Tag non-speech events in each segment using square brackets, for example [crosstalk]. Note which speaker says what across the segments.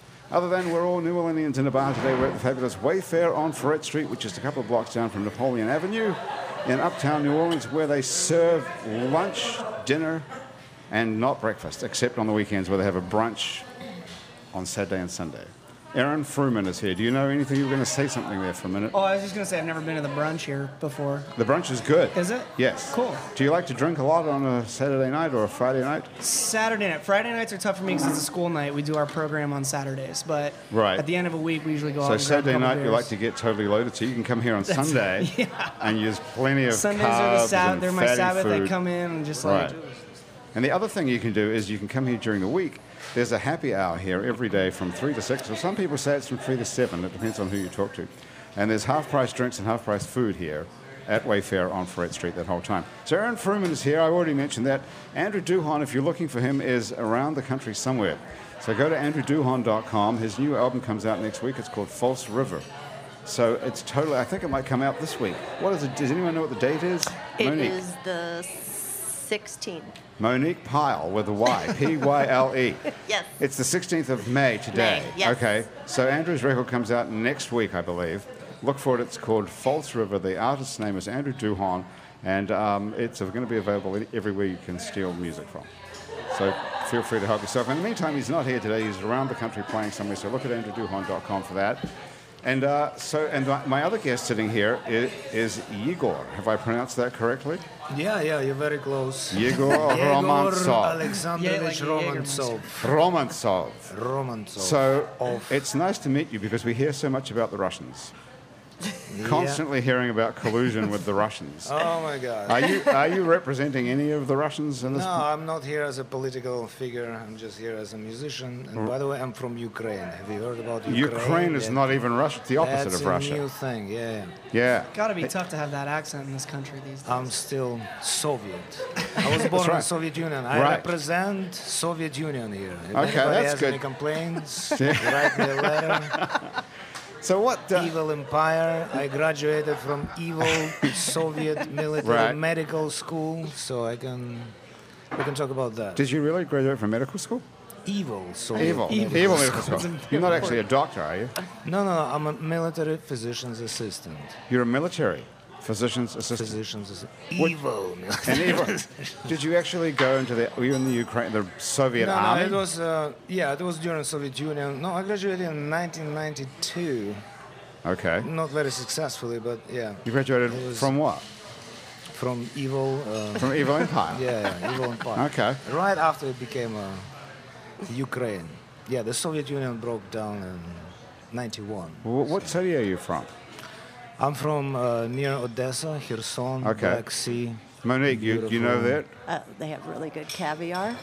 Speaker 1: Other than we're all New Orleanians in a bar today, we're at the fabulous Wayfair on Ferret Street, which is a couple of blocks down from Napoleon Avenue in uptown New Orleans, where they serve lunch, dinner, and not breakfast, except on the weekends where they have a brunch on Saturday and Sunday. Aaron Fruman is here. Do you know anything? You were going to say something there for a minute.
Speaker 2: Oh, I was just gonna say I've never been to the brunch here before.
Speaker 1: The brunch is good.
Speaker 2: Is it?
Speaker 1: Yes.
Speaker 2: Cool.
Speaker 1: Do you like to drink a lot on a Saturday night or a Friday night?
Speaker 2: Saturday night, Friday nights are tough for me because it's a school night. We do our program on Saturdays, but
Speaker 1: Right.
Speaker 2: at the end of a week we usually go out.
Speaker 1: So
Speaker 2: and grab a
Speaker 1: Saturday
Speaker 2: couple
Speaker 1: night you
Speaker 2: beers.
Speaker 1: like to get totally loaded, so you can come here on Sunday
Speaker 2: [laughs]
Speaker 1: and use plenty of
Speaker 2: Sundays
Speaker 1: carbs
Speaker 2: are the Sabbath.
Speaker 1: and
Speaker 2: They're my
Speaker 1: fatty
Speaker 2: Sabbath.
Speaker 1: food.
Speaker 2: I come in and just
Speaker 1: Right.
Speaker 2: like
Speaker 1: And the other thing you can do is you can come here during the week. There's a happy hour here every day from 3 to 6, or some people say it's from 3 to 7. It depends on who you talk to. And there's half price drinks and half price food here at Wayfair on Fred Street that whole time. So Aaron Fruman is here. I already mentioned that. Andrew Duhon, if you're looking for him, is around the country somewhere. So go to andrewduhon.com. His new album comes out next week. It's called False River. So it's totally, I think it might come out this week. What is it? Does anyone know what the date is?
Speaker 3: It is
Speaker 1: Monique.
Speaker 3: the 16th.
Speaker 1: Monique Pyle with a Y, P Y L E.
Speaker 3: Yes.
Speaker 1: It's the 16th of May today.
Speaker 3: May, yes.
Speaker 1: Okay, so Andrew's record comes out next week, I believe. Look for it. It's called False River. The artist's name is Andrew Duhon, and um, it's going to be available e-, everywhere you can steal music from. So feel free to help yourself. In the meantime, he's not here today. He's around the country playing somewhere. So look at andrewduhon.com for that. And uh, so, and my- my other guest sitting here is, is Igor. Have I pronounced that correctly?
Speaker 4: Yeah, yeah, you're very close.
Speaker 1: Igor Romansov.
Speaker 2: Yeah, like
Speaker 4: Alexandrovich
Speaker 2: a
Speaker 4: Romansov.
Speaker 1: Romansov.
Speaker 4: Romansov.
Speaker 1: So
Speaker 4: of
Speaker 1: it's nice to meet you because we hear so much about the Russians.
Speaker 4: yeah.
Speaker 1: Constantly hearing about collusion with the Russians.
Speaker 4: Oh my God.
Speaker 1: Are you are you representing any of the Russians in this?
Speaker 4: no, I'm not here as a political figure. I'm just here as a musician. And by the way, I'm from Ukraine. Have you heard about Ukraine?
Speaker 1: Ukraine, is
Speaker 4: Yeah.
Speaker 1: not even Russia. It's the opposite
Speaker 4: That's
Speaker 1: of Russia.
Speaker 4: a new thing. Yeah.
Speaker 1: Yeah.
Speaker 2: gotta be tough to have that accent in this country these days.
Speaker 4: I'm still Soviet.
Speaker 1: [laughs]
Speaker 4: I was born
Speaker 1: right.
Speaker 4: in Soviet Union. I
Speaker 1: Right.
Speaker 4: represent Soviet Union here. If
Speaker 1: Okay,
Speaker 4: anybody
Speaker 1: that's
Speaker 4: has
Speaker 1: good.
Speaker 4: any
Speaker 1: [laughs]
Speaker 4: complaints, write me a letter.
Speaker 1: So what? Uh,
Speaker 4: evil empire. I graduated from evil
Speaker 1: [laughs]
Speaker 4: Soviet military
Speaker 1: Right.
Speaker 4: medical school, so I can we can talk about that.
Speaker 1: did you really graduate from medical school?
Speaker 4: evil Soviet.
Speaker 1: Evil. Evil,
Speaker 4: medical
Speaker 1: medical
Speaker 4: school.
Speaker 1: school. You're not actually a doctor, are you?
Speaker 4: No, no, no. I'm a military physician's assistant.
Speaker 1: You're a military physician's assistant.
Speaker 4: Physician's assistant.
Speaker 1: What-
Speaker 4: Evil. military-
Speaker 1: And [laughs] evil. Did you actually go into the? Were you in the Ukraine, the Soviet
Speaker 4: No, no,
Speaker 1: army?
Speaker 4: it was uh, yeah, it was during Soviet Union. No, I graduated in 1992.
Speaker 1: okay.
Speaker 4: Not very successfully, but yeah,
Speaker 1: You graduated
Speaker 4: It was-
Speaker 1: from what?
Speaker 4: from evil. Uh,
Speaker 1: From evil empire.
Speaker 4: Yeah, yeah, evil empire.
Speaker 1: Okay.
Speaker 4: Right after it became uh, Ukraine. Yeah, the Soviet Union broke down in 91.
Speaker 1: Wh- What city are you from?
Speaker 4: I'm from uh, near Odessa, Kherson,
Speaker 1: Okay.
Speaker 4: Black Sea.
Speaker 1: Monique, you, you know that?
Speaker 4: Beautiful.
Speaker 3: Uh, they have really good caviar,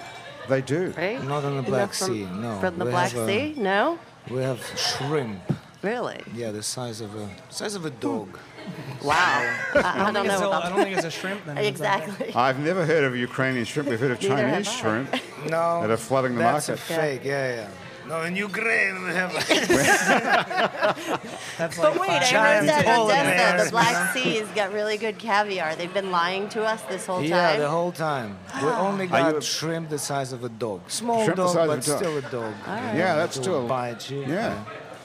Speaker 1: They do.
Speaker 3: right?
Speaker 4: Not on the
Speaker 3: Isn't that
Speaker 4: Black
Speaker 3: from,
Speaker 4: Sea, no.
Speaker 3: From the
Speaker 4: We
Speaker 3: Black
Speaker 4: have, uh,
Speaker 3: Sea? No?
Speaker 4: We have shrimp.
Speaker 3: Really?
Speaker 4: Yeah, the size of a size of a dog.
Speaker 3: Wow. I, I don't
Speaker 2: think it's a-
Speaker 3: know
Speaker 2: I
Speaker 3: about
Speaker 2: don't think it's a shrimp then. it's like-
Speaker 3: Exactly.
Speaker 1: I've never heard of Ukrainian shrimp. We've heard of
Speaker 4: [laughs]
Speaker 3: Neither have
Speaker 1: Chinese
Speaker 3: I.
Speaker 1: shrimp.
Speaker 4: No.
Speaker 1: That are flooding the
Speaker 4: that's
Speaker 1: market.
Speaker 4: a fake. Yeah, yeah. No, in Ukraine we
Speaker 3: [laughs]
Speaker 4: have
Speaker 2: That's
Speaker 3: But
Speaker 2: like
Speaker 3: wait, I
Speaker 2: five-
Speaker 3: heard
Speaker 4: Giant
Speaker 3: that
Speaker 4: polar
Speaker 3: Odessa,
Speaker 4: bears.
Speaker 3: the Black Sea's got really good caviar. They've been lying to us this whole
Speaker 4: Yeah,
Speaker 3: time. Ah.
Speaker 4: the whole time. We only
Speaker 1: Are
Speaker 4: got
Speaker 1: you a-
Speaker 4: shrimp the size of a dog. Small
Speaker 1: Shrimp the
Speaker 4: dog,
Speaker 1: size of
Speaker 4: but
Speaker 1: a dog.
Speaker 4: still a dog.
Speaker 1: Yeah, that's still.
Speaker 4: bite you.
Speaker 1: Yeah.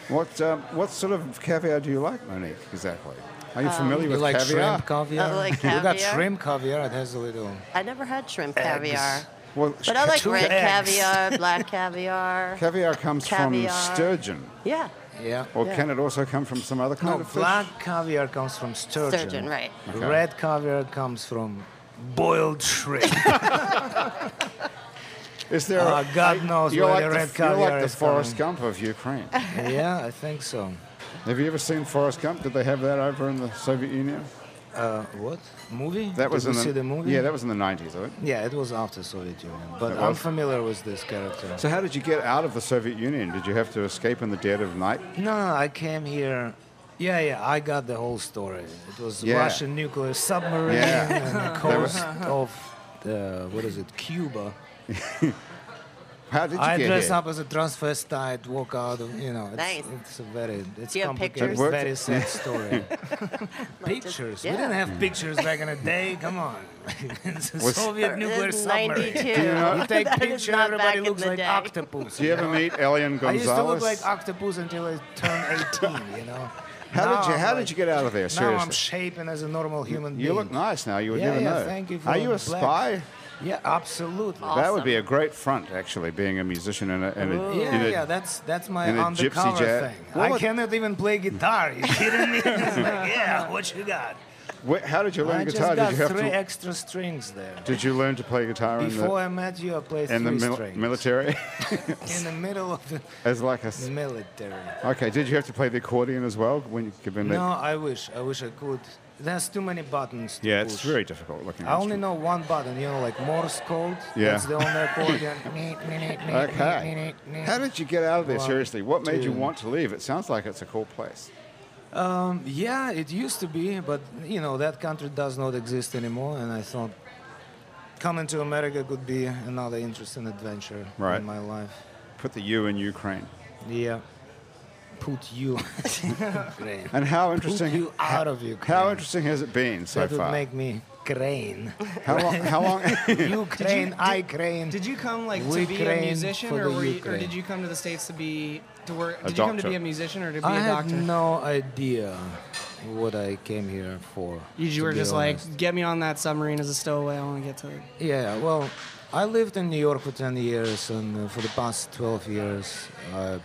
Speaker 1: What um, what sort of caviar do you like, Monique? Exactly. Are you familiar
Speaker 4: Um,
Speaker 1: with
Speaker 4: You like
Speaker 1: caviar?
Speaker 4: shrimp caviar?
Speaker 3: I Oh, like
Speaker 4: We got
Speaker 3: caviar.
Speaker 4: shrimp caviar. It has a little.
Speaker 3: I never had shrimp caviar.
Speaker 1: well,
Speaker 3: But I like
Speaker 4: Two
Speaker 3: red
Speaker 4: eggs.
Speaker 3: caviar,
Speaker 4: [laughs]
Speaker 3: black caviar.
Speaker 1: caviar comes
Speaker 3: Caviar.
Speaker 1: from sturgeon,
Speaker 3: Yeah.
Speaker 4: Yeah.
Speaker 1: or
Speaker 3: Yeah.
Speaker 1: can it also come from some other kind
Speaker 4: No,
Speaker 1: of fish?
Speaker 4: black caviar comes from sturgeon.
Speaker 3: Sturgeon, right.
Speaker 1: Okay.
Speaker 4: Red caviar comes from boiled shrimp. [laughs]
Speaker 1: Is there?
Speaker 4: Uh, God
Speaker 1: I-
Speaker 4: knows
Speaker 1: you're
Speaker 4: where
Speaker 1: like
Speaker 4: the red
Speaker 1: You're like
Speaker 4: caviar
Speaker 1: the
Speaker 4: is
Speaker 1: Forrest Gump of Ukraine.
Speaker 4: yeah, I think so.
Speaker 1: Have you ever seen Forrest Gump? Did they have that over in the Soviet Union?
Speaker 4: Uh, what movie?
Speaker 1: That was
Speaker 4: Did
Speaker 1: in
Speaker 4: you
Speaker 1: the,
Speaker 4: see the movie?
Speaker 1: Yeah, that was in the 90s, I think.
Speaker 4: Yeah, it was after Soviet Union, but
Speaker 1: It
Speaker 4: I'm
Speaker 1: was?
Speaker 4: familiar with this character.
Speaker 1: So how did you get out of the Soviet Union? Did you have to escape in the dead of night?
Speaker 4: No, no, I came here. Yeah, yeah, I got the whole story. It was
Speaker 1: Yeah.
Speaker 4: Russian nuclear submarine
Speaker 1: Yeah.
Speaker 4: and the
Speaker 1: There was-
Speaker 4: coast of uh, what is it, Cuba.
Speaker 1: How did you
Speaker 4: I
Speaker 1: get
Speaker 4: dressed
Speaker 1: here?
Speaker 4: up as a transvestite, walk out. Of, you know, it's,
Speaker 3: Nice.
Speaker 4: it's a very, it's
Speaker 3: Do you have
Speaker 4: complicated,
Speaker 1: pictures?
Speaker 4: very sad
Speaker 1: [laughs]
Speaker 4: story. pictures? We
Speaker 3: yeah.
Speaker 4: didn't have pictures back in the day. Come on, [laughs] it's a
Speaker 1: Was-
Speaker 4: Soviet nuclear
Speaker 3: This is [laughs]
Speaker 4: submarine.
Speaker 3: 92. Do you know-
Speaker 4: You take
Speaker 3: That is
Speaker 4: picture,
Speaker 3: not back
Speaker 4: everybody
Speaker 3: in
Speaker 4: looks
Speaker 3: the
Speaker 4: like
Speaker 3: day.
Speaker 4: octopus.
Speaker 1: Did you ever meet Elian
Speaker 4: [laughs] I used to look
Speaker 1: Gonzalez?
Speaker 4: like uh, octopus until I turned 18. You know.
Speaker 1: How did
Speaker 4: Now
Speaker 1: you
Speaker 4: I'm
Speaker 1: How
Speaker 4: like-
Speaker 1: did you get out of there?
Speaker 4: Now I'm
Speaker 1: Seriously,
Speaker 4: shaping as a normal human being.
Speaker 1: you look nice now. You would
Speaker 4: Yeah,
Speaker 1: never
Speaker 4: yeah,
Speaker 1: know.
Speaker 4: thank you
Speaker 1: Are
Speaker 4: for
Speaker 1: you a
Speaker 4: black.
Speaker 1: spy?
Speaker 4: Yeah, absolutely.
Speaker 3: Oh,
Speaker 1: That would
Speaker 3: Awesome.
Speaker 1: be a great front, actually, being a musician and a, and a, in
Speaker 4: Yeah,
Speaker 1: a-
Speaker 4: yeah, that's that's my
Speaker 1: in a gypsy
Speaker 4: undercover
Speaker 1: jet.
Speaker 4: thing.
Speaker 1: Well,
Speaker 4: I
Speaker 1: what-
Speaker 4: cannot even play guitar.
Speaker 1: [laughs]
Speaker 4: You kidding me? [laughs] It's like, yeah, what you got?
Speaker 1: Wh- How did you learn
Speaker 4: I just
Speaker 1: guitar?
Speaker 4: got
Speaker 1: Did you have
Speaker 4: three
Speaker 1: to?
Speaker 4: extra strings there.
Speaker 1: Did you learn to play guitar in
Speaker 4: Before
Speaker 1: the
Speaker 4: I met you, I played
Speaker 1: in the
Speaker 4: three
Speaker 1: mil-
Speaker 4: strings [laughs]
Speaker 1: military? [laughs]
Speaker 4: in the middle of the
Speaker 1: As like a s-
Speaker 4: military.
Speaker 1: okay, did you have to play the accordion as well when you given
Speaker 4: No,
Speaker 1: that?
Speaker 4: I wish, I wish I could. There's too many buttons. To
Speaker 1: Yeah, it's
Speaker 4: push.
Speaker 1: very difficult looking.
Speaker 4: I only
Speaker 1: instrument.
Speaker 4: know one button, you know, like Morse code.
Speaker 1: Yeah.
Speaker 4: That's the
Speaker 1: [laughs]
Speaker 4: only accordion. Meet, meet, meet, meet,
Speaker 1: Okay.
Speaker 4: meet, meet.
Speaker 1: How did you get out of there?
Speaker 4: One,
Speaker 1: Seriously, what made you
Speaker 4: two.
Speaker 1: want to leave? It sounds like it's a cool place.
Speaker 4: Um, yeah, it used to be, but you know that country does not exist anymore, and I thought coming to America could be another interesting adventure
Speaker 1: Right.
Speaker 4: in my life.
Speaker 1: Put the U in Ukraine.
Speaker 4: Yeah, put you, [laughs] Ukraine.
Speaker 1: And how
Speaker 4: put
Speaker 1: interesting.
Speaker 4: you out of Ukraine.
Speaker 1: How interesting has it been so
Speaker 4: that would
Speaker 1: far?
Speaker 4: make me
Speaker 2: [laughs]
Speaker 4: crane.
Speaker 1: how long? How long?
Speaker 4: [laughs] Ukraine, I crane.
Speaker 2: Did you come like to
Speaker 4: We
Speaker 2: be a
Speaker 4: train
Speaker 2: musician,
Speaker 4: for
Speaker 2: or,
Speaker 4: the
Speaker 2: were you, or
Speaker 4: Ukraine.
Speaker 2: did you come to the states to be to work?
Speaker 1: A
Speaker 2: did you come to
Speaker 1: doctor.
Speaker 2: be a musician or to be
Speaker 4: I
Speaker 2: a
Speaker 4: had
Speaker 2: doctor?
Speaker 4: no idea what I came here for.
Speaker 2: you
Speaker 4: to
Speaker 2: you were
Speaker 4: be
Speaker 2: just
Speaker 4: honest.
Speaker 2: like, get me on that submarine as a stowaway. I want to get to. The...
Speaker 4: Yeah, well, I lived in New York for 10 years, and uh, for the past 12 years, I,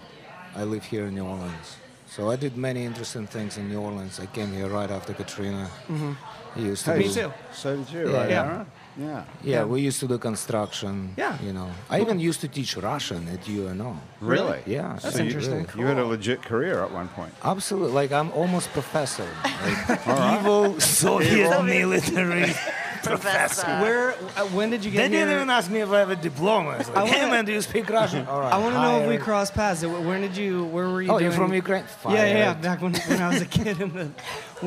Speaker 4: I live here in New Orleans. So I did many interesting things in New Orleans. I came here right after Katrina. Mm-hmm. used to
Speaker 1: Hey,
Speaker 2: Me
Speaker 4: do-
Speaker 2: too.
Speaker 1: so did you,
Speaker 4: Yeah.
Speaker 1: right,
Speaker 2: Yeah.
Speaker 1: Aaron? Yeah.
Speaker 4: Yeah, we used to do construction.
Speaker 2: Yeah.
Speaker 4: You know, I even used to teach Russian at UNO.
Speaker 1: Really?
Speaker 4: Yeah.
Speaker 1: So
Speaker 4: That's
Speaker 1: you-
Speaker 2: interesting.
Speaker 1: You, had a legit career at one point.
Speaker 4: Absolutely. Like, I'm almost professor.
Speaker 2: [laughs]
Speaker 4: Like,
Speaker 1: right.
Speaker 4: Evil Soviet
Speaker 3: Evil.
Speaker 2: [laughs]
Speaker 4: military.
Speaker 3: Professor.
Speaker 2: Where? Uh, when did you
Speaker 4: they
Speaker 2: get
Speaker 4: didn't
Speaker 2: here?
Speaker 4: even ask me if I have a diploma. It's like,
Speaker 2: wanna-
Speaker 4: hey, man, do you speak Russian? All right.
Speaker 2: I want to know if we
Speaker 4: hired.
Speaker 2: crossed paths. Uh, When did you? Where were you?
Speaker 4: Oh,
Speaker 2: doing...
Speaker 4: you're from Ukraine?
Speaker 2: Yeah, yeah, yeah.
Speaker 4: Fired.
Speaker 2: Back when, when
Speaker 4: [laughs]
Speaker 2: I was a kid. In the...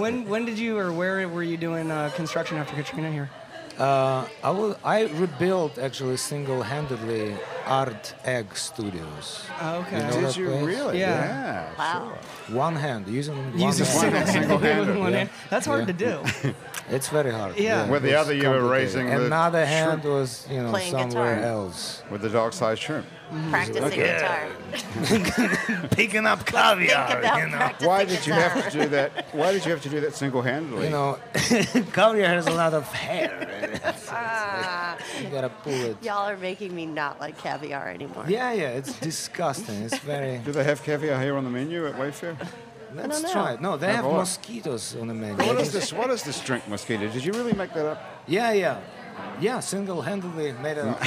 Speaker 2: When when did you or where were you doing uh, construction after Katrina here?
Speaker 4: Uh, I, will, I rebuilt actually single handedly Art Egg Studios.
Speaker 2: Oh, okay.
Speaker 4: You know
Speaker 1: Did
Speaker 4: that
Speaker 1: you
Speaker 4: place?
Speaker 1: really?
Speaker 2: Yeah.
Speaker 1: Yeah,
Speaker 3: Wow.
Speaker 1: sure.
Speaker 4: One hand, using one
Speaker 2: Using
Speaker 1: One
Speaker 4: hand.
Speaker 2: [laughs]
Speaker 1: hand,
Speaker 2: single-
Speaker 1: single-handed,
Speaker 2: one
Speaker 4: yeah.
Speaker 2: hand. That's hard to do.
Speaker 4: [laughs] It's very hard.
Speaker 2: Yeah.
Speaker 1: With the
Speaker 4: it's
Speaker 1: other you were
Speaker 4: complicated.
Speaker 1: raising the
Speaker 4: Another hand
Speaker 1: shrimp.
Speaker 4: was, you know,
Speaker 3: Playing
Speaker 4: somewhere
Speaker 3: guitar.
Speaker 4: else.
Speaker 1: With the dog-sized shrimp.
Speaker 3: Practicing guitar.
Speaker 4: [laughs] Picking up
Speaker 3: Think
Speaker 4: caviar,
Speaker 3: about practicing
Speaker 1: Why did you
Speaker 3: guitar.
Speaker 1: have to do that? Why did you have to do that single-handedly?
Speaker 4: You know, [laughs] caviar has a lot of hair. [laughs] in it. It's like, you gotta pull it.
Speaker 3: Y'all are making me not like caviar anymore.
Speaker 4: Yeah, yeah, it's disgusting.
Speaker 3: [laughs]
Speaker 4: It's very.
Speaker 1: do they have caviar here on the menu at Wayfair?
Speaker 4: Let's
Speaker 3: know.
Speaker 4: try it. No, they
Speaker 1: Have
Speaker 4: have
Speaker 1: what?
Speaker 4: mosquitoes on the menu.
Speaker 1: What
Speaker 4: It's
Speaker 1: is this? What is this drink, mosquito? Did you really make that up?
Speaker 4: Yeah, yeah. Yeah, single-handedly
Speaker 1: [laughs]
Speaker 4: made it up.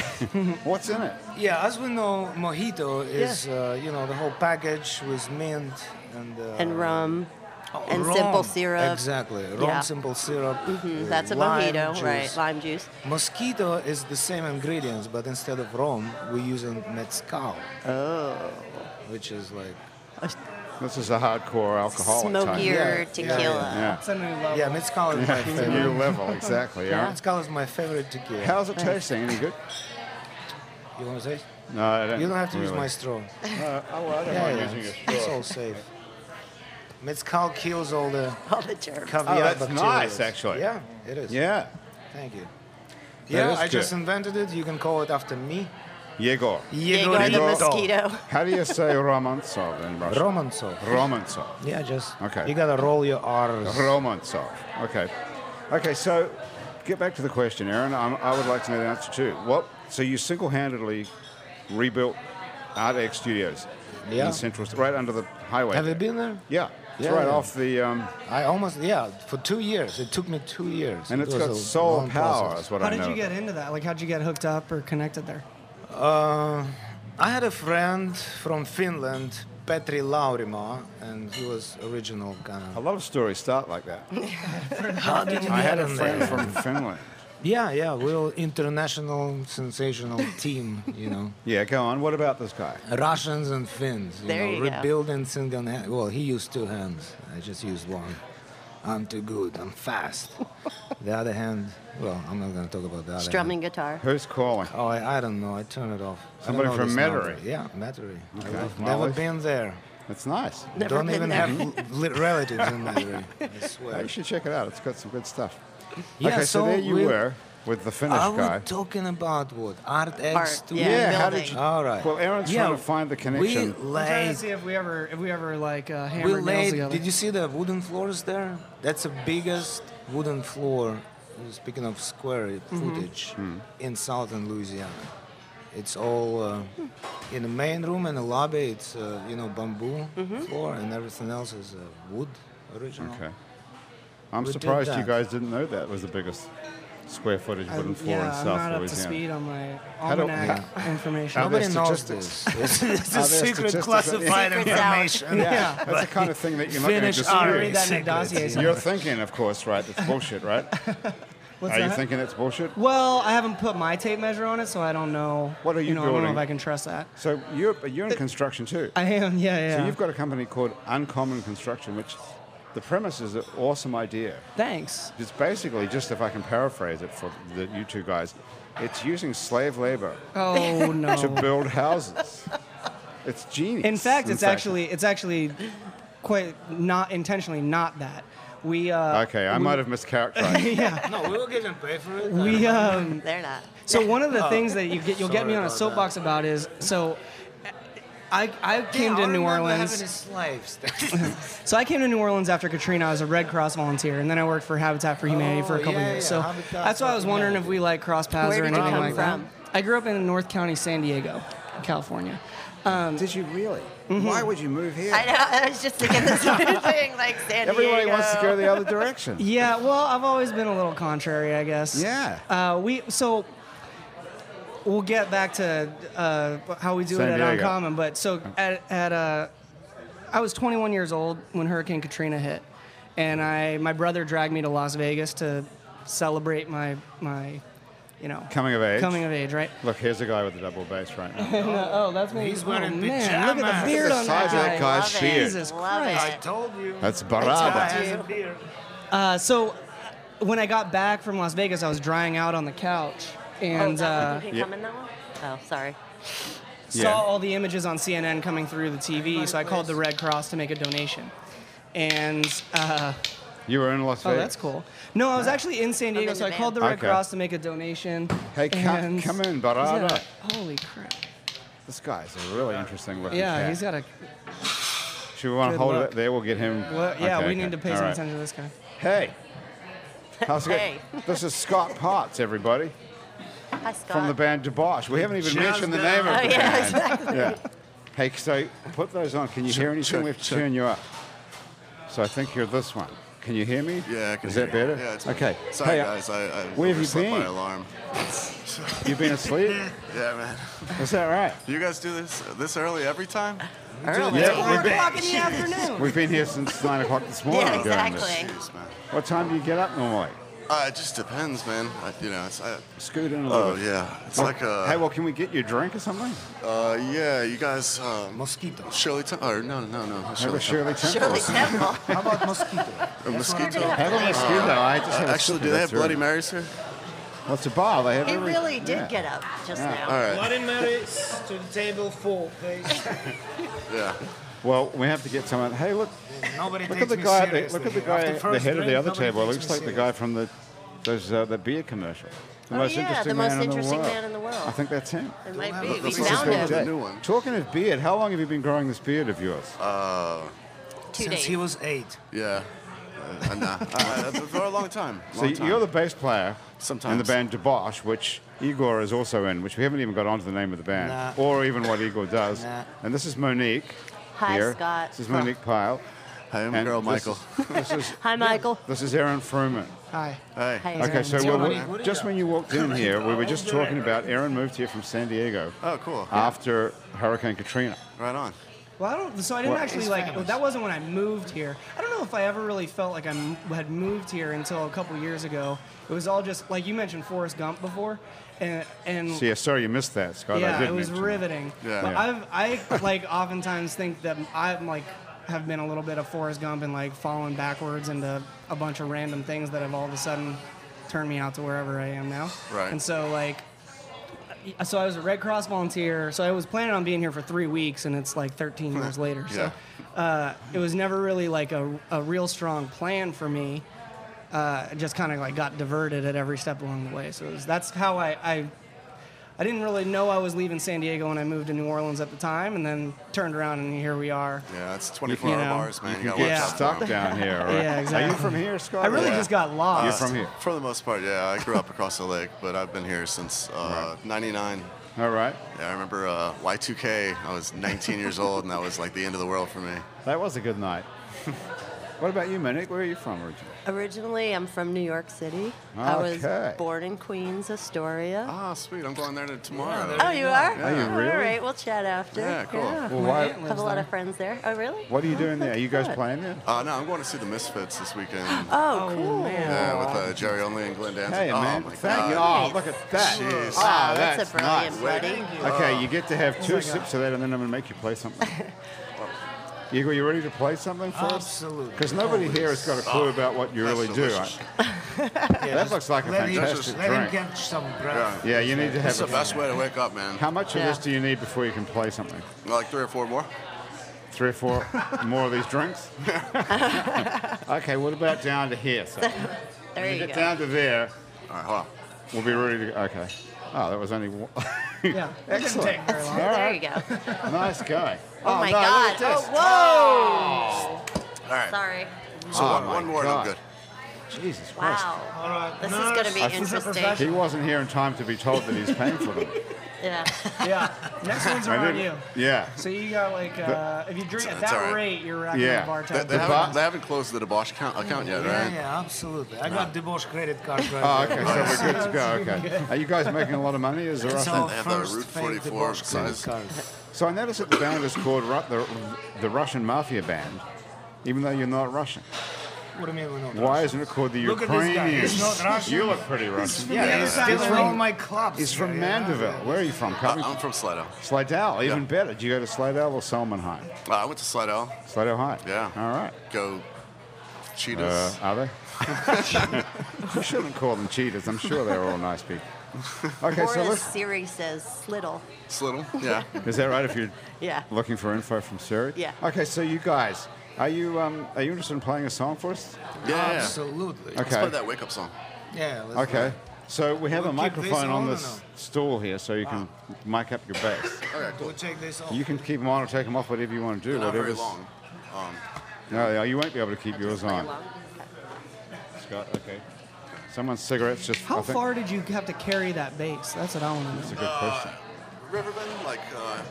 Speaker 1: What's in it?
Speaker 4: yeah, as we know, mojito is, uh, you know, the whole package with mint and... Uh,
Speaker 3: And rum.
Speaker 4: oh,
Speaker 3: and simple syrup.
Speaker 4: Exactly. Rum,
Speaker 3: Yeah.
Speaker 4: simple syrup.
Speaker 3: Mm,
Speaker 4: uh,
Speaker 3: That's a
Speaker 4: lime
Speaker 3: mojito,
Speaker 4: juice.
Speaker 3: right? Lime juice.
Speaker 4: Mosquito is the same ingredients, but instead of rum, we're using mezcal. Oh. Which is like...
Speaker 1: This is a hardcore alcoholic type.
Speaker 4: Yeah,
Speaker 3: Smokier
Speaker 4: yeah,
Speaker 3: tequila.
Speaker 1: Yeah.
Speaker 2: That's a new level.
Speaker 4: Yeah, mezcal is
Speaker 1: [laughs]
Speaker 4: my
Speaker 1: It's a new
Speaker 4: favorite.
Speaker 1: level, exactly.
Speaker 3: Yeah.
Speaker 1: Aaron.
Speaker 4: Mezcal is my favorite tequila.
Speaker 1: How's it tasting? Any good?
Speaker 4: You want to taste?
Speaker 1: No, I don't.
Speaker 4: You don't have to use
Speaker 1: really.
Speaker 4: my straw.
Speaker 1: Uh, oh, I don't
Speaker 4: Yeah,
Speaker 1: mind
Speaker 4: yeah,
Speaker 1: using
Speaker 4: it's,
Speaker 1: a
Speaker 4: it's
Speaker 1: straw.
Speaker 4: all safe. Mezcal kills all the
Speaker 3: All the germs.
Speaker 4: caviar
Speaker 1: Oh, that's
Speaker 4: bacteria.
Speaker 1: nice, actually.
Speaker 4: Yeah, it is.
Speaker 1: Yeah,
Speaker 4: Thank you. Yeah,
Speaker 1: is
Speaker 4: I just
Speaker 1: good.
Speaker 4: invented it. You can call it after me.
Speaker 1: Yegor.
Speaker 3: Diego the
Speaker 1: Diego.
Speaker 3: mosquito.
Speaker 1: How do you say Romansov in Russian?
Speaker 4: Romansov.
Speaker 1: Romansov.
Speaker 4: Yeah, just.
Speaker 1: Okay.
Speaker 4: You gotta roll your R's.
Speaker 1: Romansov. Okay. Okay, so get back to the question, Aaron. I'm, I would like to know the answer too. What? So you single-handedly rebuilt Art X Studios
Speaker 4: Yeah.
Speaker 1: in Central, right under the highway.
Speaker 4: Have you
Speaker 1: there.
Speaker 4: been there?
Speaker 1: Yeah, it's
Speaker 4: Yeah,
Speaker 1: right
Speaker 4: yeah.
Speaker 1: off the, um,
Speaker 4: I almost yeah. For two years, it took me two years.
Speaker 1: and
Speaker 4: it
Speaker 1: it's
Speaker 4: was
Speaker 1: got
Speaker 4: a
Speaker 1: soul
Speaker 4: long
Speaker 1: power.
Speaker 4: process.
Speaker 1: Is what
Speaker 2: How
Speaker 1: I know.
Speaker 2: did you
Speaker 1: of
Speaker 2: get
Speaker 1: it.
Speaker 2: into that? Like, how'd you get hooked up or connected there?
Speaker 4: Uh, I had a friend from Finland Petri Laurimer, and he was original
Speaker 1: A
Speaker 4: Ghana.
Speaker 1: lot of stories start like
Speaker 4: [laughs]
Speaker 1: that.
Speaker 4: How did you
Speaker 1: I had a
Speaker 4: in
Speaker 1: friend
Speaker 4: there?
Speaker 1: from Finland.
Speaker 4: Yeah, yeah, we're all international, sensational team, you know.
Speaker 1: Yeah, go on. What about this guy?
Speaker 4: Russians and Finns, you
Speaker 3: There
Speaker 4: know,
Speaker 3: you go.
Speaker 4: rebuilding single hand. Well, he used two hands. I just used one. I'm too good. I'm
Speaker 3: [laughs]
Speaker 4: fast. the other hand, well, I'm not going to talk about that.
Speaker 3: Strumming guitar.
Speaker 1: Who's calling?
Speaker 4: Oh, I, I don't know. I turn it off. I don't
Speaker 1: Somebody
Speaker 4: know
Speaker 1: from
Speaker 4: this number.
Speaker 1: Metairie?
Speaker 4: Yeah, Metairie. I
Speaker 1: Okay.
Speaker 4: love-
Speaker 1: Well,
Speaker 4: Never
Speaker 1: if-
Speaker 4: been there.
Speaker 1: That's nice.
Speaker 3: Never
Speaker 4: don't
Speaker 3: been
Speaker 4: even
Speaker 3: there. [laughs]
Speaker 4: have l- li- relatives in Metairie. I
Speaker 1: Yeah,
Speaker 4: swear.
Speaker 1: You should check it out. It's got some good stuff.
Speaker 4: Yeah,
Speaker 1: okay, so,
Speaker 4: so
Speaker 1: there you
Speaker 4: we-
Speaker 1: were with the Finnish
Speaker 4: Are
Speaker 1: guy.
Speaker 4: we talking about what? Art X
Speaker 3: Art,
Speaker 4: too?
Speaker 3: yeah,
Speaker 1: Yeah, how did
Speaker 3: building.
Speaker 1: you-
Speaker 4: All right.
Speaker 1: Well, Aaron's
Speaker 4: Yeah,
Speaker 1: trying to find the connection.
Speaker 4: We
Speaker 2: I'm trying to
Speaker 4: laid
Speaker 2: see if we ever, if we ever like uh,
Speaker 4: We
Speaker 2: hammered nails
Speaker 4: laid.
Speaker 2: together.
Speaker 4: Did you see the wooden floors there? That's the biggest wooden floor. Speaking of square
Speaker 2: Mm-hmm.
Speaker 4: footage in southern Louisiana, it's all uh, in the main room and the lobby. It's uh, you know bamboo
Speaker 2: Mm-hmm.
Speaker 4: floor and everything else is uh, wood original.
Speaker 1: Okay. I'm
Speaker 4: We did
Speaker 1: surprised you
Speaker 4: that.
Speaker 1: guys didn't know that was the biggest square footage
Speaker 2: I'm-
Speaker 1: wooden floor
Speaker 2: yeah,
Speaker 1: in
Speaker 2: I'm not
Speaker 1: South
Speaker 2: up to
Speaker 1: Louisiana.
Speaker 2: speed on my
Speaker 1: do-
Speaker 2: almanac information.
Speaker 1: How do-
Speaker 4: Nobody
Speaker 1: there
Speaker 4: knows
Speaker 1: statistics?
Speaker 4: this. [laughs] It's, it's a
Speaker 1: Are there
Speaker 4: secret
Speaker 1: statistics?
Speaker 4: classified
Speaker 3: Secrets out.
Speaker 4: information.
Speaker 1: Yeah, that's the kind of thing that you're not going to
Speaker 4: Finish
Speaker 2: Read
Speaker 1: disclose.
Speaker 2: that in a dossier. somewhere.
Speaker 1: You're thinking, of course, right? It's bullshit, right?
Speaker 2: [laughs] What's
Speaker 1: Are you
Speaker 2: that?
Speaker 1: thinking it's bullshit?
Speaker 2: Well, I haven't put my tape measure on it, so I don't know.
Speaker 1: What are you
Speaker 2: know, I don't know
Speaker 1: building?
Speaker 2: if I can trust that.
Speaker 1: So you're but you're in construction too.
Speaker 2: I am. Yeah, yeah.
Speaker 1: So you've got a company called Uncommon Construction, which the premise is an awesome idea.
Speaker 2: Thanks.
Speaker 1: It's basically just if I can paraphrase it for the, you two guys, it's using slave labor
Speaker 2: [laughs] Oh
Speaker 1: to
Speaker 2: no.
Speaker 1: build houses. It's genius.
Speaker 2: In fact, it's actually it's actually quite not intentionally not that. We uh,
Speaker 1: Okay, I might have mischaracterized.
Speaker 2: [laughs] yeah.
Speaker 4: No, we were getting paid for
Speaker 1: [laughs]
Speaker 4: it.
Speaker 2: We um,
Speaker 3: They're not.
Speaker 2: so one of the things that you get you'll get me
Speaker 4: Oh, sorry
Speaker 2: on a
Speaker 4: about that.
Speaker 2: soapbox about is so I I came
Speaker 4: Yeah,
Speaker 2: to
Speaker 4: I
Speaker 2: New
Speaker 4: remember having
Speaker 2: Orleans.
Speaker 4: his slaves. [laughs]
Speaker 2: So I came to New Orleans after Katrina. I was a Red Cross volunteer, and then I worked for Habitat for Humanity
Speaker 4: Oh,
Speaker 2: for a couple
Speaker 4: yeah,
Speaker 2: years.
Speaker 4: yeah,
Speaker 2: So
Speaker 4: Habitat
Speaker 2: that's why I
Speaker 4: for
Speaker 2: was wondering if we like cross paths or
Speaker 3: Where did you
Speaker 2: anything
Speaker 3: come
Speaker 2: like
Speaker 3: from?
Speaker 2: that. I grew up in North County, San Diego, California.
Speaker 1: Did you really? Why would you move here?
Speaker 3: I know. I was just thinking the same thing, like San
Speaker 1: Everybody
Speaker 3: Diego.
Speaker 1: wants to go the other direction.
Speaker 2: [laughs] Yeah, well, I've always been a little contrary, I guess.
Speaker 1: Yeah.
Speaker 2: Uh, we so we'll get back to uh, how we do
Speaker 1: San
Speaker 2: it
Speaker 1: Diego.
Speaker 2: at Uncommon, but so at, at uh, I was 21 years old when Hurricane Katrina hit, and I my brother dragged me to Las Vegas to celebrate my my you know
Speaker 1: Coming of age.
Speaker 2: coming of age, right?
Speaker 1: Look, here's a guy with a double bass right now.
Speaker 2: And, uh, [laughs] oh, that's me.
Speaker 4: He's
Speaker 2: Oh, man,
Speaker 4: wearing
Speaker 2: Look at
Speaker 4: pajamas.
Speaker 2: the beard
Speaker 1: Look at the
Speaker 2: on
Speaker 1: size of that
Speaker 2: that guy.
Speaker 1: guy's
Speaker 3: Love it.
Speaker 1: beard.
Speaker 2: Jesus
Speaker 3: Love
Speaker 2: Christ.
Speaker 4: I told you.
Speaker 1: That's
Speaker 4: Guy
Speaker 1: Baraba.
Speaker 4: has a beard.
Speaker 2: Uh, so when I got back from Las Vegas, I was drying out on the couch and.
Speaker 3: oh,
Speaker 2: uh,
Speaker 3: you can
Speaker 1: Yeah.
Speaker 3: come in that one? Oh, sorry.
Speaker 1: Yeah.
Speaker 2: saw all the images on CNN coming through the TV, so I called the Red Cross to make a donation. And uh,
Speaker 1: You were in Las
Speaker 2: oh,
Speaker 1: Vegas.
Speaker 2: that's cool. No, I was actually in San Diego,
Speaker 3: in
Speaker 2: so
Speaker 3: the
Speaker 2: I
Speaker 3: van.
Speaker 2: called the Red
Speaker 1: Okay.
Speaker 2: Cross to make a donation.
Speaker 1: Hey, come,
Speaker 2: and-
Speaker 1: come in,
Speaker 2: He's
Speaker 1: Barada.
Speaker 2: got a- holy crap!
Speaker 1: This guy's a really interesting looking
Speaker 2: Yeah,
Speaker 1: cat.
Speaker 2: he's got a.
Speaker 1: Should we want to
Speaker 2: good
Speaker 1: hold
Speaker 2: luck.
Speaker 1: it there? We'll get him.
Speaker 2: Well, yeah,
Speaker 1: Okay,
Speaker 2: we
Speaker 1: okay.
Speaker 2: need to pay
Speaker 1: All
Speaker 2: some
Speaker 1: right.
Speaker 2: attention to this guy. [laughs]
Speaker 1: Hey. How's it
Speaker 3: Hey.
Speaker 1: going? This is Scott Potts, everybody,
Speaker 3: Hi, Scott.
Speaker 1: from the band Debosh. We haven't even
Speaker 4: Just
Speaker 1: mentioned the
Speaker 4: the-
Speaker 1: name of
Speaker 3: Oh,
Speaker 1: the
Speaker 3: yeah,
Speaker 1: band.
Speaker 5: [laughs]
Speaker 1: Yeah. Hey, so put those on. Can you hear anything?
Speaker 5: check,
Speaker 1: We have to
Speaker 5: check.
Speaker 1: turn you up. So I think you're this one. Can you hear me?
Speaker 5: Yeah, I can
Speaker 1: Is
Speaker 5: hear
Speaker 1: that
Speaker 5: you.
Speaker 1: better?
Speaker 5: Yeah, it's
Speaker 1: okay.
Speaker 5: better. Sorry,
Speaker 1: hey,
Speaker 5: guys. I, I
Speaker 1: where have you
Speaker 5: overslept
Speaker 1: been?
Speaker 5: my alarm.
Speaker 1: You've been asleep?
Speaker 5: [laughs] Yeah, man.
Speaker 1: is that right?
Speaker 5: You guys do this uh, this early every time?
Speaker 3: Early.
Speaker 1: Yeah,
Speaker 2: Four
Speaker 1: we've been-
Speaker 2: o'clock in the afternoon.
Speaker 1: We've been here since nine o'clock this
Speaker 5: [laughs]
Speaker 1: morning.
Speaker 3: Yeah,
Speaker 1: doing this.
Speaker 3: exactly.
Speaker 5: Jeez, man.
Speaker 1: What time do you get up normally?
Speaker 5: Uh, it just depends, man. I, you know, it's
Speaker 1: Uh,
Speaker 5: I,
Speaker 1: Scoot in a little
Speaker 5: oh
Speaker 1: bit.
Speaker 5: yeah, it's
Speaker 1: Well,
Speaker 5: like a
Speaker 1: hey, well, can we get you a drink or something?
Speaker 5: uh, yeah. You guys, um,
Speaker 4: Mosquito.
Speaker 5: Shirley Tem- or no, no, no, no,
Speaker 1: Have a
Speaker 5: Shirley, uh,
Speaker 1: Shirley Temple.
Speaker 3: Shirley Temple.
Speaker 4: How about mosquito?
Speaker 5: a mosquito.
Speaker 3: They're gonna
Speaker 1: Have a mosquito. I just
Speaker 5: Uh,
Speaker 1: had a
Speaker 5: actually,
Speaker 1: sip
Speaker 5: do
Speaker 1: of
Speaker 5: they
Speaker 1: that
Speaker 5: have
Speaker 1: through.
Speaker 5: Bloody Marys here?
Speaker 1: Well, it's a bar. They have
Speaker 3: He
Speaker 1: every-
Speaker 3: really did
Speaker 1: yeah.
Speaker 3: get up just now.
Speaker 5: All right.
Speaker 6: Bloody Marys to the table four, please.
Speaker 5: Yeah.
Speaker 1: Well, we have to get someone. Hey, look!
Speaker 4: Nobody
Speaker 1: Look
Speaker 4: takes
Speaker 1: at the
Speaker 4: me
Speaker 1: guy. At the,
Speaker 4: seriously
Speaker 1: look at the
Speaker 4: here.
Speaker 1: guy.
Speaker 4: After
Speaker 1: at The
Speaker 4: first
Speaker 1: head of the
Speaker 4: drink,
Speaker 1: other
Speaker 4: nobody
Speaker 1: table. It
Speaker 4: takes
Speaker 1: looks
Speaker 4: me
Speaker 1: like the
Speaker 4: serious.
Speaker 1: guy from the those uh, the beer commercial. The
Speaker 3: Oh,
Speaker 1: most
Speaker 3: yeah,
Speaker 1: interesting
Speaker 3: the most
Speaker 1: man
Speaker 3: interesting
Speaker 1: in the world.
Speaker 3: man in the world.
Speaker 1: I think that's him.
Speaker 3: It might
Speaker 5: Look,
Speaker 3: be. We
Speaker 5: this is
Speaker 3: found
Speaker 5: big
Speaker 3: him
Speaker 5: day.
Speaker 1: Jack.
Speaker 5: new one.
Speaker 1: Talking of beard, how long have you been growing this beard of yours?
Speaker 3: two
Speaker 4: Since
Speaker 3: days.
Speaker 4: he was eight.
Speaker 5: Yeah. Uh,
Speaker 1: [laughs]
Speaker 5: nah. I, I, for a long time.
Speaker 1: so
Speaker 5: Long
Speaker 1: you're
Speaker 5: time.
Speaker 1: the bass player in the
Speaker 5: Sometimes.
Speaker 1: band Debosh, which Igor is also in, which we haven't even got onto the name of the band
Speaker 4: Nah.
Speaker 1: or even what Igor does.
Speaker 4: Nah.
Speaker 1: And this is Monique.
Speaker 3: Hi,
Speaker 1: here.
Speaker 3: Scott.
Speaker 1: This is Monique Pyle.
Speaker 5: Hi, I'm
Speaker 1: And
Speaker 5: girl
Speaker 1: this
Speaker 5: Michael.
Speaker 1: is- [laughs] This is,
Speaker 3: Hi, Michael.
Speaker 1: this is Aaron Fruman.
Speaker 2: Hi.
Speaker 5: Hey.
Speaker 3: Hi,
Speaker 1: Okay,
Speaker 3: Aaron.
Speaker 1: so
Speaker 3: What's
Speaker 1: we're,
Speaker 3: going on?
Speaker 1: we're- just when you walked in here, we were just talking about Aaron moved here from San Diego
Speaker 5: Oh, cool.
Speaker 1: after Hurricane Katrina.
Speaker 5: Right on.
Speaker 2: Well, I don't. So I didn't
Speaker 1: Well,
Speaker 2: actually
Speaker 1: it's
Speaker 2: like.
Speaker 1: fabulous.
Speaker 2: That wasn't when I moved here. I don't know if I ever really felt like I m- had moved here until a couple years ago. It was all just like you mentioned Forrest Gump before, and and
Speaker 1: So, yeah, sorry you missed that, Scott. I
Speaker 2: yeah,
Speaker 1: did
Speaker 2: it was
Speaker 1: mention that.
Speaker 2: riveting.
Speaker 5: Yeah.
Speaker 2: But
Speaker 1: Yeah.
Speaker 2: I've I like [laughs] oftentimes think that I'm like have been a little bit of Forrest Gump and like falling backwards into a bunch of random things that have all of a sudden turned me out to wherever I am now.
Speaker 5: Right.
Speaker 2: And so like. So I was a Red Cross volunteer. So I was planning on being here for three weeks, and it's like
Speaker 1: [laughs]
Speaker 2: 13 years later. So
Speaker 5: Yeah.
Speaker 2: uh, it was never really like a, a real strong plan for me. Uh, it just kind of like got diverted at every step along the way. So it was, that's how I, I I didn't really know I was leaving San Diego when I moved to New Orleans at the time, and then turned around and here we are.
Speaker 5: Yeah, that's 24
Speaker 2: You
Speaker 5: hour
Speaker 2: know,
Speaker 5: bars, man. You got
Speaker 1: Get
Speaker 5: work
Speaker 2: Yeah.
Speaker 5: out for 'em.
Speaker 1: stuck down here. all Right?
Speaker 2: Yeah,
Speaker 1: Are
Speaker 2: exactly.
Speaker 1: you from here, Scott?
Speaker 2: I really
Speaker 5: Yeah.
Speaker 2: just got lost.
Speaker 1: You're from here.
Speaker 5: For the most part, yeah. I grew up across the lake, but I've been here since uh, 99.
Speaker 1: All right.
Speaker 5: Yeah, I remember uh, Y2K. I was 19 years old, and that was like the end of the world for me.
Speaker 1: That was a good night. [laughs] what about you, Monique? Where are you from originally?
Speaker 3: Originally, I'm from New York City. I
Speaker 1: Okay.
Speaker 3: was born in Queens, Astoria.
Speaker 5: Ah, sweet. I'm going there to tomorrow.
Speaker 3: oh, you are?
Speaker 1: Are you
Speaker 3: All
Speaker 1: really?
Speaker 3: right, we'll chat after.
Speaker 5: Yeah, cool.
Speaker 1: Well, why-
Speaker 2: aunt
Speaker 3: I
Speaker 2: lives
Speaker 3: have a lot
Speaker 2: there.
Speaker 3: of friends there. Oh, really?
Speaker 1: What are you
Speaker 3: Oh,
Speaker 1: doing there? Are
Speaker 3: that's
Speaker 1: you guys
Speaker 3: good.
Speaker 1: playing there?
Speaker 5: Uh, no, I'm going to see the Misfits this weekend.
Speaker 3: Oh,
Speaker 2: Oh,
Speaker 3: cool.
Speaker 2: man.
Speaker 5: Yeah, with uh, Jerry Only and Glenn Danzig.
Speaker 1: Hey,
Speaker 5: oh,
Speaker 1: man.
Speaker 5: my
Speaker 1: Thank you.
Speaker 5: God.
Speaker 1: Oh, look at that.
Speaker 5: Jeez.
Speaker 1: Ah,
Speaker 3: Wow, that's a brilliant
Speaker 1: nice.
Speaker 3: buddy.
Speaker 1: Uh, Okay, you get to have two sips of that, and then I'm going to make you play something. Igor, you ready to play something for us?
Speaker 4: Absolutely.
Speaker 1: Because nobody here has got a clue about what you
Speaker 5: That's
Speaker 1: really do.
Speaker 5: delicious.
Speaker 4: Yeah,
Speaker 1: That
Speaker 4: just
Speaker 1: looks like a
Speaker 4: let
Speaker 1: fantastic
Speaker 4: him, let
Speaker 1: drink.
Speaker 4: him catch some breath.
Speaker 1: Yeah, you need to
Speaker 5: That's
Speaker 1: have
Speaker 5: the
Speaker 1: a
Speaker 5: best way to wake up, man.
Speaker 1: How much
Speaker 3: Yeah.
Speaker 1: of this do you need before you can play something?
Speaker 5: Like three or four more?
Speaker 1: Three or four more of these drinks? [laughs] okay, what about down to here? So when
Speaker 3: There
Speaker 1: you
Speaker 3: you
Speaker 1: get
Speaker 3: go.
Speaker 1: down to there,
Speaker 5: All right, hold on.
Speaker 1: we'll be ready to go. Okay. Oh, that was only one. [laughs]
Speaker 2: Yeah.
Speaker 1: Excellent.
Speaker 2: It didn't take very long.
Speaker 1: All
Speaker 3: There
Speaker 1: right. [laughs]
Speaker 3: you go. Oh,
Speaker 1: Nice guy.
Speaker 3: my
Speaker 1: no,
Speaker 3: God.
Speaker 1: Look at this.
Speaker 3: Oh,
Speaker 5: All right.
Speaker 3: whoa. Sorry.
Speaker 5: So
Speaker 1: Oh,
Speaker 5: one
Speaker 1: my
Speaker 5: one more and
Speaker 1: God.
Speaker 5: I'm good.
Speaker 1: Jesus Christ.
Speaker 3: Wow.
Speaker 1: [laughs]
Speaker 6: All right.
Speaker 3: This is
Speaker 6: nurse,
Speaker 3: gonna be
Speaker 6: this is a
Speaker 3: interesting.
Speaker 1: He
Speaker 6: professional.
Speaker 1: wasn't here in time to be told that he's paying for
Speaker 4: [laughs]
Speaker 1: them.
Speaker 3: Yeah.
Speaker 2: Yeah. Next
Speaker 1: [laughs]
Speaker 2: one's
Speaker 1: I
Speaker 2: around you.
Speaker 1: didn't- Yeah.
Speaker 2: So you got like, uh, if you drink at
Speaker 5: That's
Speaker 2: that
Speaker 5: all right.
Speaker 2: rate, you're racking
Speaker 1: Yeah.
Speaker 2: the bar
Speaker 5: They,
Speaker 2: tab.
Speaker 5: they,
Speaker 1: The
Speaker 5: haven't,
Speaker 1: bo-
Speaker 5: they haven't closed the debauch account, account yet,
Speaker 4: Yeah,
Speaker 5: right?
Speaker 4: yeah, absolutely. I got debauched credit card right
Speaker 1: Oh,
Speaker 4: here.
Speaker 1: okay, so we're good to go. Okay. Are you guys making a lot of money? Is there
Speaker 4: It's
Speaker 1: a
Speaker 4: our
Speaker 5: They have the
Speaker 4: first
Speaker 5: Route
Speaker 4: fake
Speaker 5: 44
Speaker 4: debauched credit
Speaker 5: size.
Speaker 4: card.
Speaker 1: So I noticed that the band is called Ru- the, the Russian Mafia Band, even though you're not Russian.
Speaker 4: What do you mean we're not?
Speaker 1: Why isn't it called the
Speaker 4: Look at this guy.
Speaker 1: Ukrainians?
Speaker 4: He's not Russian.
Speaker 1: You look pretty Russian.
Speaker 4: Yeah,
Speaker 5: Yeah,
Speaker 4: he's
Speaker 5: yeah.
Speaker 4: still
Speaker 1: He's
Speaker 4: in
Speaker 1: from-
Speaker 4: all my clubs.
Speaker 1: He's from
Speaker 4: yeah. Uh-uh.
Speaker 1: Mandeville. Where are you from?
Speaker 5: I-
Speaker 1: Covington?
Speaker 5: Uh, I'm from Slidell.
Speaker 1: Slidell, even
Speaker 5: Yeah.
Speaker 1: better. Did you go to Slidell or Solomon High?
Speaker 5: Uh, I went to Slidell.
Speaker 1: Slidell High.
Speaker 5: Yeah.
Speaker 1: All right.
Speaker 5: Go
Speaker 1: Uh,
Speaker 5: Cheetahs.
Speaker 1: are they? [laughs] you shouldn't call them cheaters. I'm sure they're all nice people. Okay,
Speaker 3: Or
Speaker 1: so
Speaker 3: as
Speaker 1: let's.
Speaker 3: Siri says, slittle.
Speaker 1: [laughs]
Speaker 5: Slittle. Yeah.
Speaker 1: Is that right? If you're
Speaker 3: Yeah.
Speaker 1: looking for info from Siri.
Speaker 3: Yeah.
Speaker 1: Okay, so you guys, are you um, are you interested in playing a song for us?
Speaker 5: Yeah. yeah.
Speaker 4: Absolutely.
Speaker 5: Let's
Speaker 1: Okay.
Speaker 5: play that wake up song.
Speaker 4: Yeah. Let's
Speaker 1: Okay. So we have
Speaker 4: We'll
Speaker 1: a
Speaker 4: keep this
Speaker 1: microphone on
Speaker 4: on or
Speaker 1: this stool here, so you can mic up your bass.
Speaker 5: Okay,
Speaker 4: Do
Speaker 5: cool.
Speaker 4: we take this off?
Speaker 1: You can keep them on or take them off, whatever you want to do.
Speaker 5: Not very
Speaker 1: whatever's-
Speaker 5: long. Um,
Speaker 1: No, no, you won't be able to keep yours on. Scott, okay. Someone's cigarettes just. I
Speaker 2: How
Speaker 1: think
Speaker 2: far did you have to carry that bass? That's what I want
Speaker 1: That's
Speaker 2: to
Speaker 1: a good question.
Speaker 5: Riverbend, like uh,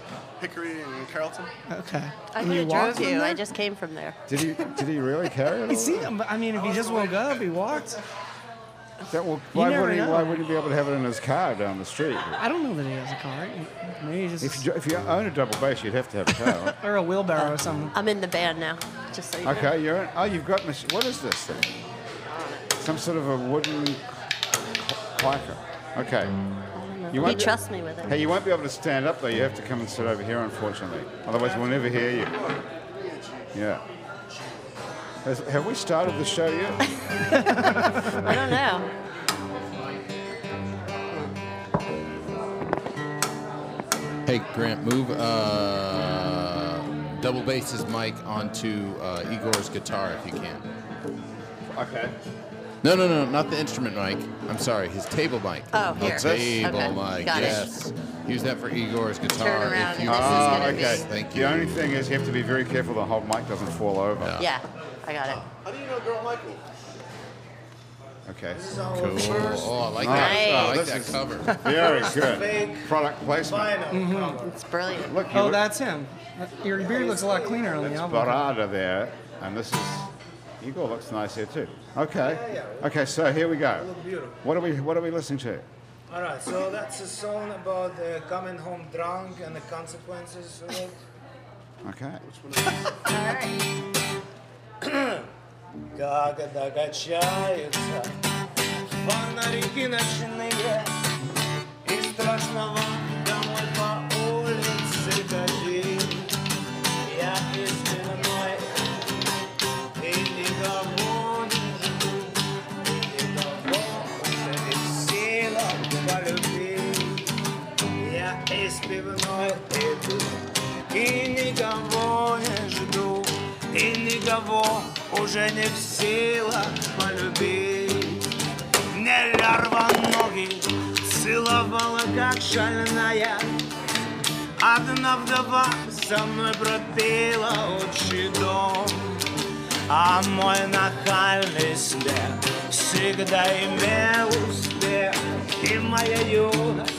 Speaker 5: Hickory and Carrollton.
Speaker 2: know. Okay.
Speaker 3: I
Speaker 2: And
Speaker 3: could
Speaker 2: you
Speaker 3: have
Speaker 2: walked
Speaker 3: drove
Speaker 2: from
Speaker 3: you. I
Speaker 2: there?
Speaker 3: just came from there.
Speaker 1: Did he? Did he really carry it?
Speaker 2: You
Speaker 1: all?
Speaker 2: see, but I mean, if he just woke up, he walked.
Speaker 1: That will, why,
Speaker 2: never
Speaker 1: wouldn't he,
Speaker 2: know.
Speaker 1: why wouldn't he be able to have it in his car down the street?
Speaker 2: I don't know that he has a car. Maybe he
Speaker 1: If
Speaker 2: just
Speaker 1: you, if you own a double bass, you'd have to have a car.
Speaker 2: [laughs]
Speaker 1: Right?
Speaker 2: or a wheelbarrow or something.
Speaker 3: I'm in the band now, just so you know.
Speaker 1: Okay, you're. In, oh, you've got. Mach- what is this thing? Some sort of a wooden cl- clacker. Okay. You
Speaker 3: He
Speaker 1: won't be-
Speaker 3: trusts me with it.
Speaker 1: Hey, you won't be able to stand up though. You have to come and sit over here, unfortunately. Otherwise, we'll never hear you. Yeah. Has, have we started the show yet?
Speaker 3: [laughs] I don't know.
Speaker 7: Hey, Grant, move uh, double bass's mic onto uh, Igor's guitar if you can.
Speaker 1: Okay.
Speaker 7: No, no, no, not the instrument mic. I'm sorry, his table mic.
Speaker 3: Oh,
Speaker 7: The
Speaker 3: here.
Speaker 7: table
Speaker 3: Okay,
Speaker 7: mic,
Speaker 3: got it.
Speaker 7: yes. Use that for Igor's guitar.
Speaker 3: Turn around
Speaker 7: if you
Speaker 3: and this is
Speaker 7: can.
Speaker 3: gonna be-
Speaker 1: Ah, okay.
Speaker 7: Thank
Speaker 1: The
Speaker 7: you.
Speaker 1: only thing is, you have to be very careful the whole mic doesn't fall over.
Speaker 3: Yeah, I got it.
Speaker 5: How do you know Girl Michael?
Speaker 1: Okay.
Speaker 7: Cool. Oh, I like
Speaker 1: Nice.
Speaker 7: that. I
Speaker 3: Nice.
Speaker 7: like
Speaker 3: [laughs]
Speaker 7: that cover.
Speaker 1: Very good. Product placement.
Speaker 6: Final
Speaker 4: Mm-hmm.
Speaker 6: cover.
Speaker 3: It's brilliant.
Speaker 1: Look, you
Speaker 2: Oh,
Speaker 1: look-
Speaker 2: that's him. Your beard looks a lot cleaner on the album.
Speaker 1: Barada there, and this is Igor looks nice here too. Okay, okay, so here we go.
Speaker 4: look beautiful.
Speaker 1: What are we What are we listening to?
Speaker 4: All right.
Speaker 6: So that's a song about uh, coming home drunk and the consequences of it.
Speaker 1: Okay.
Speaker 3: All right.
Speaker 4: Как это качаются фонарики ночные И страшного домой по улице ходил Я из дневной и никого не жду И никого уже не в силах полюбить Я из пивной иду И никого не жду И никого уже не в силах полюбить Неля рваногий целовала как шальная Одна вдова со мной пропила общий дом А мой нахальный след всегда имел успех И моя юность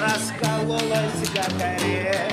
Speaker 4: раскололась как орех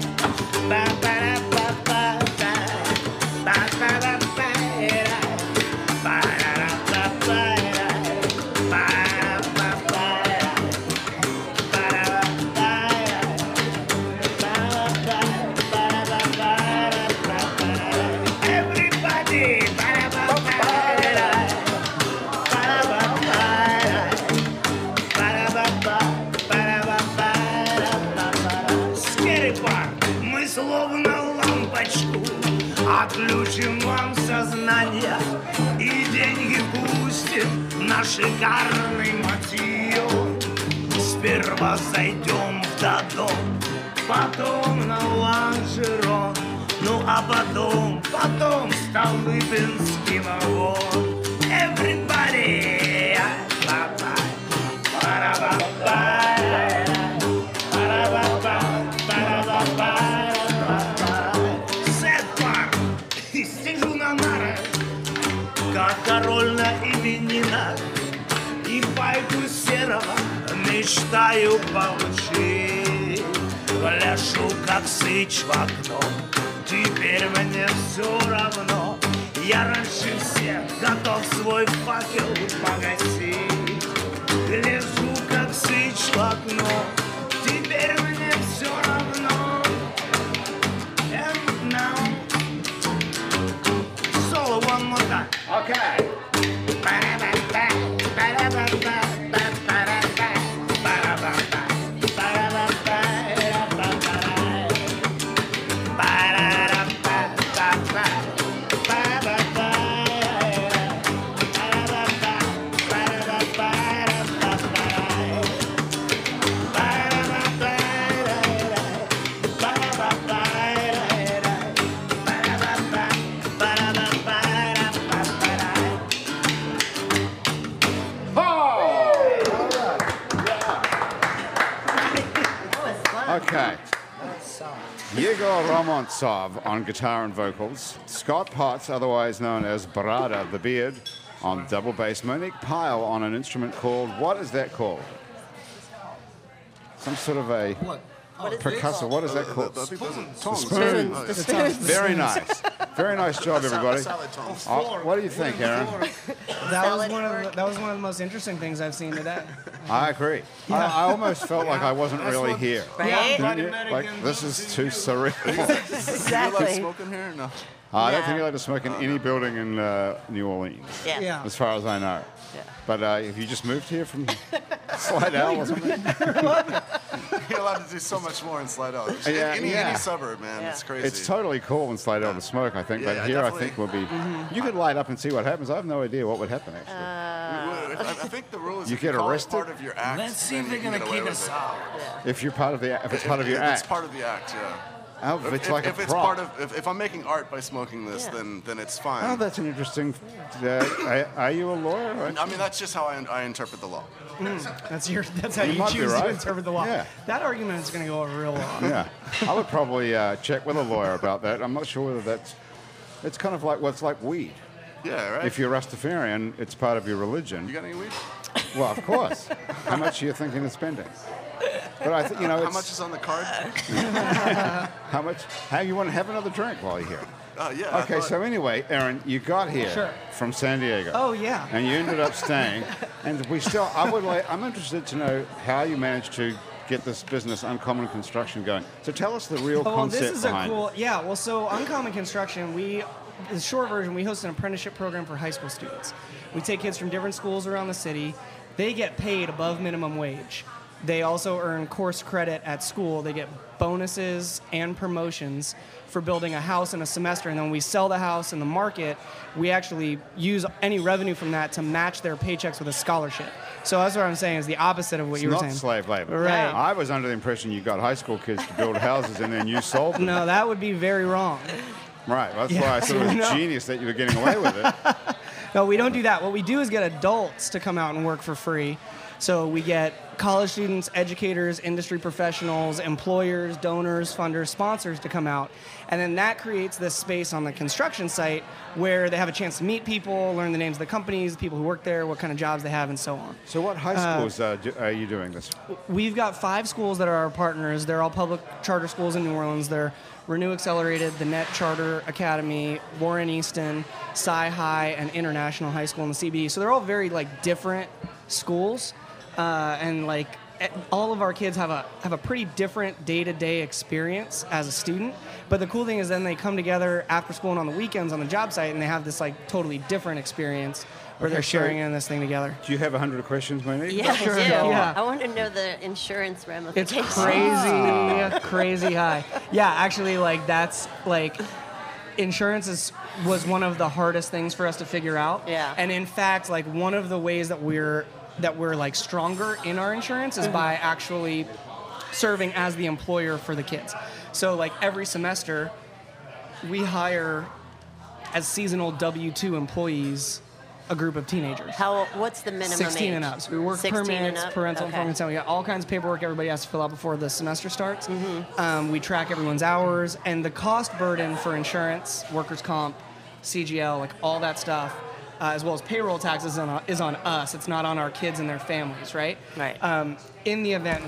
Speaker 4: Ба-ба-да-ба-ба-ба Ба-ба-да-ба-да Ба-да-да-ба-да Ба-да-ба-ба-да Ба-да-ба-ба-да Everybody, Скерри Парк, мы словно лампочку Отключим вам сознание И деньги пустим на шикарный мотив Сперва зайдем в Дадон Потом на Ланжерон Ну а потом, потом Столыпинский вагон Everybody Ба-ба, ба-ра-ба-ба. Сет Парк, сижу на нарах, как король на именинах, и пайку серого мечтаю получить. Пляшу, как сыч в окно, теперь мне все равно. Я раньше всех готов свой факел погасить. Гляжу, как сыч в окно, теперь мне все равно. And now, solo one more time.
Speaker 1: Okay. Oh!
Speaker 3: That was fun.
Speaker 1: Okay. Yegor Romantsov on guitar and vocals, Scott Potts, otherwise known as Barada the Beard, on double bass, Monique Pyle on an instrument called, what is that called? Some sort of a
Speaker 8: What?
Speaker 3: What is
Speaker 1: percussor, what is that called?
Speaker 5: I think those
Speaker 1: Spoon.
Speaker 5: are-
Speaker 3: Spoons,
Speaker 5: Oh,
Speaker 3: the
Speaker 5: yeah.
Speaker 3: spoons.
Speaker 1: Very nice. Very nice job, everybody.
Speaker 5: Salad tongs.
Speaker 1: Oh, what do you think, Aaron?
Speaker 2: That was
Speaker 3: Salad
Speaker 2: one of the,
Speaker 3: work.
Speaker 2: that was one of the most interesting things I've
Speaker 1: [laughs]
Speaker 2: seen today.
Speaker 1: I agree. I, I almost felt like I wasn't really here.
Speaker 3: Right?
Speaker 1: Didn't you? Like, this is too
Speaker 5: [laughs]
Speaker 1: surreal. Uh,
Speaker 5: Do you like
Speaker 3: Exactly.
Speaker 5: smoking here? No. [laughs]
Speaker 1: I don't
Speaker 3: Yeah.
Speaker 1: think you're allowed to smoke in any building in uh, New Orleans.
Speaker 3: Yeah.
Speaker 2: Yeah.
Speaker 1: as far as I know.
Speaker 3: Yeah.
Speaker 1: But uh, if you just moved here
Speaker 5: [laughs]
Speaker 1: from Slidell or something,
Speaker 5: You're allowed to do so much more in Slidell. Just
Speaker 1: Yeah,
Speaker 5: any,
Speaker 1: yeah.
Speaker 5: any suburb, man.
Speaker 3: Yeah.
Speaker 5: It's crazy.
Speaker 1: it's totally cool in Slidell to smoke, I think.
Speaker 5: Yeah,
Speaker 1: but
Speaker 5: yeah,
Speaker 1: here, I
Speaker 5: definitely.
Speaker 1: think we'll be.
Speaker 5: Mm-hmm.
Speaker 1: You could light up and see what happens. I have no idea what would happen actually.
Speaker 5: I, I think the rule is
Speaker 1: You
Speaker 5: if you
Speaker 1: get
Speaker 5: call it
Speaker 1: arrested?
Speaker 5: part of your act.
Speaker 4: Let's see if
Speaker 5: then
Speaker 4: they're
Speaker 5: you can
Speaker 4: gonna
Speaker 5: get away
Speaker 4: keep
Speaker 5: with
Speaker 4: us
Speaker 5: it.
Speaker 4: out.
Speaker 1: if you're part of the, if it's part of your
Speaker 5: Uh, If
Speaker 1: act,
Speaker 5: It's part of the act, yeah.
Speaker 1: Oh, if
Speaker 5: If,
Speaker 1: it's
Speaker 5: if-
Speaker 1: like
Speaker 5: if
Speaker 1: a
Speaker 5: it's
Speaker 1: prop.
Speaker 5: part of, if, if I'm making art by smoking this,
Speaker 3: Yeah.
Speaker 5: then then it's
Speaker 1: oh,
Speaker 5: fine.
Speaker 1: that's an interesting. Uh, are, are you a lawyer? Or-
Speaker 5: I mean, that's just how I, I interpret the law.
Speaker 2: Hmm. That's your that's how
Speaker 1: You
Speaker 2: you,
Speaker 1: might be
Speaker 2: choose
Speaker 1: right.
Speaker 2: to interpret the law.
Speaker 1: Yeah.
Speaker 2: That argument is going to go over real long.
Speaker 1: yeah, I would probably uh, check with a lawyer about that. I'm not sure whether that's. It's kind of like well, it's like weed.
Speaker 5: Yeah, right.
Speaker 1: If you're Rastafarian, it's part of your religion.
Speaker 5: you got any weed?
Speaker 1: Well, of course. How much are you thinking of spending? But I think you know.
Speaker 5: How
Speaker 1: it's-
Speaker 5: much is on the card?
Speaker 1: How much? How you want to have another drink while you're here?
Speaker 5: Uh, yeah. I
Speaker 1: [laughs] Okay,
Speaker 5: thought-
Speaker 1: so anyway, Aaron, you got here
Speaker 2: Sure.
Speaker 1: from San Diego.
Speaker 2: Oh, yeah.
Speaker 1: And you ended up staying. and we still, I would like, I'm interested to know how you managed to get this business, Uncommon Construction, going. So tell us the real
Speaker 2: Oh, well,
Speaker 1: concept
Speaker 2: this is a
Speaker 1: behind
Speaker 2: cool.
Speaker 1: it.
Speaker 2: Yeah, well, so Uncommon Construction, we, the short version, we host an apprenticeship program for high school students. We take kids from different schools around the city. They get paid above minimum wage. They also earn course credit at school. They get bonuses and promotions for building a house in a semester. And then we sell the house in the market. We actually use any revenue from that to match their paychecks with a scholarship. So that's what I'm saying is the opposite of what you
Speaker 1: It's
Speaker 2: were
Speaker 1: not
Speaker 2: saying.
Speaker 1: slave labor.
Speaker 2: Right.
Speaker 1: I was under the impression you got high school kids to build houses and then you sold them.
Speaker 2: No, that would be very wrong.
Speaker 1: Right. That's why I thought it was
Speaker 2: [laughs] No.
Speaker 1: genius that you were getting away with
Speaker 2: [laughs]
Speaker 1: it.
Speaker 2: No, we don't do that. What we do is get adults to come out and work for free. So we get college students, educators, industry professionals, employers, donors, funders, sponsors to come out. And then that creates this space on the construction site where they have a chance to meet people, learn the names of the companies, the people who work there, what kind of jobs they have, and so on.
Speaker 1: So what high schools uh, do, are you doing this?
Speaker 2: We've got five schools that are our partners. They're all public charter schools in New Orleans. They're Renew Accelerated, the Net Charter Academy, Warren Easton, Sci High, and International High School in the CBD. So they're all very like different schools, uh, and like e- all of our kids have a have a pretty different day to day experience as a student. But the cool thing is then they come together after school and on the weekends on the job site, and they have this like totally different experience where
Speaker 1: Okay,
Speaker 2: they're
Speaker 1: so-
Speaker 2: sharing in this thing together.
Speaker 1: Do you have 100 questions, maybe?
Speaker 3: Yeah,
Speaker 2: Sure,
Speaker 3: I do.
Speaker 2: yeah.
Speaker 3: I want to know the insurance
Speaker 2: It's
Speaker 3: ramifications.
Speaker 2: crazy, crazy high. Yeah, actually, like that's like insurance is was one of the hardest things for us to figure out.
Speaker 3: Yeah.
Speaker 2: And in fact, like one of the ways that we're that we're like stronger in our insurance is by actually serving as the employer for the kids. So like every semester, we hire as seasonal W two employees a group of teenagers.
Speaker 3: How? What's the minimum
Speaker 2: 16
Speaker 3: age?
Speaker 2: and up. So we work
Speaker 3: 16 and
Speaker 2: permits,
Speaker 3: up?
Speaker 2: parental
Speaker 3: Okay.
Speaker 2: informed consent. We got all kinds of paperwork everybody has to fill out before the semester starts.
Speaker 3: Mm-hmm.
Speaker 2: Um, we track everyone's hours and the cost burden for insurance, workers' comp, CGL, like all that stuff, uh, as well as payroll taxes, is on, is on us. It's not on our kids and their families, right?
Speaker 3: Right.
Speaker 2: Um, in the event,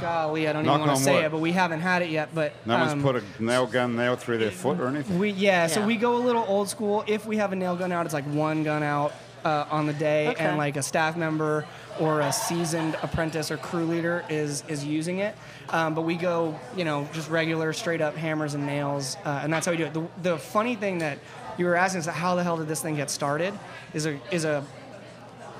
Speaker 2: golly, I don't
Speaker 1: Knock
Speaker 2: even want
Speaker 1: on
Speaker 2: to say
Speaker 1: wood.
Speaker 2: it, but we haven't had it yet. But
Speaker 1: No
Speaker 2: um,
Speaker 1: one's put a nail gun nail through their foot or anything.
Speaker 2: we yeah, so
Speaker 3: Yeah.
Speaker 2: we go a little old school. If we have a nail gun out, it's like one gun out uh, on the day,
Speaker 3: Okay.
Speaker 2: and like a staff member or a seasoned apprentice or crew leader is is using it. Um, but we go, you know, just regular, straight up hammers and nails, uh, and that's how we do it. The, the funny thing that you were asking is that how the hell did this thing get started? Is a is a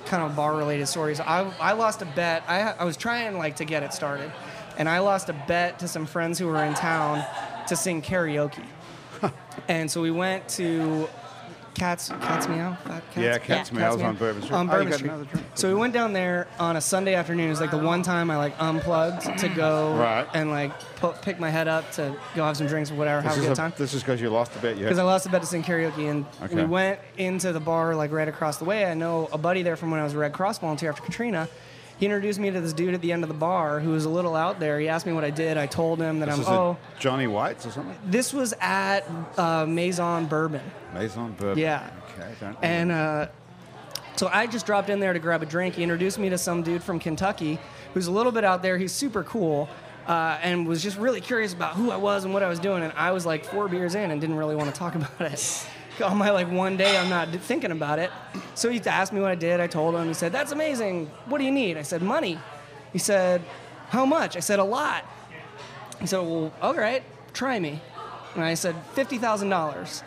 Speaker 2: kind of bar related stories. I, I lost a bet. I, I was trying like to get it started, and I lost a bet to some friends who were in town to sing karaoke. and so we went to Cats Cats Meow. Fuck, Cats,
Speaker 1: Yeah, Cat's Meow is on Bourbon Street.
Speaker 2: On
Speaker 1: Oh, you
Speaker 2: Bourbon
Speaker 1: got
Speaker 2: Street.
Speaker 1: another drink?
Speaker 2: So we went down there on a Sunday afternoon. It was like the one time I like unplugged to go
Speaker 1: Right.
Speaker 2: and like pu- pick my head up to go have some drinks or whatever,
Speaker 1: This
Speaker 2: have a
Speaker 1: is
Speaker 2: good
Speaker 1: a-
Speaker 2: time.
Speaker 1: This is because you lost the bet. You
Speaker 2: Because I
Speaker 1: had.
Speaker 2: lost a bet to sing karaoke, and
Speaker 1: Okay.
Speaker 2: we went into the bar like right across the way. I know a buddy there from when I was a Red Cross volunteer after Katrina. He introduced me to this dude at the end of the bar who was a little out there. He asked me what I did. I told him that
Speaker 1: This
Speaker 2: I'm.
Speaker 1: is at
Speaker 2: Oh,
Speaker 1: Johnny White's or something.
Speaker 2: this was at uh, Maison Bourbon.
Speaker 1: Maison Bourbon.
Speaker 2: Yeah.
Speaker 1: Okay. Don't
Speaker 2: And uh, so I just dropped in there to grab a drink. He introduced me to some dude from Kentucky who's a little bit out there. He's super cool uh, and was just really curious about who I was and what I was doing. And I was like four beers in and didn't really want to talk [laughs] about it. On my like one day, I'm not thinking about it. So he asked me what I did. I told him. He said, "That's amazing. What do you need?" I said, "Money." He said, "How much?" I said, "A lot." He said, Well, all right, try me. And I said, $50,000.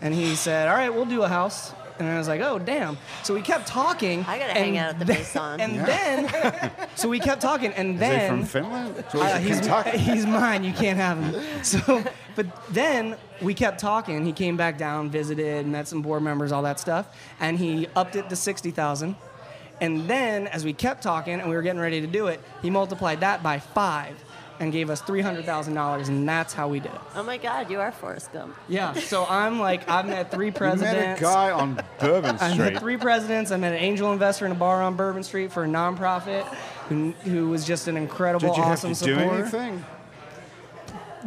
Speaker 2: And he said, All right, we'll do a house. And I was like, Oh, damn. So we kept talking.
Speaker 3: I gotta
Speaker 2: and
Speaker 3: hang out at the
Speaker 2: then-
Speaker 3: Maison.
Speaker 2: And
Speaker 1: Yeah. [laughs]
Speaker 2: then, so we kept talking. And
Speaker 1: Is he
Speaker 2: then.
Speaker 1: from Finland? It's always [laughs]
Speaker 2: Uh,
Speaker 1: in
Speaker 2: he's,
Speaker 1: Kentucky.
Speaker 2: [laughs] he's mine. You can't have him. [laughs] So, but then we kept talking. He came back down, visited, met some board members, all that stuff, and he upped it to sixty thousand. And then, as we kept talking and we were getting ready to do it, he multiplied that by five and gave us three hundred thousand dollars, and that's how we did it.
Speaker 3: Oh my God, you are
Speaker 2: [laughs]
Speaker 3: Forrest Gump.
Speaker 2: Yeah. So I'm like, I've met
Speaker 1: [laughs]
Speaker 2: three
Speaker 1: You met
Speaker 2: presidents.
Speaker 1: a guy on Bourbon
Speaker 2: [laughs] I
Speaker 1: Street.
Speaker 2: met three presidents. I met an angel investor in a bar on Bourbon Street for a nonprofit who, who was just an incredible,
Speaker 1: Did you have
Speaker 2: awesome
Speaker 1: to do
Speaker 2: supporter.
Speaker 1: anything?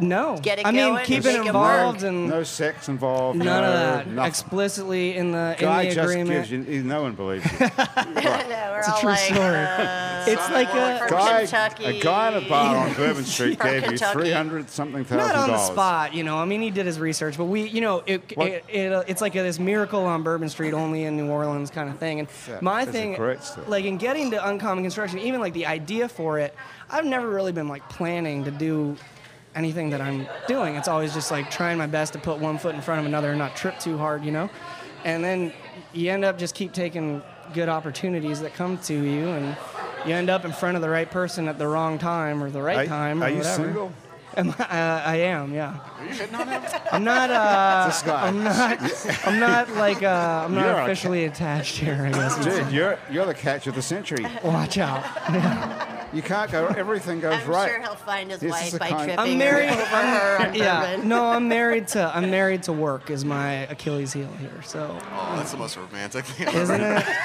Speaker 2: No.
Speaker 3: Get it
Speaker 2: I mean,
Speaker 3: going,
Speaker 2: keep it
Speaker 3: make it work.
Speaker 2: involved and
Speaker 1: No sex involved.
Speaker 2: none
Speaker 1: no,
Speaker 2: of that.
Speaker 1: Nothing.
Speaker 2: Explicitly in the
Speaker 1: Guy
Speaker 2: in the
Speaker 1: just
Speaker 2: agreement.
Speaker 1: gives you. he- No one believes
Speaker 3: [laughs]
Speaker 1: you.
Speaker 3: I know, [laughs] we're
Speaker 2: it's a
Speaker 3: all
Speaker 2: true
Speaker 3: like,
Speaker 2: story.
Speaker 3: uh,
Speaker 2: it's like a
Speaker 3: From
Speaker 1: guy,
Speaker 3: Kentucky.
Speaker 1: a guy at a bar
Speaker 3: [laughs]
Speaker 1: on Bourbon Street
Speaker 3: From
Speaker 1: gave you
Speaker 3: Kentucky.
Speaker 1: three hundred something thousand
Speaker 2: not
Speaker 1: dollars.
Speaker 2: on the spot, you know. I mean, he did his research, but we, you know, it,
Speaker 1: What?
Speaker 2: it, it uh, it's like this miracle on Bourbon Street, only in New Orleans kind of thing. And
Speaker 1: That
Speaker 2: my
Speaker 1: is a
Speaker 2: thing,
Speaker 1: great story.
Speaker 2: like in getting to uncommon construction, even like the idea for it, I've never really been like planning to do anything that I'm doing. It's always just like trying my best to put one foot in front of another and not trip too hard, you know. And then you end up just keep taking good opportunities that come to you and. You end up in front of the right person at the wrong time or the right
Speaker 1: Are,
Speaker 2: time.
Speaker 1: are
Speaker 2: or
Speaker 1: you
Speaker 2: whatever.
Speaker 1: single?
Speaker 2: Am I, uh, I am, yeah.
Speaker 5: Are you hitting on him?
Speaker 2: I'm not. Uh,
Speaker 1: This guy.
Speaker 2: I'm not. I'm not like. Uh, I'm not
Speaker 1: You're a
Speaker 2: officially attached here. I guess.
Speaker 1: Dude, you're you're the catch of the century.
Speaker 2: Watch out.
Speaker 1: You can't go. Everything goes
Speaker 3: [laughs] I'm
Speaker 1: right.
Speaker 3: sure he'll find his
Speaker 1: This is
Speaker 3: wife
Speaker 1: the
Speaker 3: by
Speaker 1: kind-
Speaker 3: tripping
Speaker 2: I'm married-
Speaker 3: over her
Speaker 2: [laughs]
Speaker 3: on
Speaker 2: Yeah.
Speaker 3: bourbon.
Speaker 2: No, I'm married to. I'm married to work. Is my Achilles heel here. So.
Speaker 5: Oh, that's the most romantic thing I've ever
Speaker 2: Isn't it?
Speaker 3: [laughs]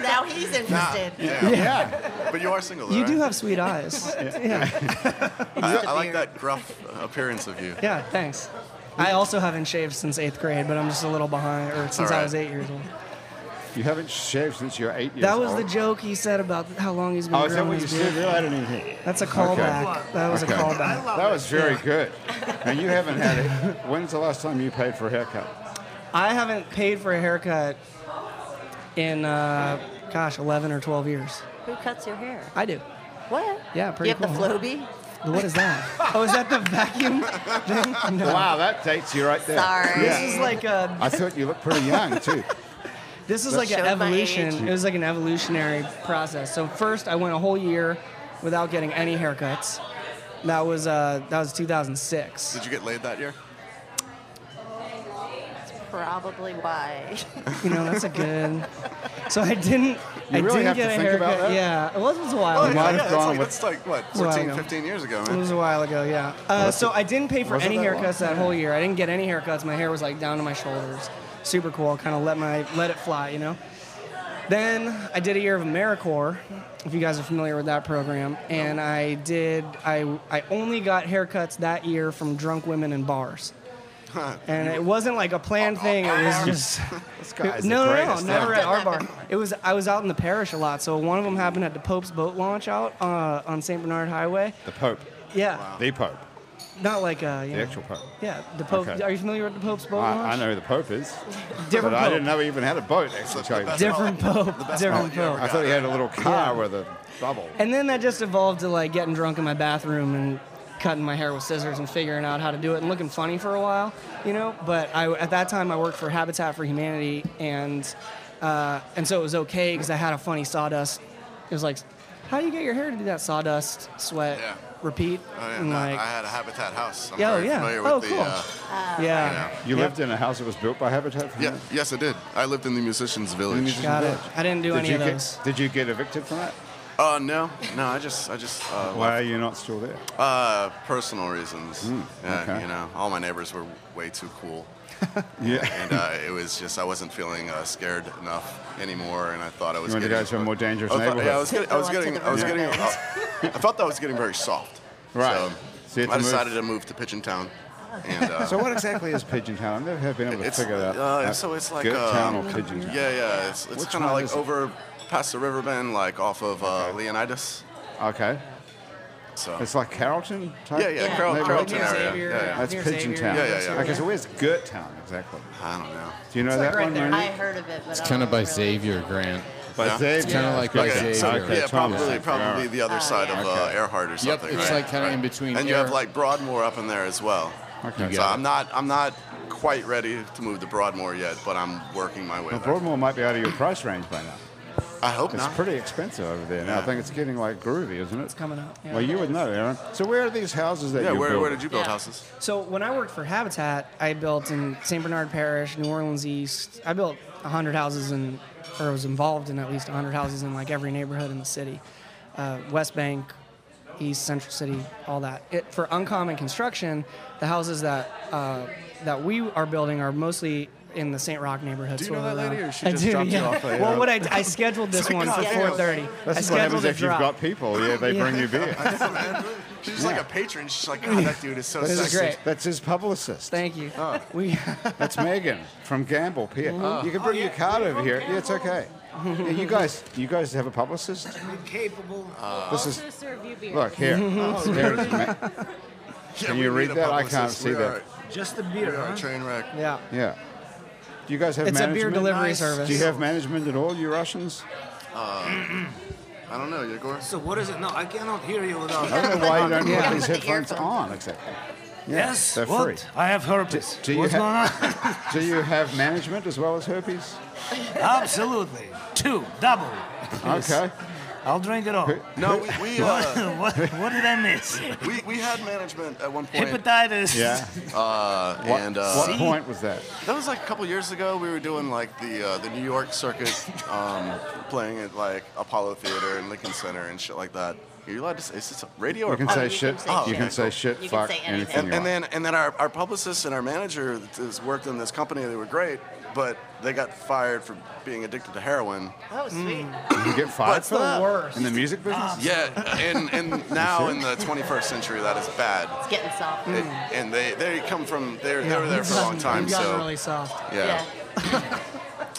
Speaker 3: Now he's interested.
Speaker 5: Yeah.
Speaker 1: yeah.
Speaker 5: But you are single, though,
Speaker 2: You
Speaker 5: right?
Speaker 2: do have sweet eyes. Yeah.
Speaker 5: I, I like that gruff uh, appearance of you.
Speaker 2: Yeah. Thanks. I also haven't shaved since eighth grade, but I'm just a little behind, or since I
Speaker 5: right.
Speaker 2: was eight years old.
Speaker 1: You haven't shaved since you were eight years
Speaker 2: That was
Speaker 1: old.
Speaker 2: the joke he said about how long he's been
Speaker 1: Oh,
Speaker 2: growing
Speaker 1: is that what you
Speaker 2: his
Speaker 1: said?
Speaker 2: beard.
Speaker 1: No, I didn't even hear.
Speaker 2: That's a callback. That was
Speaker 1: Okay.
Speaker 2: a callback.
Speaker 1: That was very good. And you haven't had
Speaker 2: [laughs]
Speaker 1: it. When's the last time you paid for a haircut?
Speaker 2: I haven't paid for a haircut in, uh, gosh, 11 or 12 years.
Speaker 3: Who cuts your hair?
Speaker 2: I do.
Speaker 3: What?
Speaker 2: Yeah, pretty
Speaker 3: You have
Speaker 2: cool.
Speaker 3: the Floby?
Speaker 2: What is [laughs] that? oh, is that the vacuum thing? No.
Speaker 1: Wow, that dates you right there.
Speaker 3: Sorry.
Speaker 1: Yeah.
Speaker 2: This is like a
Speaker 1: I thought you looked pretty young
Speaker 2: [laughs]
Speaker 1: too.
Speaker 2: this is like an
Speaker 3: Showed my
Speaker 2: evolution.
Speaker 3: age.
Speaker 2: It was like an evolutionary process. So first, I went a whole year without getting any haircuts. That was uh, that was 2006.
Speaker 5: Did you get laid that year?
Speaker 3: Probably why.
Speaker 2: You know, that's
Speaker 1: [laughs]
Speaker 2: a good. So I didn't. I
Speaker 1: really
Speaker 2: didn't
Speaker 1: have to
Speaker 2: get a
Speaker 1: think
Speaker 2: haircut.
Speaker 1: about that? Oh,
Speaker 2: Yeah, it was, it was a while.
Speaker 1: yeah.
Speaker 2: ago.
Speaker 1: might have
Speaker 5: that's,
Speaker 1: gone
Speaker 5: like,
Speaker 1: with-
Speaker 5: that's like, what,
Speaker 2: Well,
Speaker 5: 14,
Speaker 2: no.
Speaker 5: 15 years ago,
Speaker 2: It
Speaker 5: man?
Speaker 2: was a while ago, yeah. Uh, so I didn't pay for
Speaker 1: was it
Speaker 2: any
Speaker 1: that long?
Speaker 2: haircuts that whole year. I didn't get any haircuts. My hair was like down to my shoulders. Super cool. Kind of let my let it fly, you know. Then I did a year of AmeriCorps, if you guys are familiar with that program, and I did I I only got haircuts that year from drunk women in bars. And it wasn't like a planned thing. It was just
Speaker 1: This guy's
Speaker 2: no,
Speaker 1: the
Speaker 2: no, no,
Speaker 1: greatest.
Speaker 2: never at our bar. It was I was out in the parish a lot, so one of them happened at the Pope's boat launch out uh, on St. Bernard Highway.
Speaker 1: The Pope.
Speaker 2: Yeah,
Speaker 1: The Pope.
Speaker 2: not like uh, you
Speaker 1: The
Speaker 2: know,
Speaker 1: actual Pope.
Speaker 2: yeah, the Pope.
Speaker 1: Okay.
Speaker 2: Are you familiar with the Pope's boat
Speaker 1: I,
Speaker 2: launch?
Speaker 1: I know who the Pope is, but
Speaker 2: Different
Speaker 1: I
Speaker 2: Pope.
Speaker 1: didn't know he even had a boat. Actually, tell you.
Speaker 2: Different Pope. Different Pope.
Speaker 1: I thought he had a little car with a bubble.
Speaker 2: And then that just evolved to like getting drunk in my bathroom and cutting my hair with scissors and figuring out how to do it and looking funny for a while, you know. But I, at that time, I worked for Habitat for Humanity, and uh, and so it was okay because I had a funny sawdust. It was like, how do you get your hair to do that sawdust sweat
Speaker 5: Yeah.
Speaker 2: repeat?
Speaker 5: Oh, yeah,
Speaker 2: and
Speaker 5: no,
Speaker 2: like,
Speaker 5: I had a Habitat house. I'm
Speaker 2: Yeah, oh,
Speaker 5: very
Speaker 2: yeah.
Speaker 5: familiar
Speaker 2: Oh,
Speaker 5: with
Speaker 2: cool.
Speaker 5: the. Uh,
Speaker 2: yeah,
Speaker 1: You
Speaker 2: Yep.
Speaker 1: lived in a house that was built by Habitat for
Speaker 5: yeah, yes, I did. I lived in the musicians' village.
Speaker 1: Humanity.
Speaker 2: got it. I didn't do
Speaker 1: Did
Speaker 2: any
Speaker 1: you
Speaker 2: of those.
Speaker 1: get, did you get evicted from that?
Speaker 5: Uh, no, no, I just, I just, uh,
Speaker 1: Why are you not still there?
Speaker 5: uh personal reasons. yeah,
Speaker 1: Hmm, okay.
Speaker 5: You know, all my neighbors were way too cool.
Speaker 1: Yeah.
Speaker 5: and uh, it was just I wasn't feeling uh, scared enough anymore, and I thought I
Speaker 1: You
Speaker 5: was.
Speaker 1: wanted to
Speaker 5: getting,
Speaker 1: go to a more dangerous
Speaker 5: I thought-
Speaker 1: neighborhood.
Speaker 5: Yeah, I was getting. I
Speaker 3: Go
Speaker 5: was
Speaker 3: up to
Speaker 5: getting.
Speaker 3: the
Speaker 5: I was
Speaker 3: river.
Speaker 5: getting. uh, I felt that I was getting very soft.
Speaker 1: Right. So
Speaker 5: So
Speaker 1: you had
Speaker 5: I
Speaker 1: to move.
Speaker 5: decided to move to Pigeon Town, and uh,
Speaker 1: [laughs] So what exactly is Pigeon Town? I've never been able to
Speaker 5: It's,
Speaker 1: figure that
Speaker 5: uh,
Speaker 1: out.
Speaker 5: so it's like,
Speaker 1: Good
Speaker 5: uh,
Speaker 1: Town or Pigeon Town?
Speaker 5: yeah, yeah, it's, it's
Speaker 1: Which
Speaker 5: kind
Speaker 1: one
Speaker 5: of
Speaker 1: is
Speaker 5: like
Speaker 1: it?
Speaker 5: over past the river bend, like off of uh, Leonidas.
Speaker 1: Okay.
Speaker 5: So
Speaker 1: It's like Carrollton type?
Speaker 5: yeah, yeah, Carroll,
Speaker 1: Maybe.
Speaker 5: Carrollton
Speaker 2: Near
Speaker 5: area.
Speaker 2: Xavier.
Speaker 5: Yeah, yeah.
Speaker 1: That's
Speaker 2: Near
Speaker 1: Pigeon
Speaker 2: Xavier.
Speaker 1: Town.
Speaker 5: Yeah, yeah, yeah.
Speaker 1: Okay, so where's Gert Town exactly?
Speaker 5: I don't know.
Speaker 1: Do you know that
Speaker 3: Right
Speaker 1: one,
Speaker 3: there.
Speaker 1: Randy?
Speaker 3: I heard of it, but
Speaker 7: It's
Speaker 3: I
Speaker 7: kind of
Speaker 3: don't
Speaker 7: by
Speaker 3: really-
Speaker 7: Xavier Grant.
Speaker 1: By
Speaker 5: Yeah.
Speaker 1: Xavier.
Speaker 7: It's kinda like by
Speaker 1: Okay,
Speaker 5: Okay,
Speaker 7: Xavier.
Speaker 5: so,
Speaker 1: so-
Speaker 7: Okay,
Speaker 5: yeah,
Speaker 1: Thomas.
Speaker 5: probably probably the other side of uh,
Speaker 1: Okay.
Speaker 5: Earhart or something.
Speaker 7: it's
Speaker 5: right?
Speaker 7: like kinda in between
Speaker 5: And you
Speaker 7: Ear-
Speaker 5: have like Broadmoor up in there as well.
Speaker 1: Okay. You
Speaker 5: So
Speaker 7: got it.
Speaker 5: I'm not I'm not quite ready to move to Broadmoor yet, but I'm working my way.
Speaker 1: Well,
Speaker 5: there.
Speaker 1: Oh, Broadmoor might be out of your price range by now.
Speaker 5: I hope
Speaker 1: It's
Speaker 5: not.
Speaker 1: pretty expensive over there now. I
Speaker 5: Yeah.
Speaker 1: think it's getting like groovy, isn't it? It's
Speaker 2: coming up, yeah.
Speaker 1: Well, you would know, Aaron. So where are these houses that
Speaker 5: yeah,
Speaker 1: you
Speaker 5: where,
Speaker 1: built?
Speaker 5: where did you build
Speaker 3: Yeah.
Speaker 5: [laughs] houses?
Speaker 2: So when I worked for Habitat, I built in St. Bernard Parish, New Orleans East. I built 100 houses in, or was involved in at least 100 houses in like every neighborhood in the city, uh, West Bank, East Central City, all that. It, for uncommon construction, the houses that uh, that we are building are mostly in the St. Rock neighborhood.
Speaker 5: Do you
Speaker 2: so
Speaker 5: know that
Speaker 2: we're around.
Speaker 5: lady, or she
Speaker 2: I
Speaker 5: just
Speaker 2: do,
Speaker 5: dropped you
Speaker 2: yeah.
Speaker 5: off at,
Speaker 2: well,
Speaker 5: uh,
Speaker 2: what I, I scheduled
Speaker 5: [laughs]
Speaker 2: this one for
Speaker 3: Yeah.
Speaker 1: This
Speaker 2: 4:30. I
Speaker 1: is what
Speaker 2: scheduled
Speaker 1: happens
Speaker 2: a
Speaker 1: if you've
Speaker 2: drop.
Speaker 1: got people. Yeah, they
Speaker 2: Yeah.
Speaker 1: bring you beer.
Speaker 5: She's just like a patron. She's like, God, that dude is so
Speaker 2: This
Speaker 5: sexy.
Speaker 2: is great.
Speaker 1: That's his publicist.
Speaker 2: Thank you.
Speaker 5: Oh.
Speaker 2: [laughs] We
Speaker 1: That's Megan from Gamble. Here, you can bring your card over here. Yeah, it's okay. Yeah, you guys, you guys have a publicist.
Speaker 6: Incapable.
Speaker 1: This is
Speaker 9: also serve you beer.
Speaker 1: look here. Here it is, Ma-
Speaker 5: Yeah,
Speaker 1: Can
Speaker 5: we
Speaker 1: you
Speaker 5: need
Speaker 1: read
Speaker 5: a
Speaker 1: that? I can't
Speaker 5: publicist.
Speaker 1: see
Speaker 5: We
Speaker 1: that. Uh-huh.
Speaker 5: are-
Speaker 6: Just a beer,
Speaker 5: We are
Speaker 6: huh?
Speaker 5: a train wreck.
Speaker 2: yeah.
Speaker 1: Yeah. Do you guys have
Speaker 2: It's a beer
Speaker 1: management?
Speaker 2: delivery
Speaker 6: Nice.
Speaker 2: service.
Speaker 1: Do you have management at all, you Russians?
Speaker 5: I don't know, Yegor.
Speaker 6: So what is it? No, I cannot hear you without.
Speaker 1: I don't know why you don't
Speaker 3: Yeah.
Speaker 1: put these
Speaker 3: Put the
Speaker 1: headphones
Speaker 3: earphones
Speaker 1: on exactly. Yeah,
Speaker 6: Yes.
Speaker 1: they're
Speaker 6: what?
Speaker 1: free.
Speaker 6: I have herpes.
Speaker 1: Do you
Speaker 6: What's
Speaker 1: ha-
Speaker 6: going on?
Speaker 1: Do you have management as well as herpes?
Speaker 6: Absolutely. Two, double.
Speaker 1: Okay.
Speaker 6: I'll drink it all. [laughs]
Speaker 5: No, we we, uh,
Speaker 1: [laughs]
Speaker 6: what, what did I miss?
Speaker 5: we we had management at one point.
Speaker 6: Hepatitis.
Speaker 1: Yeah.
Speaker 5: Uh,
Speaker 1: What,
Speaker 5: and uh,
Speaker 1: what point was that?
Speaker 5: That was like a couple years ago. We were doing like the uh, the New York circuit, um, playing at like Apollo Theater and Lincoln Center and shit like that. Are you allowed to say is this radio
Speaker 1: You
Speaker 5: or
Speaker 1: can
Speaker 5: pod-
Speaker 1: say
Speaker 3: you can
Speaker 1: shit.
Speaker 3: say
Speaker 1: you
Speaker 3: shit.
Speaker 1: can say shit.
Speaker 3: You can
Speaker 1: fuck
Speaker 3: say anything.
Speaker 1: anything.
Speaker 5: and,
Speaker 1: you
Speaker 5: and
Speaker 1: want.
Speaker 5: then and then our, our publicist and our manager that has worked in this company. They were great, but they got fired for being addicted to heroin.
Speaker 3: Oh, sweet.
Speaker 1: you get fired
Speaker 5: What's
Speaker 1: for that
Speaker 5: the
Speaker 2: worst?
Speaker 1: in the music business.
Speaker 5: Yeah, and [laughs] and now in the 21st century, that is bad.
Speaker 3: It's getting soft.
Speaker 5: It- and they they come from they are they were there for a long
Speaker 2: We've
Speaker 5: time.
Speaker 2: gotten
Speaker 5: So
Speaker 2: really soft.
Speaker 5: yeah.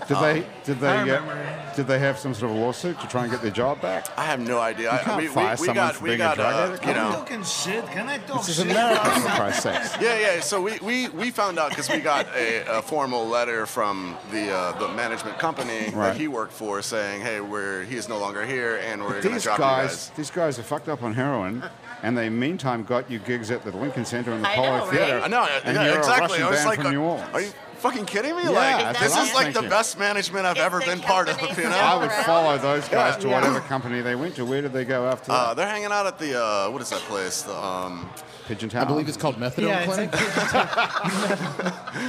Speaker 1: Did
Speaker 5: Um,
Speaker 1: they? Did
Speaker 2: I
Speaker 1: they
Speaker 2: remember.
Speaker 1: get? Did they have some sort of lawsuit to try and get their job
Speaker 5: [laughs]
Speaker 1: back?
Speaker 5: I have no idea. I-
Speaker 1: can't
Speaker 5: we, we,
Speaker 1: fire
Speaker 5: we
Speaker 1: someone
Speaker 5: got,
Speaker 1: for
Speaker 5: we
Speaker 1: being a
Speaker 5: got,
Speaker 1: drug
Speaker 5: uh,
Speaker 1: addict.
Speaker 5: you
Speaker 1: Come
Speaker 5: know,
Speaker 1: on.
Speaker 6: Talking shit. Can I talk
Speaker 1: This is
Speaker 6: shit?
Speaker 1: America, for Christ's sakes.
Speaker 5: Yeah, yeah. So we, we, we found out because we got a, a formal letter from the uh, the management company
Speaker 1: Right.
Speaker 5: that he worked for saying, hey, we're he is no longer here and we're going to
Speaker 1: These
Speaker 5: drop
Speaker 1: guys,
Speaker 5: you
Speaker 1: these guys are fucked up on heroin, and they meantime got you gigs at the Lincoln Center and the
Speaker 3: I
Speaker 1: Apollo
Speaker 3: know, right?
Speaker 1: Theater.
Speaker 5: guys. I know,
Speaker 1: and
Speaker 5: yeah,
Speaker 1: you're
Speaker 5: exactly.
Speaker 1: A Russian
Speaker 5: I was
Speaker 1: band
Speaker 5: like,
Speaker 1: from New Orleans.
Speaker 5: are you fucking kidding me?
Speaker 1: Yeah,
Speaker 5: like,
Speaker 1: that's
Speaker 5: this
Speaker 1: what
Speaker 5: is
Speaker 1: I'm
Speaker 5: like the
Speaker 1: thinking.
Speaker 5: best management I've
Speaker 3: It's
Speaker 5: ever
Speaker 3: the
Speaker 5: been part of.
Speaker 3: company's
Speaker 5: You
Speaker 1: I
Speaker 5: know,
Speaker 1: would
Speaker 3: Right.
Speaker 1: follow those guys to
Speaker 5: Yeah.
Speaker 1: whatever company they went to. Where did they go after that?
Speaker 5: uh, they're hanging out at the uh, what is that place? The um,
Speaker 1: Pigeon Tower.
Speaker 7: I believe it's called methadone
Speaker 2: Yeah, it's
Speaker 7: clinic.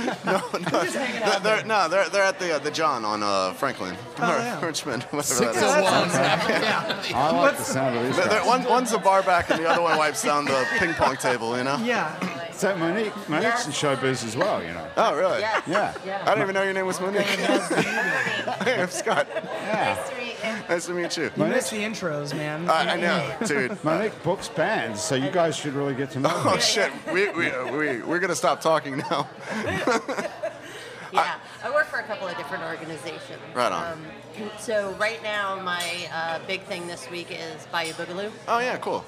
Speaker 5: they're, they're, no, they're they're at the uh, the John on uh, Franklin or
Speaker 2: yeah.
Speaker 5: Richmond, [laughs] whatever
Speaker 7: Six
Speaker 2: Oh,
Speaker 5: that is.
Speaker 7: of wands. Yeah.
Speaker 1: I like the sound of these
Speaker 5: They're- they're-
Speaker 1: guys.
Speaker 5: one, one's a bar back and the other one wipes down the ping pong table, you know?
Speaker 2: Yeah.
Speaker 1: So Monique, Monique's in showbiz as well, you know.
Speaker 5: Oh, really?
Speaker 3: Yes.
Speaker 1: Yeah.
Speaker 5: I didn't even know your name was Monique. [laughs] hey, I'm Scott.
Speaker 1: Yeah.
Speaker 3: Nice to meet you.
Speaker 5: Nice to meet you.
Speaker 2: You miss the intros, man.
Speaker 5: I, I know, dude.
Speaker 1: Monique books bands, so you guys should really get to know
Speaker 5: [laughs] Oh
Speaker 1: her.
Speaker 5: shit, we, we, we, we're gonna stop talking now.
Speaker 3: Yeah, I, work for a couple of different organizations. Um,
Speaker 5: Right on.
Speaker 3: so right now, my uh, big thing this week is Bayou Boogaloo,
Speaker 5: Oh yeah, cool.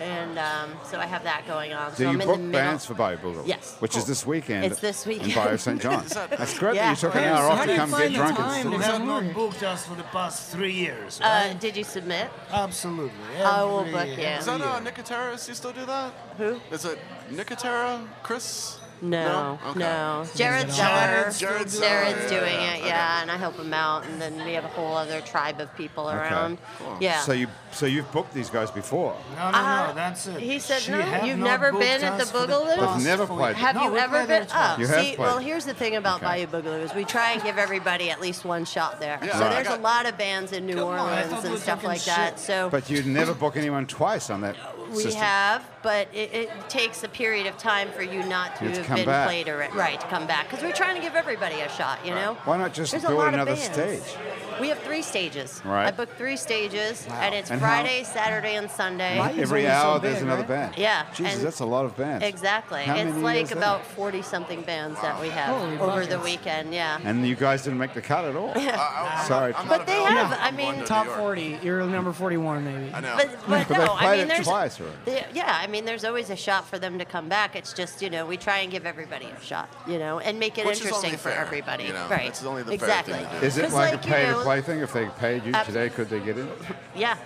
Speaker 3: and um, so I have that going on.
Speaker 1: Do
Speaker 3: so
Speaker 1: you
Speaker 3: I'm in the
Speaker 1: book
Speaker 3: middle. Uh,
Speaker 1: bands for Bio Boodle?
Speaker 3: Yes.
Speaker 1: Which is
Speaker 5: Cool.
Speaker 1: this weekend.
Speaker 3: It's this
Speaker 1: In
Speaker 3: weekend.
Speaker 1: Bio
Speaker 3: [laughs]
Speaker 1: St. John. That's great that
Speaker 3: Yeah.
Speaker 1: you took an
Speaker 2: Where-
Speaker 1: hour
Speaker 2: how
Speaker 1: off
Speaker 2: do
Speaker 1: to
Speaker 2: you
Speaker 1: come
Speaker 2: find
Speaker 1: get
Speaker 2: the
Speaker 1: drunk. and
Speaker 2: time
Speaker 6: You
Speaker 2: to
Speaker 1: sleep.
Speaker 2: come
Speaker 6: have not
Speaker 2: work?
Speaker 6: booked us for the past three years, right?
Speaker 3: Uh, did you submit?
Speaker 6: Absolutely.
Speaker 3: I will
Speaker 6: every-
Speaker 3: book you.
Speaker 5: Is
Speaker 6: every
Speaker 5: that uh,
Speaker 6: year.
Speaker 5: Nicotera? Does he still do that?
Speaker 3: Who?
Speaker 5: Is it Nicotera? Chris?
Speaker 3: No, no.
Speaker 5: Okay.
Speaker 3: Jared's
Speaker 6: Jared's
Speaker 3: there.
Speaker 5: Jared's doing
Speaker 3: Jared's
Speaker 5: it.
Speaker 3: doing
Speaker 5: Yeah,
Speaker 3: it,
Speaker 5: okay.
Speaker 3: yeah, and I help him out, and then we have a whole other tribe of people around.
Speaker 5: Cool.
Speaker 3: Yeah.
Speaker 1: So you so you've booked these guys before.
Speaker 6: No, no,
Speaker 3: Uh,
Speaker 6: no, that's it.
Speaker 3: he said
Speaker 6: She
Speaker 3: no,
Speaker 6: had
Speaker 3: you've
Speaker 6: not
Speaker 3: never
Speaker 6: booked
Speaker 3: been at
Speaker 6: us
Speaker 3: the
Speaker 6: for the
Speaker 3: Boogaloo?
Speaker 6: past
Speaker 1: I've never
Speaker 6: four
Speaker 1: played.
Speaker 6: years.
Speaker 3: Have
Speaker 6: No,
Speaker 3: you
Speaker 6: we
Speaker 3: ever
Speaker 6: played
Speaker 3: been?
Speaker 6: it
Speaker 3: Oh,
Speaker 6: twice.
Speaker 1: You have
Speaker 3: see,
Speaker 1: played.
Speaker 3: well, here's the thing about
Speaker 1: Okay.
Speaker 3: Bayou Boogaloo is we try and give everybody at least one shot there.
Speaker 5: Yeah,
Speaker 3: so
Speaker 5: Right.
Speaker 3: there's
Speaker 5: I
Speaker 3: a
Speaker 5: got-
Speaker 3: lot of bands in New
Speaker 6: Come on, I
Speaker 3: Orleans
Speaker 6: thought we
Speaker 3: and
Speaker 6: were
Speaker 3: stuff
Speaker 6: talking
Speaker 3: like that.
Speaker 6: shit.
Speaker 3: So
Speaker 1: But you'd never book anyone twice on that
Speaker 3: we
Speaker 1: system.
Speaker 3: have, but it, it takes a period of time for you not to
Speaker 1: You have to
Speaker 3: have
Speaker 1: come
Speaker 3: been
Speaker 1: back.
Speaker 3: played or right to come back because we're trying to give everybody a shot. You know.
Speaker 1: Why not just
Speaker 3: There's a
Speaker 1: build
Speaker 3: lot of
Speaker 1: another
Speaker 3: bands.
Speaker 1: stage?
Speaker 3: We have three stages.
Speaker 1: Right.
Speaker 3: I booked three stages, and it's
Speaker 1: And how-
Speaker 3: Friday, Saturday, and Sunday.
Speaker 2: Why- It's
Speaker 1: Every
Speaker 2: only so
Speaker 1: hour
Speaker 2: big,
Speaker 1: there's another
Speaker 2: right?
Speaker 1: band.
Speaker 3: Yeah,
Speaker 1: Jesus,
Speaker 3: and-
Speaker 1: that's a lot of bands.
Speaker 3: Exactly.
Speaker 1: How
Speaker 3: it's
Speaker 1: many
Speaker 3: like
Speaker 1: is that?
Speaker 3: about 40 something bands that we have
Speaker 2: Holy
Speaker 3: over the
Speaker 2: buckets.
Speaker 3: weekend, yeah.
Speaker 1: And you guys didn't make the cut at
Speaker 3: [laughs]
Speaker 1: all.
Speaker 5: I- I- I'm
Speaker 1: Sorry.
Speaker 5: not- I'm
Speaker 3: But
Speaker 5: not
Speaker 3: they
Speaker 5: available.
Speaker 3: have, I
Speaker 5: I'm going
Speaker 3: mean-
Speaker 5: to New
Speaker 2: Top
Speaker 5: York.
Speaker 2: 40. You're number 41, maybe.
Speaker 5: I know. [laughs]
Speaker 3: But, but
Speaker 1: But
Speaker 3: no,
Speaker 1: they
Speaker 3: I
Speaker 1: played
Speaker 3: mean,
Speaker 1: it
Speaker 3: there's
Speaker 1: twice already.
Speaker 3: the- yeah, I mean, there's always a shot for them to come back. It's just you know we try and give everybody a shot, you know, and make it
Speaker 5: Which is
Speaker 3: interesting
Speaker 5: only
Speaker 3: for
Speaker 5: fair,
Speaker 3: everybody,
Speaker 5: you know,
Speaker 3: right?
Speaker 5: it's only the fair
Speaker 3: exactly.
Speaker 5: thing to do.
Speaker 1: Is it
Speaker 3: 'Cause,
Speaker 1: like, a
Speaker 3: like, you
Speaker 1: pay to
Speaker 3: know-
Speaker 1: play thing? If they paid you
Speaker 3: Ab-
Speaker 1: today, could they
Speaker 3: [laughs]
Speaker 1: get in?
Speaker 3: Yeah.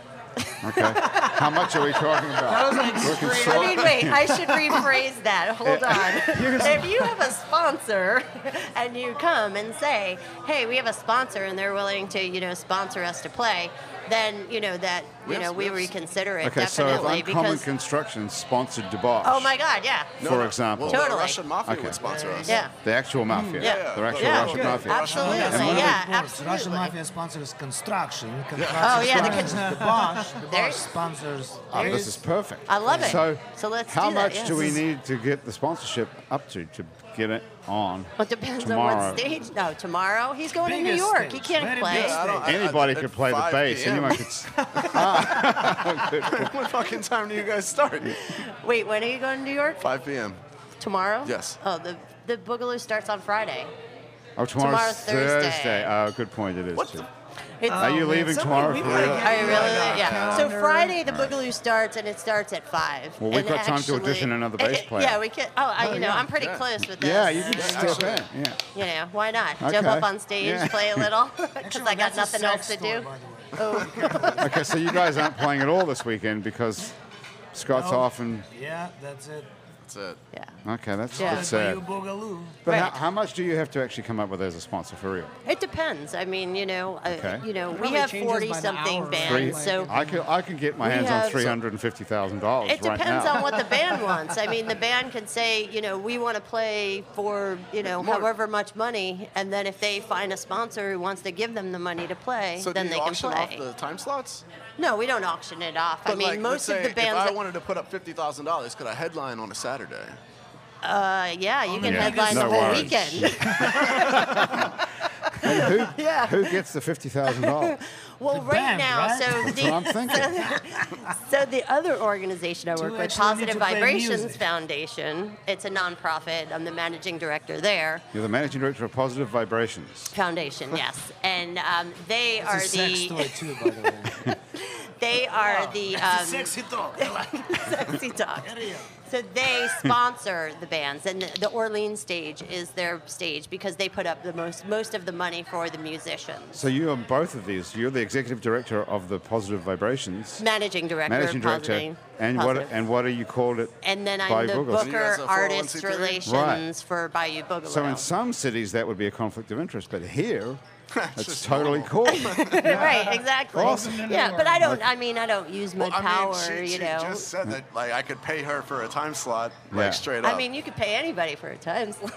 Speaker 1: Okay. How much are we talking about?
Speaker 2: was like
Speaker 1: Looking
Speaker 2: straight
Speaker 1: so- [laughs]
Speaker 3: I mean, wait, I should rephrase that. Hold on. if you have a sponsor [laughs] and you come and say, hey, we have a sponsor and they're willing to, you know, sponsor us to play, then, you know, that, you
Speaker 5: Yes,
Speaker 3: know, we
Speaker 5: yes.
Speaker 3: reconsider it
Speaker 1: okay, so if
Speaker 3: definitely
Speaker 1: Uncommon
Speaker 3: because,
Speaker 1: Construction sponsored Debosh,
Speaker 3: oh my God, yeah.
Speaker 5: No,
Speaker 1: for
Speaker 5: no.
Speaker 1: example,
Speaker 5: Well, the
Speaker 3: Totally.
Speaker 5: Russian mafia
Speaker 1: Okay.
Speaker 5: would sponsor us.
Speaker 3: Yeah.
Speaker 1: the actual mafia,
Speaker 3: Mm. Yeah.
Speaker 1: the actual
Speaker 3: Yeah.
Speaker 1: Russian
Speaker 3: Good.
Speaker 1: mafia.
Speaker 3: Absolutely,
Speaker 1: And one of
Speaker 3: yeah,
Speaker 4: Russian
Speaker 3: absolutely.
Speaker 4: mafia sponsors construction.
Speaker 3: Oh, yeah, the [laughs]
Speaker 4: construction, the Bosch. The Bosch
Speaker 3: There-
Speaker 6: our sponsors.
Speaker 1: Oh, this
Speaker 6: is-
Speaker 1: is [laughs] perfect.
Speaker 3: I love it.
Speaker 1: So,
Speaker 3: So let's
Speaker 1: how
Speaker 3: do that,
Speaker 1: much
Speaker 3: yes.
Speaker 1: do we need to get the sponsorship up to to get it on?
Speaker 3: Well, it depends on
Speaker 1: Tomorrow.
Speaker 3: what stage. No, tomorrow he's going to New
Speaker 6: Biggest
Speaker 3: York. He
Speaker 6: stage,
Speaker 3: can't
Speaker 6: very
Speaker 3: play.
Speaker 6: big stage.
Speaker 5: I-
Speaker 1: Anybody
Speaker 5: I-
Speaker 1: could
Speaker 5: at
Speaker 1: play the
Speaker 5: 5
Speaker 1: bass.
Speaker 5: PM.
Speaker 1: Anyone could.
Speaker 3: [laughs]
Speaker 1: s-
Speaker 6: [laughs]
Speaker 5: what fucking time do you guys start?
Speaker 3: Wait, when are you going to New York?
Speaker 5: 5 p.m.
Speaker 3: Tomorrow?
Speaker 5: Yes.
Speaker 3: Oh, the the Boogaloo starts on Friday.
Speaker 1: Oh, tomorrow's,
Speaker 3: Tomorrow's Thursday.
Speaker 1: Oh, good point. It is.
Speaker 5: What
Speaker 1: too.
Speaker 5: the-
Speaker 3: It's,
Speaker 1: Are you leaving tomorrow for real?
Speaker 3: Are you really?
Speaker 2: Oh
Speaker 3: Yeah. So Friday the Boogaloo starts and it starts at five.
Speaker 1: Well, we've
Speaker 3: And
Speaker 1: got time to
Speaker 3: actually- eh,
Speaker 1: audition another bass player.
Speaker 3: Yeah, we could. Oh, I, you know, I'm pretty close with this.
Speaker 1: yeah, you can
Speaker 3: Uh,
Speaker 1: step in. Yeah.
Speaker 3: You know, why not?
Speaker 1: Okay.
Speaker 3: Jump up on stage,
Speaker 1: Yeah.
Speaker 3: play a little, because I got
Speaker 6: That's a
Speaker 3: nothing
Speaker 6: sad
Speaker 3: else to
Speaker 6: story,
Speaker 3: do. Oh.
Speaker 6: by the way.
Speaker 1: Okay, so you guys aren't playing at all this weekend because Scott's
Speaker 6: No.
Speaker 1: off and
Speaker 6: Yeah, that's it.
Speaker 5: That's it.
Speaker 3: Yeah.
Speaker 1: okay, that's
Speaker 3: Yeah.
Speaker 1: that's
Speaker 6: That's why
Speaker 1: sad.
Speaker 6: you Boogaloo.
Speaker 1: But
Speaker 3: Right.
Speaker 1: how, how much do you have to actually come up with as a sponsor for real?
Speaker 3: It depends. I mean, you know,
Speaker 1: Okay.
Speaker 3: uh, you know, we
Speaker 2: Probably
Speaker 3: have
Speaker 2: changes by the
Speaker 3: forty something
Speaker 2: hour, right?
Speaker 1: Three-
Speaker 3: bands, so
Speaker 1: I could I could get my
Speaker 3: We
Speaker 1: hands on
Speaker 3: have-
Speaker 1: three hundred and fifty thousand dollars
Speaker 3: It
Speaker 1: right now.
Speaker 3: depends on what the
Speaker 1: [laughs]
Speaker 3: band wants. I mean, the band can say, you know, we want to play for, you know, however much money, and then if they find a sponsor who wants to give them the money to play,
Speaker 5: So
Speaker 3: then
Speaker 5: do
Speaker 3: they
Speaker 5: you
Speaker 3: can
Speaker 5: auction off
Speaker 3: play.
Speaker 5: the time slots?
Speaker 3: No, we don't auction it off. I
Speaker 5: But,
Speaker 3: mean,
Speaker 5: like,
Speaker 3: most
Speaker 5: let's
Speaker 3: of
Speaker 5: say
Speaker 3: the bands.
Speaker 5: If I
Speaker 3: that-
Speaker 5: wanted to put up fifty thousand dollars, could I headline on a Saturday?
Speaker 3: uh, yeah, you can
Speaker 1: Yeah.
Speaker 3: headline
Speaker 1: No
Speaker 3: the whole
Speaker 1: worries.
Speaker 3: weekend.
Speaker 1: [laughs] And who,
Speaker 3: [laughs] Yeah.
Speaker 1: who gets the fifty thousand
Speaker 3: [laughs]
Speaker 1: dollars?
Speaker 3: well, right
Speaker 6: band,
Speaker 3: now,
Speaker 6: right?
Speaker 3: so
Speaker 1: That's what I'm
Speaker 3: the
Speaker 1: thinking.
Speaker 3: so the other organization I work with,
Speaker 6: actually need
Speaker 3: Positive
Speaker 6: to play
Speaker 3: Vibrations
Speaker 6: music.
Speaker 3: Foundation, it's a nonprofit. I'm the managing director there.
Speaker 1: You're the managing director of Positive Vibrations.
Speaker 3: Foundation,
Speaker 1: [laughs]
Speaker 3: yes, and um, they
Speaker 6: It's a
Speaker 3: are
Speaker 6: sex
Speaker 3: the Um,
Speaker 6: toy too, by the
Speaker 3: [laughs]
Speaker 6: way.
Speaker 3: they are the
Speaker 6: It's a
Speaker 3: um, [laughs]
Speaker 6: sexy talk. I like it.
Speaker 3: sexy talk.
Speaker 6: Hurry up.
Speaker 3: So
Speaker 1: [laughs]
Speaker 3: they sponsor the bands, and the, the Orleans stage is their stage because they put up the most most of the money for the musicians.
Speaker 1: So you are both of these. You're the executive director of the Positive Vibrations.
Speaker 3: Managing director,
Speaker 1: Managing director,
Speaker 3: Positive,
Speaker 1: and
Speaker 3: Positive.
Speaker 1: what and what are you called it?
Speaker 3: And then I'm
Speaker 1: by
Speaker 3: the
Speaker 1: Google?
Speaker 5: You guys
Speaker 3: booker,
Speaker 5: are
Speaker 3: artist
Speaker 5: 401c3?
Speaker 3: relations for Bayou Boogaloo.
Speaker 1: So in some cities that would be a conflict of interest, but
Speaker 3: [laughs]
Speaker 1: here it's totally cool.
Speaker 3: right, exactly.
Speaker 1: Awesome.
Speaker 3: Yeah, but I don't. I mean, I don't use my
Speaker 5: Well, I
Speaker 3: power.
Speaker 5: mean, she,
Speaker 3: you
Speaker 5: she
Speaker 3: know.
Speaker 5: just said that like I could pay her for a time slot, like
Speaker 1: Yeah.
Speaker 5: straight up.
Speaker 3: I mean, you could pay anybody for a time slot.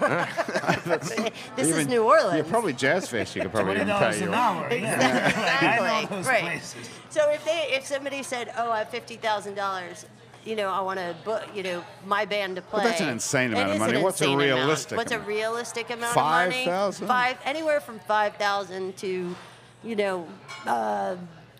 Speaker 1: [laughs]
Speaker 3: [laughs] [laughs] this is
Speaker 1: Even-
Speaker 3: New Orleans.
Speaker 1: Yeah, probably Jazz Fest. You could probably
Speaker 6: [laughs] Twenty
Speaker 1: even
Speaker 6: dollars
Speaker 1: pay
Speaker 6: an
Speaker 1: your.
Speaker 6: hour. Yeah.
Speaker 5: [laughs]
Speaker 6: I know
Speaker 3: [laughs] exactly.
Speaker 6: those
Speaker 3: Right.
Speaker 6: places.
Speaker 3: So if they, if somebody said, "Oh, I have fifty thousand dollars," you know, I want to book, you know, my band to play.
Speaker 1: that's an insane
Speaker 3: It
Speaker 1: amount of
Speaker 3: is
Speaker 1: money.
Speaker 3: an
Speaker 1: What's a
Speaker 3: insane amount.
Speaker 1: realistic
Speaker 3: What's a
Speaker 1: amount?
Speaker 3: realistic amount of money?
Speaker 1: 5,000?
Speaker 3: Five, anywhere from five thousand to, you know. Uh,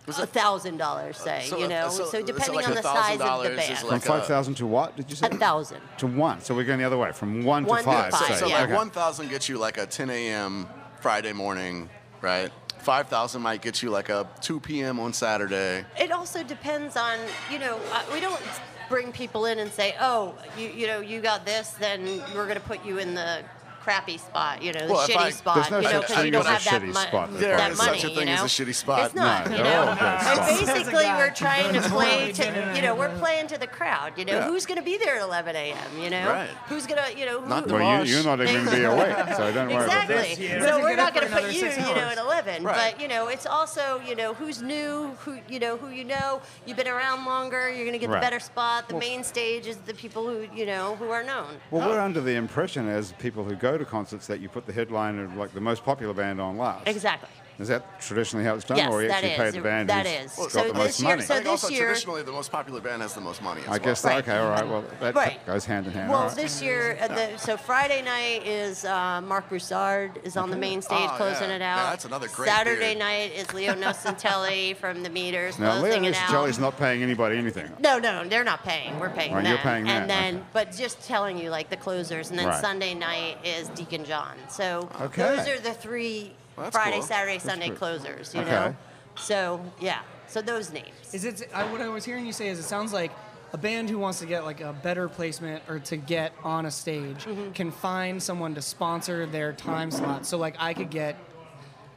Speaker 3: a thousand dollars, say
Speaker 5: so
Speaker 3: you
Speaker 5: a-
Speaker 3: know.
Speaker 5: so-
Speaker 3: So,
Speaker 5: so
Speaker 3: depending
Speaker 5: like
Speaker 3: on the size of the
Speaker 5: $1,000 is
Speaker 3: band,
Speaker 1: From
Speaker 5: Like a-
Speaker 1: five thousand to what did you say?
Speaker 3: a thousand.
Speaker 1: to one. So we're going the other way from one,
Speaker 3: One
Speaker 1: to
Speaker 3: to
Speaker 1: five.
Speaker 3: five,
Speaker 1: say.
Speaker 5: so
Speaker 3: yeah.
Speaker 5: like
Speaker 1: Okay.
Speaker 5: one thousand gets you like a ten a.m. Friday morning, right? Five thousand might get you like a two p.m. on Saturday.
Speaker 3: It also depends on you know uh, we don't bring people in and say oh you you know you got this then we're going to put you in the crappy spot you know the
Speaker 5: Well, if
Speaker 3: shitty
Speaker 5: I-
Speaker 1: There's
Speaker 3: spot
Speaker 1: no
Speaker 3: you
Speaker 1: such
Speaker 3: know because you
Speaker 1: thing
Speaker 3: don't have
Speaker 1: as a
Speaker 3: that,
Speaker 1: shitty
Speaker 3: mu-
Speaker 1: spot.
Speaker 5: There
Speaker 3: that
Speaker 5: is
Speaker 3: money
Speaker 5: such a thing
Speaker 3: you know
Speaker 5: as a shitty spot.
Speaker 3: it's not
Speaker 1: No,
Speaker 3: you
Speaker 1: they're all
Speaker 3: know
Speaker 1: good
Speaker 3: and
Speaker 1: spots.
Speaker 3: basically
Speaker 2: guy.
Speaker 3: we're trying to play to you know we're playing to the crowd you know
Speaker 5: Yeah.
Speaker 3: who's going to be there at 11 a.m you know
Speaker 5: Right.
Speaker 3: who's going to you know who,
Speaker 5: Not the
Speaker 1: Well, you, you're not even going
Speaker 3: [laughs]
Speaker 1: to be awake, so don't worry about that.
Speaker 3: Exactly.
Speaker 2: Yeah.
Speaker 3: So
Speaker 2: Doesn't
Speaker 3: we're
Speaker 2: get
Speaker 3: not
Speaker 2: up for
Speaker 3: going to put
Speaker 2: another
Speaker 3: you,
Speaker 2: six
Speaker 3: you know,
Speaker 2: hours.
Speaker 3: at eleven.
Speaker 5: Right.
Speaker 3: But you know, it's also you know who's new, who you know, who you know. You've been around longer. You're going to get
Speaker 1: Right.
Speaker 3: the better spot. The main stage is the people who you know who are known.
Speaker 1: Well, we're under the impression as people who go to concerts that you put the headline of like the most popular band on last.
Speaker 3: Exactly.
Speaker 1: Is that traditionally how it's done,
Speaker 3: Yes,
Speaker 1: or you
Speaker 3: that
Speaker 1: actually pay
Speaker 3: is.
Speaker 1: the band
Speaker 3: That
Speaker 1: who's
Speaker 3: is.
Speaker 1: got
Speaker 3: So
Speaker 1: the
Speaker 3: this
Speaker 1: most
Speaker 3: year-
Speaker 1: money?
Speaker 3: so
Speaker 5: I think
Speaker 3: this
Speaker 5: also
Speaker 3: year-
Speaker 5: traditionally the most popular band has the most money. As
Speaker 1: I guess.
Speaker 5: well.
Speaker 3: Right.
Speaker 1: Okay. All right. Well, that
Speaker 3: Right.
Speaker 1: goes hand in hand. all
Speaker 3: Well,
Speaker 1: right.
Speaker 3: this year, uh, the, so Friday night is uh, Mark Broussard is on the main stage
Speaker 5: Oh,
Speaker 3: closing
Speaker 5: yeah.
Speaker 3: it
Speaker 5: Yeah,
Speaker 3: out.
Speaker 5: that's another great
Speaker 3: Saturday
Speaker 5: beard.
Speaker 3: night
Speaker 1: [laughs]
Speaker 3: is Leo Nocentelli from the Meters
Speaker 1: now,
Speaker 3: closing
Speaker 1: Leonard
Speaker 3: it out.
Speaker 1: Jelly's not paying anybody anything.
Speaker 3: No, no, they're not paying. We're paying
Speaker 1: Right,
Speaker 3: them.
Speaker 1: you're paying them,
Speaker 3: And then,
Speaker 1: okay.
Speaker 3: but just telling you, like the closers, and then
Speaker 1: Right.
Speaker 3: Sunday night is Deacon John. So
Speaker 1: Okay.
Speaker 3: those are the three
Speaker 5: Well, that's
Speaker 3: Friday,
Speaker 5: cool.
Speaker 3: Saturday, Sunday closers. You
Speaker 1: Okay.
Speaker 3: know. So yeah, so those names.
Speaker 2: Is it? I, what I was hearing you say is it sounds like a band who wants to get like a better placement or to get on a stage can find someone to sponsor their time slot. So like I could get.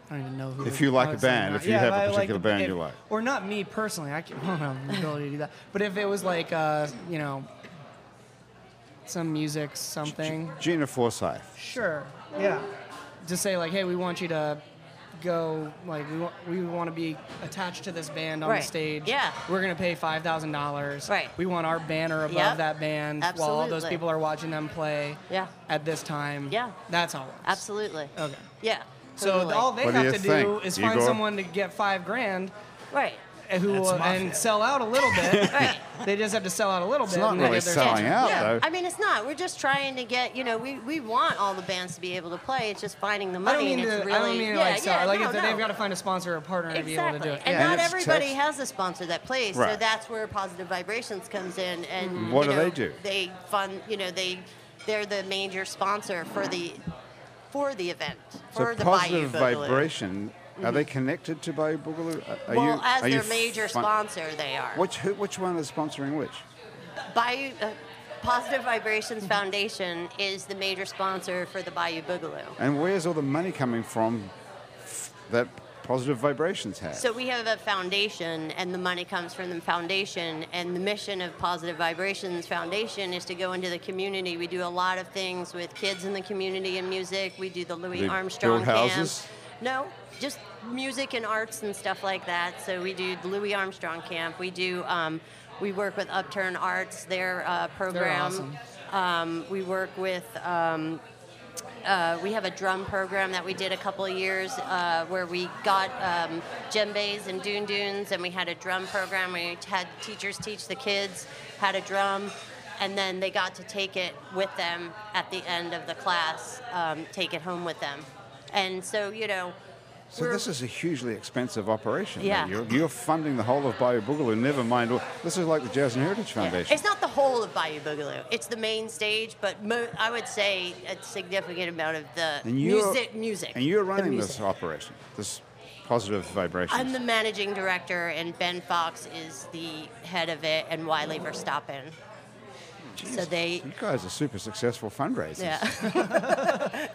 Speaker 2: I don't even know who.
Speaker 1: If you like
Speaker 2: I
Speaker 1: a
Speaker 2: was thinking
Speaker 1: band,
Speaker 2: about-
Speaker 1: if you have a
Speaker 2: but I
Speaker 1: particular
Speaker 2: the-
Speaker 1: band
Speaker 2: if-
Speaker 1: you like.
Speaker 2: or not me personally, I, can, [laughs] I don't have the ability to do that. But if it was like, uh, you know, some music, something,
Speaker 1: Gina Forsyth.
Speaker 2: sure, yeah, to say like, hey, we want you to go, like, we want we want to be attached to this band on
Speaker 3: Right.
Speaker 2: the stage.
Speaker 3: Yeah.
Speaker 2: we're gonna pay five thousand dollars.
Speaker 3: Right.
Speaker 2: we want our banner above
Speaker 3: Yep.
Speaker 2: that band while all those
Speaker 3: Absolutely.
Speaker 2: people are watching them play.
Speaker 3: Yeah.
Speaker 2: at this time.
Speaker 3: Yeah.
Speaker 2: that's how it works.
Speaker 3: Absolutely.
Speaker 2: Okay.
Speaker 3: Yeah.
Speaker 2: So
Speaker 3: totally.
Speaker 2: all they
Speaker 1: What do
Speaker 2: have
Speaker 1: you
Speaker 2: to do
Speaker 1: think,
Speaker 2: is find
Speaker 1: Igor?
Speaker 2: someone to get five grand eh,
Speaker 3: right.
Speaker 2: who
Speaker 3: That's
Speaker 2: will, and
Speaker 3: mafia.
Speaker 2: sell out a little bit.
Speaker 1: [laughs]
Speaker 2: they just have to sell out a little
Speaker 1: It's
Speaker 2: bit.
Speaker 1: not
Speaker 2: and they
Speaker 1: really
Speaker 2: get their
Speaker 1: selling
Speaker 2: attention.
Speaker 1: out, though.
Speaker 3: I mean, it's not. We're just trying to get, you know, we, we want all the bands to be able to play. It's just finding the
Speaker 2: I
Speaker 3: money.
Speaker 2: don't mean
Speaker 3: and
Speaker 2: to.
Speaker 3: it's really,
Speaker 2: I don't mean to
Speaker 3: yeah,
Speaker 2: like sell.
Speaker 3: yeah,
Speaker 2: like
Speaker 3: no,
Speaker 2: if they-
Speaker 3: no.
Speaker 2: they've got to find a sponsor or a partner to be able to do it.
Speaker 3: And
Speaker 2: Yeah.
Speaker 3: not
Speaker 1: it's
Speaker 3: everybody
Speaker 1: tough.
Speaker 3: has a sponsor that plays, so
Speaker 1: Right.
Speaker 3: that's where Positive Vibrations comes in. And
Speaker 1: Mhm. What
Speaker 3: you
Speaker 1: do they
Speaker 3: know,
Speaker 1: do?
Speaker 3: They fund, you know, they they're the major sponsor for the for the event
Speaker 1: So
Speaker 3: for the
Speaker 1: positive
Speaker 3: Bayou Boogaloo.
Speaker 1: vibration. Are
Speaker 3: Mhm.
Speaker 1: they connected to Bayou Boogaloo? Are- Are
Speaker 3: well,
Speaker 1: you,
Speaker 3: as
Speaker 1: are you
Speaker 3: their major
Speaker 1: fun-
Speaker 3: sponsor, they are
Speaker 1: Which who, which one is sponsoring which?
Speaker 3: Bayou. Uh, Positive Vibrations Foundation is the major sponsor for the Bayou Boogaloo.
Speaker 1: And where's all the money coming from that positive vibrations has?
Speaker 3: So we have a foundation, and the money comes from the foundation. And the mission of Positive Vibrations Foundation is to go into the community. We do a lot of things with kids in the community and music. We do the Louis
Speaker 1: They
Speaker 3: Armstrong
Speaker 1: build
Speaker 3: camp.
Speaker 1: houses?
Speaker 3: No, just music and arts and stuff like that. So we do the Louis Armstrong camp. We do. Um, we work with Upturn Arts, their uh, program.
Speaker 2: awesome.
Speaker 3: Um, we work with. Um, uh, we have a drum program that we did a couple of years uh, where we got um, djembes and doon doons, and we had a drum program. We had teachers teach the kids how to drum, and then they got to take it with them at the end of the class, um, take it home with them. And so, you know,
Speaker 1: So this is a hugely expensive operation. though.
Speaker 3: Yeah.
Speaker 1: You're, you're funding the whole of Bayou Boogaloo, never mind. all- This is like the Jazz and Heritage Foundation.
Speaker 3: It's not the whole of Bayou Boogaloo. It's the main stage, but mo- I would say a significant amount of the
Speaker 1: and you're,
Speaker 3: music. Music.
Speaker 1: And you're
Speaker 3: The
Speaker 1: running
Speaker 3: music.
Speaker 1: this operation, this positive vibration.
Speaker 3: I'm the managing director, and Ben Fox is the head of it, and Wiley Verstappen. So they,
Speaker 1: you guys are super successful fundraisers.
Speaker 3: yeah.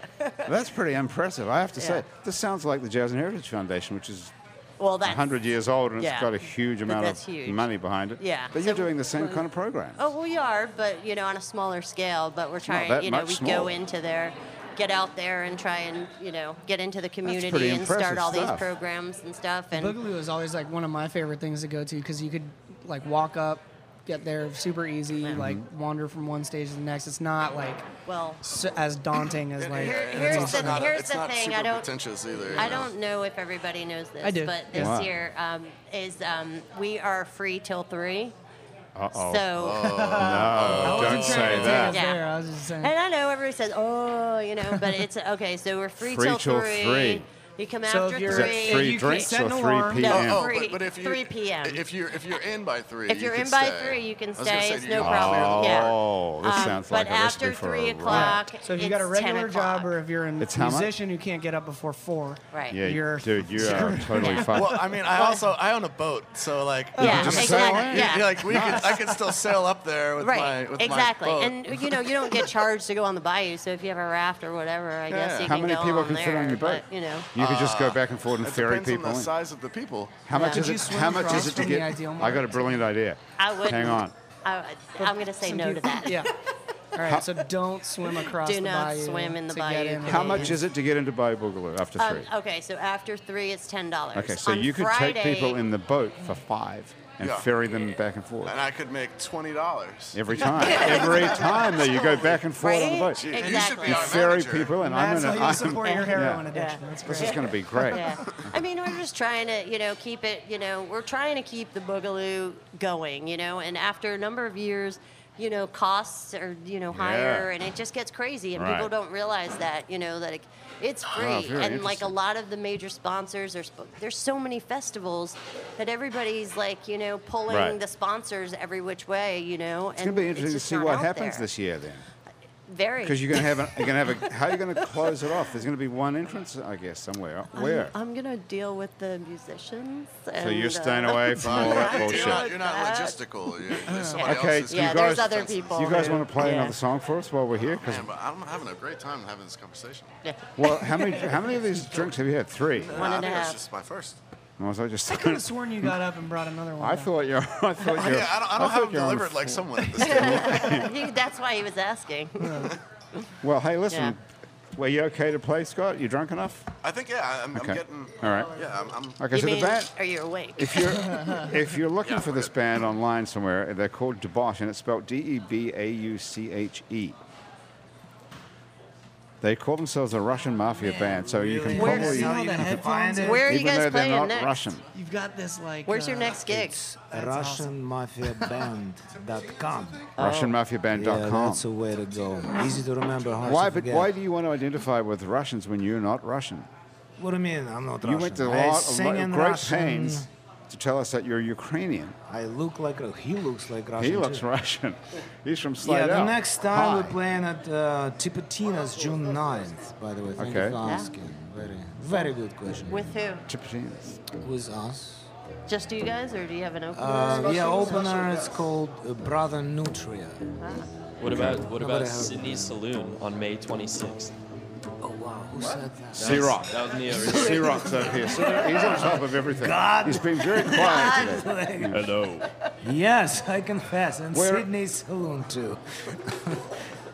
Speaker 1: That's pretty impressive, I have to
Speaker 3: Yeah.
Speaker 1: say. This sounds like the Jazz and Heritage Foundation, which is
Speaker 3: [laughs] Well, that's
Speaker 1: 100 years old and
Speaker 3: yeah.
Speaker 1: it's got a huge
Speaker 3: But
Speaker 1: amount of
Speaker 3: that's huge.
Speaker 1: money behind it.
Speaker 3: Yeah.
Speaker 1: But you're doing the same kind of program.
Speaker 3: Oh, we are, but you know, on a smaller scale. But we're
Speaker 1: not
Speaker 3: trying,
Speaker 1: that
Speaker 3: you know,
Speaker 1: much
Speaker 3: we go
Speaker 1: smaller.
Speaker 3: into there, get out there, and try and you know, get into the
Speaker 1: pretty
Speaker 3: community and
Speaker 1: impressive
Speaker 3: start all these
Speaker 1: stuff.
Speaker 3: programs and stuff. And
Speaker 2: Boogaloo is always like one of my favorite things to go to because you could like walk up, get there super easy, like
Speaker 3: Mm-hmm.
Speaker 2: wander from one stage to the next. It's not like
Speaker 3: well,
Speaker 2: s as daunting as like.
Speaker 3: Here-
Speaker 2: it's
Speaker 3: here's
Speaker 2: awesome.
Speaker 3: the-
Speaker 5: Not-
Speaker 3: here's
Speaker 5: it's not
Speaker 3: thing,
Speaker 5: super
Speaker 3: I don't-
Speaker 5: pretentious either.
Speaker 3: I
Speaker 5: you know?
Speaker 3: don't know if everybody knows this,
Speaker 2: I do.
Speaker 3: but
Speaker 2: Yeah.
Speaker 3: this
Speaker 1: Wow.
Speaker 3: year um, is um, we are free till three.
Speaker 1: Uh-oh.
Speaker 3: So.
Speaker 1: Oh.
Speaker 3: Oh,
Speaker 1: no, don't say that.
Speaker 3: Yeah.
Speaker 2: There, I was just saying.
Speaker 3: And I know everybody says, oh, you know, but it's [laughs] okay. So we're free,
Speaker 1: Free
Speaker 3: till,
Speaker 1: till
Speaker 3: three.
Speaker 1: three.
Speaker 3: You come
Speaker 2: So
Speaker 3: after
Speaker 2: if you're-
Speaker 1: Is
Speaker 3: three.
Speaker 1: that
Speaker 2: If you
Speaker 1: free
Speaker 2: can
Speaker 1: drinks
Speaker 2: set
Speaker 1: or
Speaker 2: an
Speaker 1: 3
Speaker 2: alarm.
Speaker 1: p.m.?
Speaker 3: No,
Speaker 5: Oh,
Speaker 3: Three-
Speaker 5: but, but if you
Speaker 3: 3 p.m..
Speaker 5: If you're if you're in by three,
Speaker 3: If
Speaker 5: you
Speaker 3: you're
Speaker 5: could
Speaker 3: in by
Speaker 5: stay.
Speaker 3: three, you can
Speaker 5: I was gonna
Speaker 3: stay.
Speaker 5: say,
Speaker 3: It's
Speaker 5: you
Speaker 3: no
Speaker 5: can-
Speaker 3: problem.
Speaker 1: Oh,
Speaker 3: yeah. Um,
Speaker 1: this sounds
Speaker 3: but
Speaker 1: like a recipe
Speaker 3: after
Speaker 1: for
Speaker 3: three
Speaker 1: a rap.
Speaker 3: o'clock,
Speaker 2: so if you got a
Speaker 3: it's 10
Speaker 2: regular
Speaker 3: o'clock.
Speaker 2: job or if you're a
Speaker 1: It's how much?
Speaker 2: musician who can't get up before four,
Speaker 3: right?
Speaker 1: Yeah,
Speaker 2: You're-
Speaker 1: dude, you are totally
Speaker 3: Yeah.
Speaker 1: fucked.
Speaker 6: Well, I mean, I also I own a boat, so like,
Speaker 3: Yeah,
Speaker 6: you
Speaker 1: just sail in.
Speaker 5: [laughs]
Speaker 3: exactly. Yeah.
Speaker 6: you- like we could, I
Speaker 3: [laughs]
Speaker 6: could still sail up there with
Speaker 3: Right,
Speaker 6: my with
Speaker 3: exactly,
Speaker 6: my boat.
Speaker 3: and you know you don't get charged to go on the bayou, so if you have a raft or whatever, I guess
Speaker 5: Yeah.
Speaker 3: you
Speaker 1: How
Speaker 3: can
Speaker 1: many
Speaker 3: go
Speaker 1: people
Speaker 3: on
Speaker 1: can
Speaker 3: there,
Speaker 1: fit on your boat?
Speaker 3: But, you know,
Speaker 1: You could just
Speaker 2: Uh,
Speaker 1: go back and forth and
Speaker 5: it
Speaker 1: ferry
Speaker 5: depends on
Speaker 1: people
Speaker 5: the
Speaker 1: in.
Speaker 5: size of the people.
Speaker 1: How much
Speaker 3: Yeah.
Speaker 1: is
Speaker 2: Could you
Speaker 1: it?
Speaker 2: swim
Speaker 1: How much
Speaker 2: across
Speaker 1: is it to
Speaker 2: from the
Speaker 1: get?
Speaker 2: ideal
Speaker 1: I got a brilliant idea.
Speaker 3: I would.
Speaker 1: Hang on.
Speaker 3: I, I'm going to say
Speaker 2: some
Speaker 3: no to
Speaker 2: people- [laughs]
Speaker 3: that. [laughs]
Speaker 2: Yeah. All right, so don't swim across
Speaker 3: Do
Speaker 2: the
Speaker 3: not
Speaker 2: bayou.
Speaker 3: swim in the
Speaker 2: to get
Speaker 3: bayou,
Speaker 2: in.
Speaker 1: How
Speaker 3: Yeah.
Speaker 1: much is it to get into Bayou Boogaloo after
Speaker 3: Um,
Speaker 1: three?
Speaker 3: okay, so after three, it's ten dollars.
Speaker 1: Okay, so
Speaker 3: on
Speaker 1: you could
Speaker 3: Friday,
Speaker 1: take people in the boat for five and
Speaker 5: Yeah.
Speaker 1: ferry them back and forth.
Speaker 5: And I could make twenty dollars.
Speaker 1: Every time.
Speaker 3: [laughs]
Speaker 1: Every time that you go back and forth on the boat.
Speaker 3: Right?
Speaker 5: You should
Speaker 3: Exactly.
Speaker 5: be
Speaker 1: You
Speaker 5: our
Speaker 1: ferry
Speaker 5: manager. [laughs]
Speaker 1: people and I'm
Speaker 2: That's
Speaker 1: gonna
Speaker 2: how
Speaker 1: I'm-
Speaker 2: you support your heroin
Speaker 1: yeah.
Speaker 2: addiction.
Speaker 3: Yeah.
Speaker 2: That's
Speaker 1: [laughs]
Speaker 2: great.
Speaker 1: This is gonna be great.
Speaker 3: Yeah. I mean, we're just trying to, you know, keep it, you know, we're trying to keep the boogaloo going, you know, and after a number of years, you know, costs are, you know, higher
Speaker 1: Yeah.
Speaker 3: and it just gets crazy and
Speaker 1: Right. Oh,
Speaker 3: people don't realize that, you know, that it, it's free.
Speaker 1: very
Speaker 3: and like a
Speaker 1: interesting.
Speaker 3: lot of the major sponsors are, sp- there's so many festivals that everybody's like, you know, pulling
Speaker 1: Right.
Speaker 3: the sponsors every which way, you know.
Speaker 1: It's gonna be interesting to see what happens this year then.
Speaker 3: Very.
Speaker 1: Because you're gonna have
Speaker 3: [laughs]
Speaker 1: an, you're gonna have a how are you gonna close it off? There's gonna be one entrance, I guess, somewhere. Where?
Speaker 3: I'm, I'm gonna deal with the musicians. And,
Speaker 1: so you're
Speaker 3: uh,
Speaker 1: staying
Speaker 3: [laughs]
Speaker 1: away from all that
Speaker 5: You're not,
Speaker 1: bullshit.
Speaker 5: you're not
Speaker 3: That-
Speaker 5: logistical. You're, there's somebody
Speaker 1: Okay,
Speaker 5: else's
Speaker 1: so
Speaker 3: Yeah,
Speaker 1: you
Speaker 3: there's
Speaker 1: guys,
Speaker 3: other people.
Speaker 1: you guys
Speaker 3: who-
Speaker 1: want to play
Speaker 3: yeah.
Speaker 1: another song for us while we're here? 'Cause-
Speaker 5: Man, but I'm having a great time having this conversation.
Speaker 1: well, how many how many of these drinks have you had?
Speaker 3: [laughs]
Speaker 1: Three.
Speaker 3: One
Speaker 5: I
Speaker 3: and a
Speaker 5: think
Speaker 3: half.
Speaker 5: that's just my first.
Speaker 1: I was
Speaker 3: [laughs]
Speaker 1: like, just [laughs]
Speaker 2: [laughs] I could have sworn you got up and brought another one.
Speaker 1: I
Speaker 2: down.
Speaker 1: thought you're. [laughs] I thought you're.
Speaker 5: Yeah, I don't, I
Speaker 1: I
Speaker 5: don't
Speaker 1: thought
Speaker 5: have them
Speaker 1: you're on
Speaker 5: delivered
Speaker 1: f-
Speaker 5: like
Speaker 1: [laughs]
Speaker 5: someone at this table.
Speaker 3: He- that's why he was
Speaker 4: [laughs]
Speaker 3: asking.
Speaker 1: Well, hey, listen.
Speaker 3: Yeah.
Speaker 1: Were you okay to play, Scott? You drunk enough?
Speaker 5: I think yeah, I'm,
Speaker 1: Okay.
Speaker 5: I'm getting.
Speaker 1: All right.
Speaker 5: Yeah, I'm. I'm
Speaker 1: Okay,
Speaker 3: you
Speaker 1: so
Speaker 3: mean,
Speaker 1: the
Speaker 3: [laughs]
Speaker 1: band.
Speaker 3: are you awake?
Speaker 1: If you're if you're looking
Speaker 5: Yeah,
Speaker 1: for
Speaker 5: we're
Speaker 1: this
Speaker 5: good.
Speaker 1: band online somewhere, they're called Debauch, and it's spelled D E B A U C H E. They call themselves a Russian mafia band, so you can
Speaker 2: Where-
Speaker 1: probably,
Speaker 2: see all the headphones?
Speaker 3: Where are you
Speaker 1: even though they're
Speaker 3: guys playing
Speaker 1: not
Speaker 3: next?
Speaker 1: Russian.
Speaker 2: You've got this like.
Speaker 3: Where's your
Speaker 2: uh,
Speaker 3: next gig?
Speaker 4: RussianMafiaBand.com. Yeah,
Speaker 1: RussianMafiaBand.com.
Speaker 4: that's a way to go. Easy to remember, hard
Speaker 1: why,
Speaker 4: to
Speaker 1: but
Speaker 4: forget.
Speaker 1: why do you want to identify with Russians when you're not Russian?
Speaker 4: What do you mean? I'm not
Speaker 1: You
Speaker 4: Russian.
Speaker 1: went to a
Speaker 4: I
Speaker 1: lot of
Speaker 4: sing
Speaker 1: lo-
Speaker 4: in
Speaker 1: great
Speaker 4: Russian.
Speaker 1: pains to tell us that you're Ukrainian.
Speaker 4: I look like a. He looks like Russian.
Speaker 1: He looks
Speaker 4: too.
Speaker 1: Russian. He's from
Speaker 4: Yeah,
Speaker 1: Slidell.
Speaker 4: the next time
Speaker 1: Hi.
Speaker 4: we're playing at uh, Tipitina's June 9th, by the way. Thank
Speaker 1: Okay.
Speaker 4: you for
Speaker 3: Yeah.
Speaker 4: asking. Very, very good question.
Speaker 3: With who?
Speaker 1: Chipotines.
Speaker 4: With us.
Speaker 3: Just you guys, or do you have an opener?
Speaker 4: Uh, yeah, opener is called uh, Brother Nutria.
Speaker 9: What about what
Speaker 4: How about
Speaker 9: about
Speaker 4: I have-
Speaker 9: Sydney's Saloon on May 26th?
Speaker 4: Oh, wow, who said that?
Speaker 1: C-Rock.
Speaker 9: That was me. originally.
Speaker 1: Sea Rock's up here. So there- he's on top of everything. He's been very quiet today.
Speaker 9: Hello.
Speaker 4: Yes, I confess. And
Speaker 1: Where-
Speaker 4: Sydney's Saloon, too.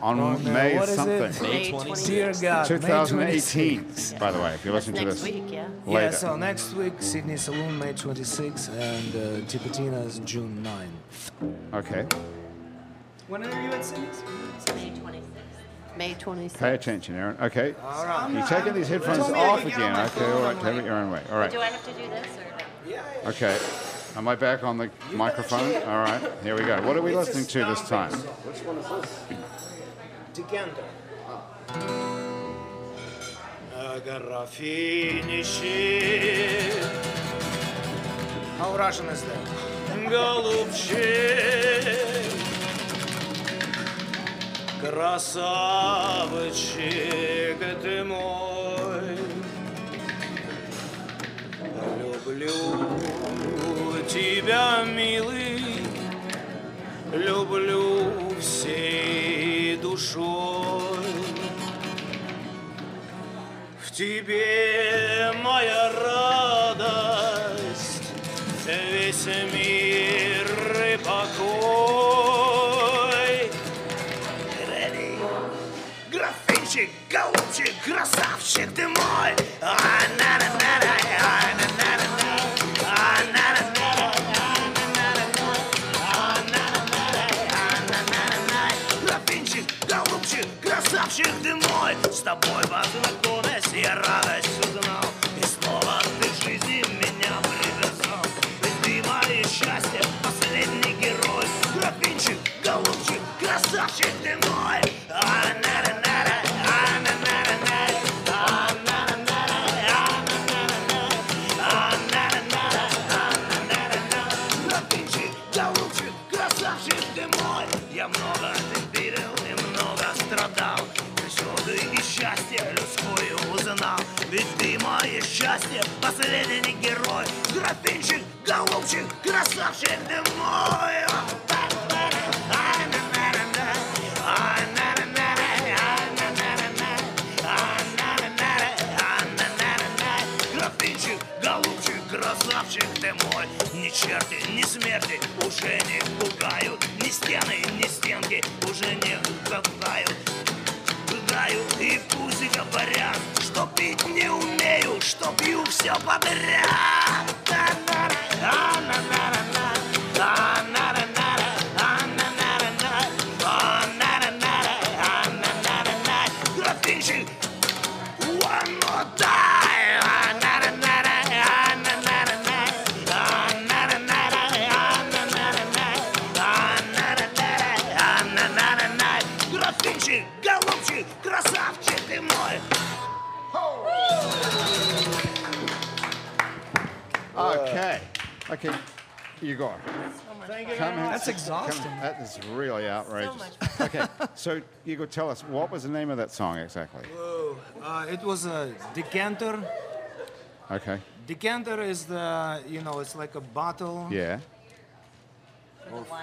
Speaker 1: On
Speaker 4: uh,
Speaker 1: May
Speaker 4: what is
Speaker 1: something.
Speaker 4: it?
Speaker 9: May
Speaker 3: May
Speaker 9: 26th.
Speaker 4: Dear God, May
Speaker 1: 2018,
Speaker 4: 26th.
Speaker 1: by the way, if you're listening to
Speaker 3: next
Speaker 1: this
Speaker 3: week, yeah.
Speaker 1: later.
Speaker 4: Yeah, so next week, Sydney Saloon, May 26th, and uh, Tipitina's June 9th.
Speaker 1: Okay,
Speaker 2: When are you at Sydney's?
Speaker 3: May 26th. May 26th.
Speaker 1: pay attention, Aaron. Okay,
Speaker 4: right.
Speaker 1: you're taking these headphones
Speaker 2: Tell me I
Speaker 1: off
Speaker 2: can get on
Speaker 1: again.
Speaker 2: my
Speaker 1: Okay,
Speaker 2: phone,
Speaker 1: all
Speaker 2: I'm
Speaker 1: right, take it your own way. All right,
Speaker 3: Do I have to do this or no?
Speaker 1: okay. Am I back on the microphone? All right, here we go. What are we listening to this time?
Speaker 4: Decanter. How Russian is that?
Speaker 10: голубчик, красавчик ты мой. Люблю тебя, милый, люблю всей душой. В тебе моя радость, весь мир и покой. Графинчик, голубчик, красавчик ты мой. А-на-на-на-на, а-на-на-на-на, а-на-на-на-на, а-на-на-на-на, а-на-на-на-на, а-на-на-на. Графинчик, голубчик, красавчик ты мой. С тобой познакомясь, я радость узнал. И снова ты в жизни меня привязал. Ведь ты мое счастье, последний герой. Графинчик, голубчик, красавчик ты мой. А, А-на-на-на-на, а-на-на-на-на, а-на-на-на-на, а-на-на-на-на, а-на-на-на-на, а-на-на-на-на. Графинчик, голубчик, красавчик ты мой. Я много терпел и много страдал. Причуды и счастье людское узнал. Ведь ты мое счастье, последний герой. Графинчик, голубчик, красавчик ты мой. А-на-на-на-на, а-на-на-на-на, а-на-на-на-на, а-на-на-на-на, а-на-на-на-на. Графинчик, голубчик, красавчик ты мой Ни черти, ни смерти уже не пугают Ни стены, ни стенки уже не пугают Пугаю и пусть говорят Что пить не умею, что пью все подряд Та-на-ра, а-на-на-ра-на, а-на-ра-на-ра, а-на-на-ра-на, а-на-ра-на-ра, а-на-на-ра-на. Графинчик, one more time. Ah-na-na-na-na, ah-na-na-na-na, ah-na-na-na-na, ah-na-na-na-na, ah-na-na-на-на, ah-na-на-на-на. Графинчик, голубчик, красавчик ты мой.
Speaker 1: Okay, okay, you go. Come in.
Speaker 2: That's exhausting.
Speaker 1: Come- That is really outrageous. okay, so you could tell us what was the name of that song exactly?
Speaker 4: Uh, it was a decanter.
Speaker 1: Okay,
Speaker 4: Decanter is the, you know, it's like a bottle.
Speaker 1: yeah,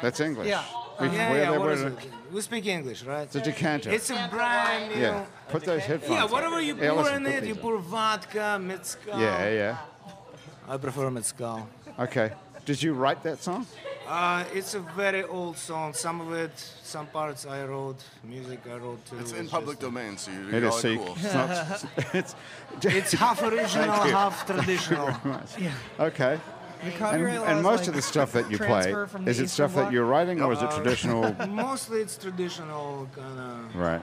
Speaker 1: that's English.
Speaker 2: Yeah.
Speaker 1: We-
Speaker 4: Yeah,
Speaker 1: where
Speaker 4: yeah,
Speaker 1: they
Speaker 4: what
Speaker 1: were-
Speaker 4: is it? We speak English, right?
Speaker 1: It's a decanter.
Speaker 4: It's a brand new.
Speaker 1: yeah, put those headphones.
Speaker 4: Yeah,
Speaker 1: on.
Speaker 4: whatever you
Speaker 1: Yeah,
Speaker 4: pour
Speaker 1: listen,
Speaker 4: in
Speaker 1: put
Speaker 4: it, you
Speaker 1: these on.
Speaker 4: pour vodka, mezcal.
Speaker 1: Yeah, yeah.
Speaker 4: I prefer mezcal.
Speaker 1: Okay. Did you write that song?
Speaker 4: Uh, it's a very old song. Some of it, some parts I wrote, music I wrote too.
Speaker 5: It's in
Speaker 4: just-
Speaker 5: public domain, so you're,
Speaker 1: It
Speaker 5: all
Speaker 1: is. So you-
Speaker 5: cool.
Speaker 1: it's not. [laughs] It's.
Speaker 4: It's half original,
Speaker 1: Thank you.
Speaker 4: half traditional.
Speaker 1: Okay. And, and most of the stuff that you play, is it stuff that you're writing or is it traditional?
Speaker 4: Mostly it's traditional, kind of
Speaker 1: right.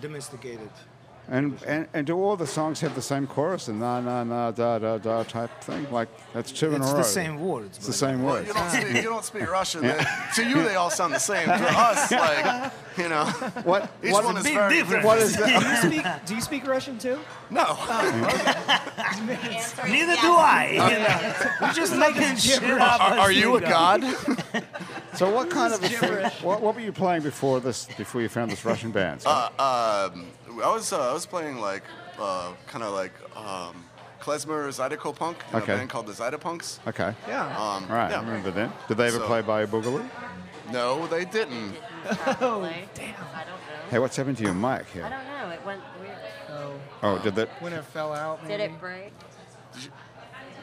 Speaker 4: domesticated.
Speaker 1: And, and and do all the songs have the same chorus and na na na da da da type thing? Like that's two in a
Speaker 4: It's
Speaker 1: row.
Speaker 4: the same words.
Speaker 1: It's the
Speaker 4: [laughs]
Speaker 1: same
Speaker 5: Well,
Speaker 1: words.
Speaker 5: you don't speak, you don't speak Russian. then- To you, they all sound the
Speaker 1: [laughs]
Speaker 5: same. To us, like, you know,
Speaker 1: What
Speaker 5: each
Speaker 1: what,
Speaker 5: one
Speaker 1: what,
Speaker 5: is
Speaker 10: big
Speaker 5: very
Speaker 10: difference.
Speaker 1: is that?
Speaker 3: [laughs]
Speaker 2: Do you speak, do you speak Russian too?
Speaker 5: No,
Speaker 10: Neither do I.
Speaker 4: We're just
Speaker 1: [laughs]
Speaker 4: making shit up.
Speaker 5: are, are you a god?
Speaker 1: So what kind of a thing, what, what were you playing before this? Before you found this Russian band? So
Speaker 5: [laughs] um, I was uh, I was playing like uh, kind of like um, klezmer zydeco punk in
Speaker 1: Okay.
Speaker 5: a band called the Zydepunks.
Speaker 1: okay.
Speaker 2: Yeah.
Speaker 5: Um,
Speaker 1: All right. I
Speaker 5: yeah.
Speaker 1: remember them. Did they ever
Speaker 5: So-
Speaker 1: play Bayou Boogaloo?
Speaker 5: No, they didn't.
Speaker 4: Oh,
Speaker 3: Probably. Damn. I don't know.
Speaker 1: Hey, what's happened to your mic
Speaker 3: I
Speaker 1: here?
Speaker 3: don't know. It went weird.
Speaker 2: So
Speaker 1: Oh, did that?
Speaker 2: when it fell out,
Speaker 3: Did
Speaker 2: maybe.
Speaker 3: it break?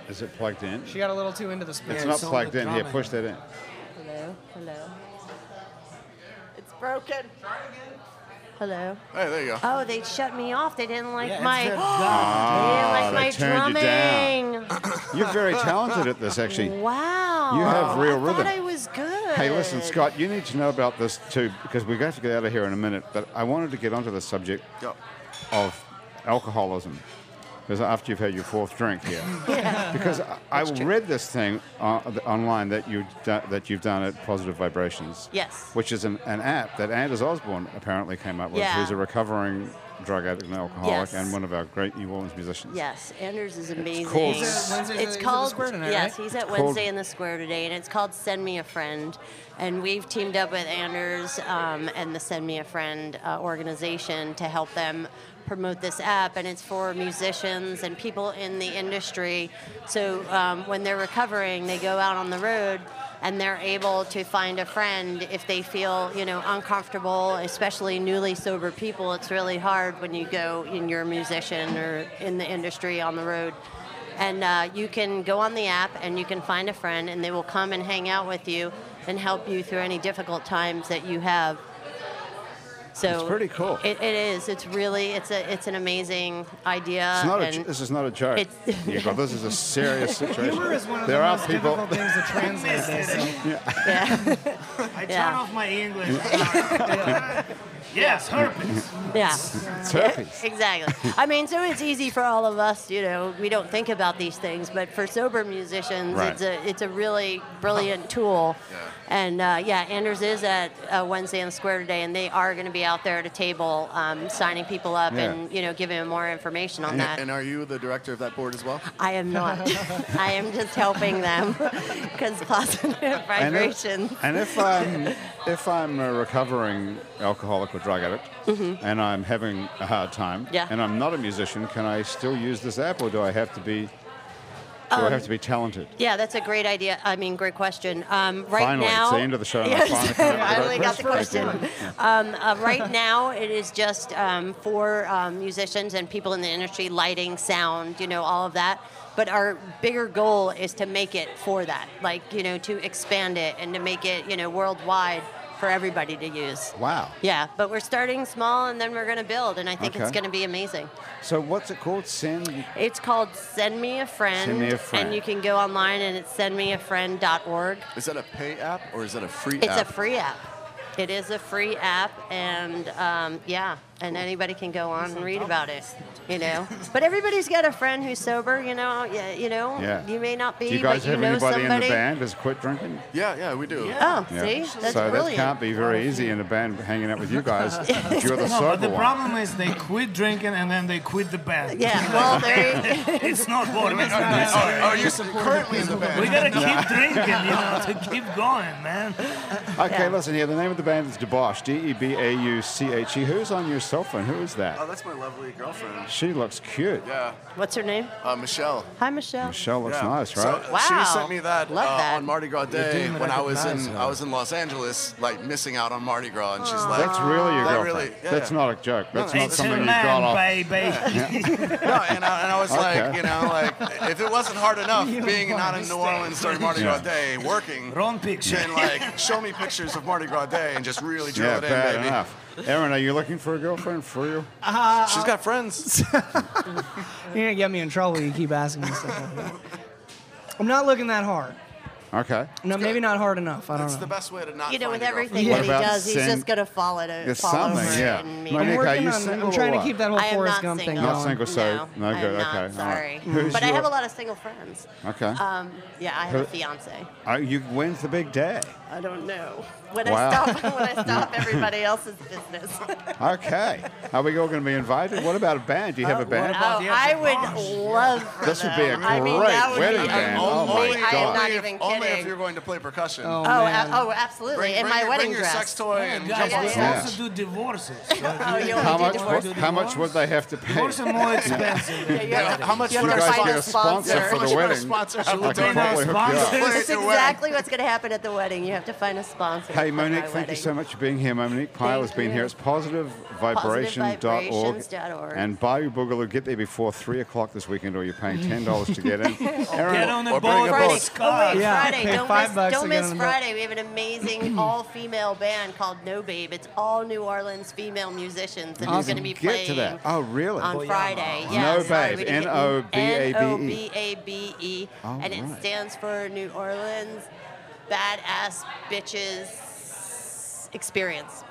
Speaker 1: Is it plugged in?
Speaker 2: She got a little too into the
Speaker 1: It's
Speaker 2: space.
Speaker 1: not
Speaker 4: it's on
Speaker 1: plugged
Speaker 4: the
Speaker 1: in. Here,
Speaker 4: drumming.
Speaker 1: push that in.
Speaker 3: Hello? Hello? It's broken. Hello?
Speaker 5: Hey, there you
Speaker 1: Uh,
Speaker 5: go.
Speaker 3: Oh, they shut me off. They didn't like
Speaker 4: Yeah, it's
Speaker 3: my.
Speaker 4: the-
Speaker 1: Ah,
Speaker 3: they
Speaker 1: they
Speaker 3: didn't like
Speaker 1: turned you
Speaker 3: my
Speaker 1: down.
Speaker 3: drumming.
Speaker 1: You're very talented at this, actually.
Speaker 3: Wow.
Speaker 1: You have real
Speaker 3: I
Speaker 1: rhythm.
Speaker 3: thought I was good.
Speaker 1: Hey, listen, Scott, you need to know about this too because we're going to get out of here in a minute. But I wanted to get onto the subject
Speaker 5: Go.
Speaker 1: of alcoholism because after you've had your fourth drink
Speaker 3: [laughs]
Speaker 1: here, because I, I read this thing uh, th- online that you do, that you've done at Positive Vibrations,
Speaker 3: Yes.
Speaker 1: which is an, an app that Anders Osborne apparently came up with,
Speaker 3: Yeah.
Speaker 1: who's a recovering drug addict and alcoholic
Speaker 3: Yes.
Speaker 1: and one of our great New Orleans musicians.
Speaker 3: Yes, Anders is amazing.
Speaker 1: called-
Speaker 2: He's at Wednesdays- he's at the
Speaker 3: called
Speaker 2: Square tonight,
Speaker 3: yes,
Speaker 2: right?
Speaker 3: he's at
Speaker 1: called-
Speaker 3: Wednesday in the Square today, and it's called Send Me a Friend. And we've teamed up with Anders um, and the Send Me a Friend uh, organization to help them promote this app, and it's for musicians and people in the industry. So um, when they're recovering, they go out on the road. And they're able to find a friend if they feel, you know, uncomfortable. Especially newly sober people, it's really hard when you go and you're a musician or in the industry on the road. And uh, you can go on the app and you can find a friend, and they will come and hang out with you and help you through any difficult times that you have. So
Speaker 1: It's pretty cool.
Speaker 3: It, it is. It's really. It's a. It's an amazing idea.
Speaker 1: It's not a,
Speaker 3: Uh, and
Speaker 1: j- this is not a joke. [laughs]
Speaker 3: It's-
Speaker 1: Yeah, God, this is a
Speaker 3: [laughs]
Speaker 1: serious situation.
Speaker 2: Humor is one of
Speaker 1: there
Speaker 2: the
Speaker 1: are
Speaker 2: most
Speaker 1: people. [laughs]
Speaker 2: difficult things to translate. they say.
Speaker 3: yeah.
Speaker 10: I turn
Speaker 3: Yeah.
Speaker 10: off my English. yes, herpes.
Speaker 3: yeah.
Speaker 1: It's herpes.
Speaker 3: Exactly. I mean, so it's easy for all of us, you know, we don't think about these things, but for sober musicians,
Speaker 1: Right.
Speaker 3: it's a it's a really brilliant tool. And uh, yeah, Anders is at uh, Wednesday in the Square today, and they are going to be out there at a table um, signing people up
Speaker 1: Yeah.
Speaker 3: and you know giving them more information on that.
Speaker 5: And are you the director of that board as well?
Speaker 3: I am
Speaker 1: [laughs]
Speaker 3: not. I am just helping them [laughs] because positive
Speaker 1: And if-
Speaker 3: vibrations.
Speaker 1: And if I'm if I'm a recovering alcoholic or drug addict and I'm having a hard time
Speaker 3: Mm-hmm. Yeah.
Speaker 1: and I'm not a musician, can I still use this app or do I have to be do I have to be
Speaker 3: Um,
Speaker 1: talented?
Speaker 3: Yeah, that's a great idea. I mean, great question. Um, right
Speaker 1: finally,
Speaker 3: now,
Speaker 1: it's the end of the show. and I
Speaker 3: Yes, [laughs]
Speaker 1: finally, come up with a
Speaker 3: finally
Speaker 1: great
Speaker 3: got the question. Um, uh,
Speaker 1: [laughs]
Speaker 3: right now, it is just um, for um, musicians and people in the industry, lighting, sound, you know, all of that. But our bigger goal is to make it for that, like you know, to expand it and to make it, you know, worldwide for everybody to use.
Speaker 1: Wow.
Speaker 3: [laughs] Yeah, but we're starting small and then we're going to build, and I think it's
Speaker 1: Okay.
Speaker 3: going to be amazing.
Speaker 1: So what's it called? Send.
Speaker 3: It's called Send Me a Friend,
Speaker 1: Send Me a Friend.
Speaker 3: and you can go online and it's sendmeafriend.org.
Speaker 5: Is that a pay app or is that a free
Speaker 3: It's
Speaker 5: app?
Speaker 3: a free app. It is a free app, and um, yeah, and anybody can go on and read about it, you know. But everybody's got a friend who's sober, you know. Yeah, you know.
Speaker 1: Yeah.
Speaker 3: You may not be,
Speaker 1: Do you guys
Speaker 3: but you
Speaker 1: have
Speaker 3: know
Speaker 1: anybody
Speaker 3: somebody.
Speaker 1: in the band that's quit drinking?
Speaker 5: yeah, yeah, we do.
Speaker 3: Oh,
Speaker 1: Yeah.
Speaker 3: see, that's
Speaker 1: so
Speaker 3: brilliant.
Speaker 1: that can't be very easy in a band hanging out with you
Speaker 3: [laughs]
Speaker 1: guys. if you're the
Speaker 6: No,
Speaker 1: sober
Speaker 6: but the
Speaker 1: one.
Speaker 6: problem is they quit drinking and then they quit the band.
Speaker 3: yeah. Well, there. You,
Speaker 6: [laughs]
Speaker 10: It's not
Speaker 3: [laughs]
Speaker 10: what it
Speaker 5: Oh,
Speaker 10: is.
Speaker 5: oh, you're currently in the
Speaker 10: We
Speaker 5: band.
Speaker 10: gotta keep drinking, you know, to keep going, man.
Speaker 1: Okay,
Speaker 3: Yeah.
Speaker 1: listen here. The name of the band is Debauch. D E B A U C H E. Who's on your cell phone? Who is
Speaker 5: Oh,
Speaker 1: that?
Speaker 5: that's my lovely girlfriend.
Speaker 1: She looks cute.
Speaker 5: Yeah,
Speaker 3: what's her name?
Speaker 5: uh, Michelle.
Speaker 3: Hi, Michelle.
Speaker 1: Michelle looks
Speaker 5: Yeah.
Speaker 1: nice,
Speaker 5: So,
Speaker 1: right?
Speaker 5: uh, She
Speaker 3: Wow.
Speaker 5: sent me that,
Speaker 3: Love
Speaker 5: uh,
Speaker 3: that.
Speaker 5: on Mardi Gras
Speaker 4: They
Speaker 5: day
Speaker 4: didn't
Speaker 5: when I was in
Speaker 4: recognize her.
Speaker 5: I was in Los Angeles, like missing out on Mardi Gras, and she's like,
Speaker 1: That's really your
Speaker 5: That
Speaker 1: girlfriend.
Speaker 5: really- yeah.
Speaker 1: That's not a joke. That's not
Speaker 10: It's a
Speaker 1: something you got off.
Speaker 10: man, baby.
Speaker 5: no, and I, and I was
Speaker 1: Okay.
Speaker 5: like, you know, like if it wasn't hard enough being
Speaker 2: don't
Speaker 5: not in New Orleans during Mardi Gras day, working,
Speaker 10: Wrong picture.
Speaker 5: then like show me pictures of Mardi Gras day and just really drill
Speaker 1: Yeah,
Speaker 5: it in,
Speaker 1: bad
Speaker 5: baby.
Speaker 1: enough. Aaron, are you looking for a girlfriend for you?
Speaker 5: She's got friends.
Speaker 1: [laughs]
Speaker 2: You're gonna get me in trouble. You keep asking me stuff like that. I'm not looking that hard.
Speaker 1: Okay.
Speaker 2: No, maybe not hard enough. I don't
Speaker 5: It's
Speaker 2: know.
Speaker 5: the best way to not.
Speaker 3: You know,
Speaker 5: find
Speaker 3: with
Speaker 5: a girlfriend.
Speaker 3: everything
Speaker 1: What
Speaker 3: that he
Speaker 1: about
Speaker 3: does, he's
Speaker 1: sin-
Speaker 3: just gonna fall it o-
Speaker 1: There's
Speaker 3: fall
Speaker 1: something,
Speaker 3: over
Speaker 1: yeah.
Speaker 3: and meet
Speaker 1: My
Speaker 3: her.
Speaker 2: I'm
Speaker 1: Nick, are
Speaker 2: working
Speaker 1: you
Speaker 2: on that.
Speaker 1: single
Speaker 2: I'm
Speaker 1: or
Speaker 2: trying to
Speaker 1: what?
Speaker 2: keep that whole
Speaker 3: I am
Speaker 2: Forrest
Speaker 3: not
Speaker 2: Gump thing
Speaker 3: single.
Speaker 2: going.
Speaker 1: Not single, so
Speaker 3: no,
Speaker 1: no good.
Speaker 3: I'm not,
Speaker 1: okay. all right.
Speaker 3: sorry.
Speaker 1: Who's
Speaker 3: but I
Speaker 1: your-
Speaker 3: have a lot of single friends.
Speaker 1: Okay.
Speaker 3: Um, yeah, I have a
Speaker 1: Who-
Speaker 3: fiance.
Speaker 1: Oh, you, when's the big day?
Speaker 3: I don't know. When
Speaker 1: Wow.
Speaker 3: I stop, [laughs] when
Speaker 1: [laughs]
Speaker 3: I stop everybody else's business.
Speaker 1: Okay. Are we all going to be invited? What about a band? Do you have a band?
Speaker 3: Oh,
Speaker 6: the
Speaker 3: I
Speaker 6: after party?
Speaker 3: would love for
Speaker 1: This would be a
Speaker 3: them. I mean,
Speaker 1: great
Speaker 3: that would
Speaker 1: wedding
Speaker 3: be
Speaker 1: band. Oh, my
Speaker 3: amazing. I am
Speaker 1: God.
Speaker 3: not
Speaker 5: Only if-
Speaker 3: even
Speaker 5: Only if you're
Speaker 3: kidding.
Speaker 5: going to play percussion.
Speaker 2: Oh,
Speaker 3: Oh, a-
Speaker 2: man.
Speaker 3: oh, absolutely.
Speaker 5: Bring,
Speaker 3: In
Speaker 5: bring
Speaker 3: my
Speaker 5: your,
Speaker 3: wedding
Speaker 5: bring
Speaker 3: dress.
Speaker 5: your sex toy and
Speaker 6: Guys,
Speaker 3: Yeah,
Speaker 6: we
Speaker 3: yeah.
Speaker 6: also do divorces.
Speaker 3: [laughs] Oh, you
Speaker 1: How
Speaker 3: only
Speaker 1: much?
Speaker 3: do
Speaker 1: Would,
Speaker 3: divorce.
Speaker 1: how much would they have to pay?
Speaker 6: Divorce are
Speaker 1: [laughs]
Speaker 6: more expensive.
Speaker 3: Yeah, you have to-
Speaker 5: How much
Speaker 3: you have
Speaker 5: would
Speaker 3: to
Speaker 5: our
Speaker 3: find
Speaker 1: guys
Speaker 3: a
Speaker 1: get a sponsor
Speaker 3: sponsor.
Speaker 1: for the
Speaker 5: How much would our
Speaker 1: wedding?
Speaker 5: sponsor have
Speaker 1: I
Speaker 5: to
Speaker 1: can
Speaker 5: pay
Speaker 1: probably
Speaker 5: us?
Speaker 1: hook you up.
Speaker 6: Sponsors.
Speaker 3: That's exactly what's going to happen at the wedding. You have to find a sponsor.
Speaker 1: Hey,
Speaker 3: for my
Speaker 1: Monique, thank you
Speaker 3: wedding.
Speaker 1: so much for being here. Monique Pyle has
Speaker 3: Thank
Speaker 1: been
Speaker 3: you.
Speaker 1: here. It's positivevibrations.org.
Speaker 3: positivevibrations.org.
Speaker 1: And Bayou Boogaloo, get there before 3 o'clock this weekend or you're paying $10 to get in.
Speaker 3: [laughs]
Speaker 6: Get on
Speaker 1: Aaron,
Speaker 6: the
Speaker 5: Or
Speaker 6: boat.
Speaker 5: bring a
Speaker 3: Friday.
Speaker 5: boat.
Speaker 3: Oh, wait,
Speaker 2: Yeah,
Speaker 3: Friday.
Speaker 2: pay
Speaker 3: Don't
Speaker 2: five
Speaker 3: miss,
Speaker 2: bucks
Speaker 3: don't
Speaker 2: to get
Speaker 3: miss
Speaker 2: on the boat.
Speaker 3: Friday. We have an amazing all female band called No Babe. It's all New Orleans female musicians that are
Speaker 1: Awesome.
Speaker 3: going to be
Speaker 1: Get
Speaker 3: playing
Speaker 1: to that. Oh, really?
Speaker 3: on Friday. Yeah,
Speaker 1: No
Speaker 3: sorry,
Speaker 1: Babe,
Speaker 3: we didn't get-
Speaker 1: N-O-B-A-B-E.
Speaker 3: N-O-B-A-B-E,
Speaker 1: E. All
Speaker 3: E. and it
Speaker 1: right.
Speaker 3: stands for New Orleans Badass Bitches Experience.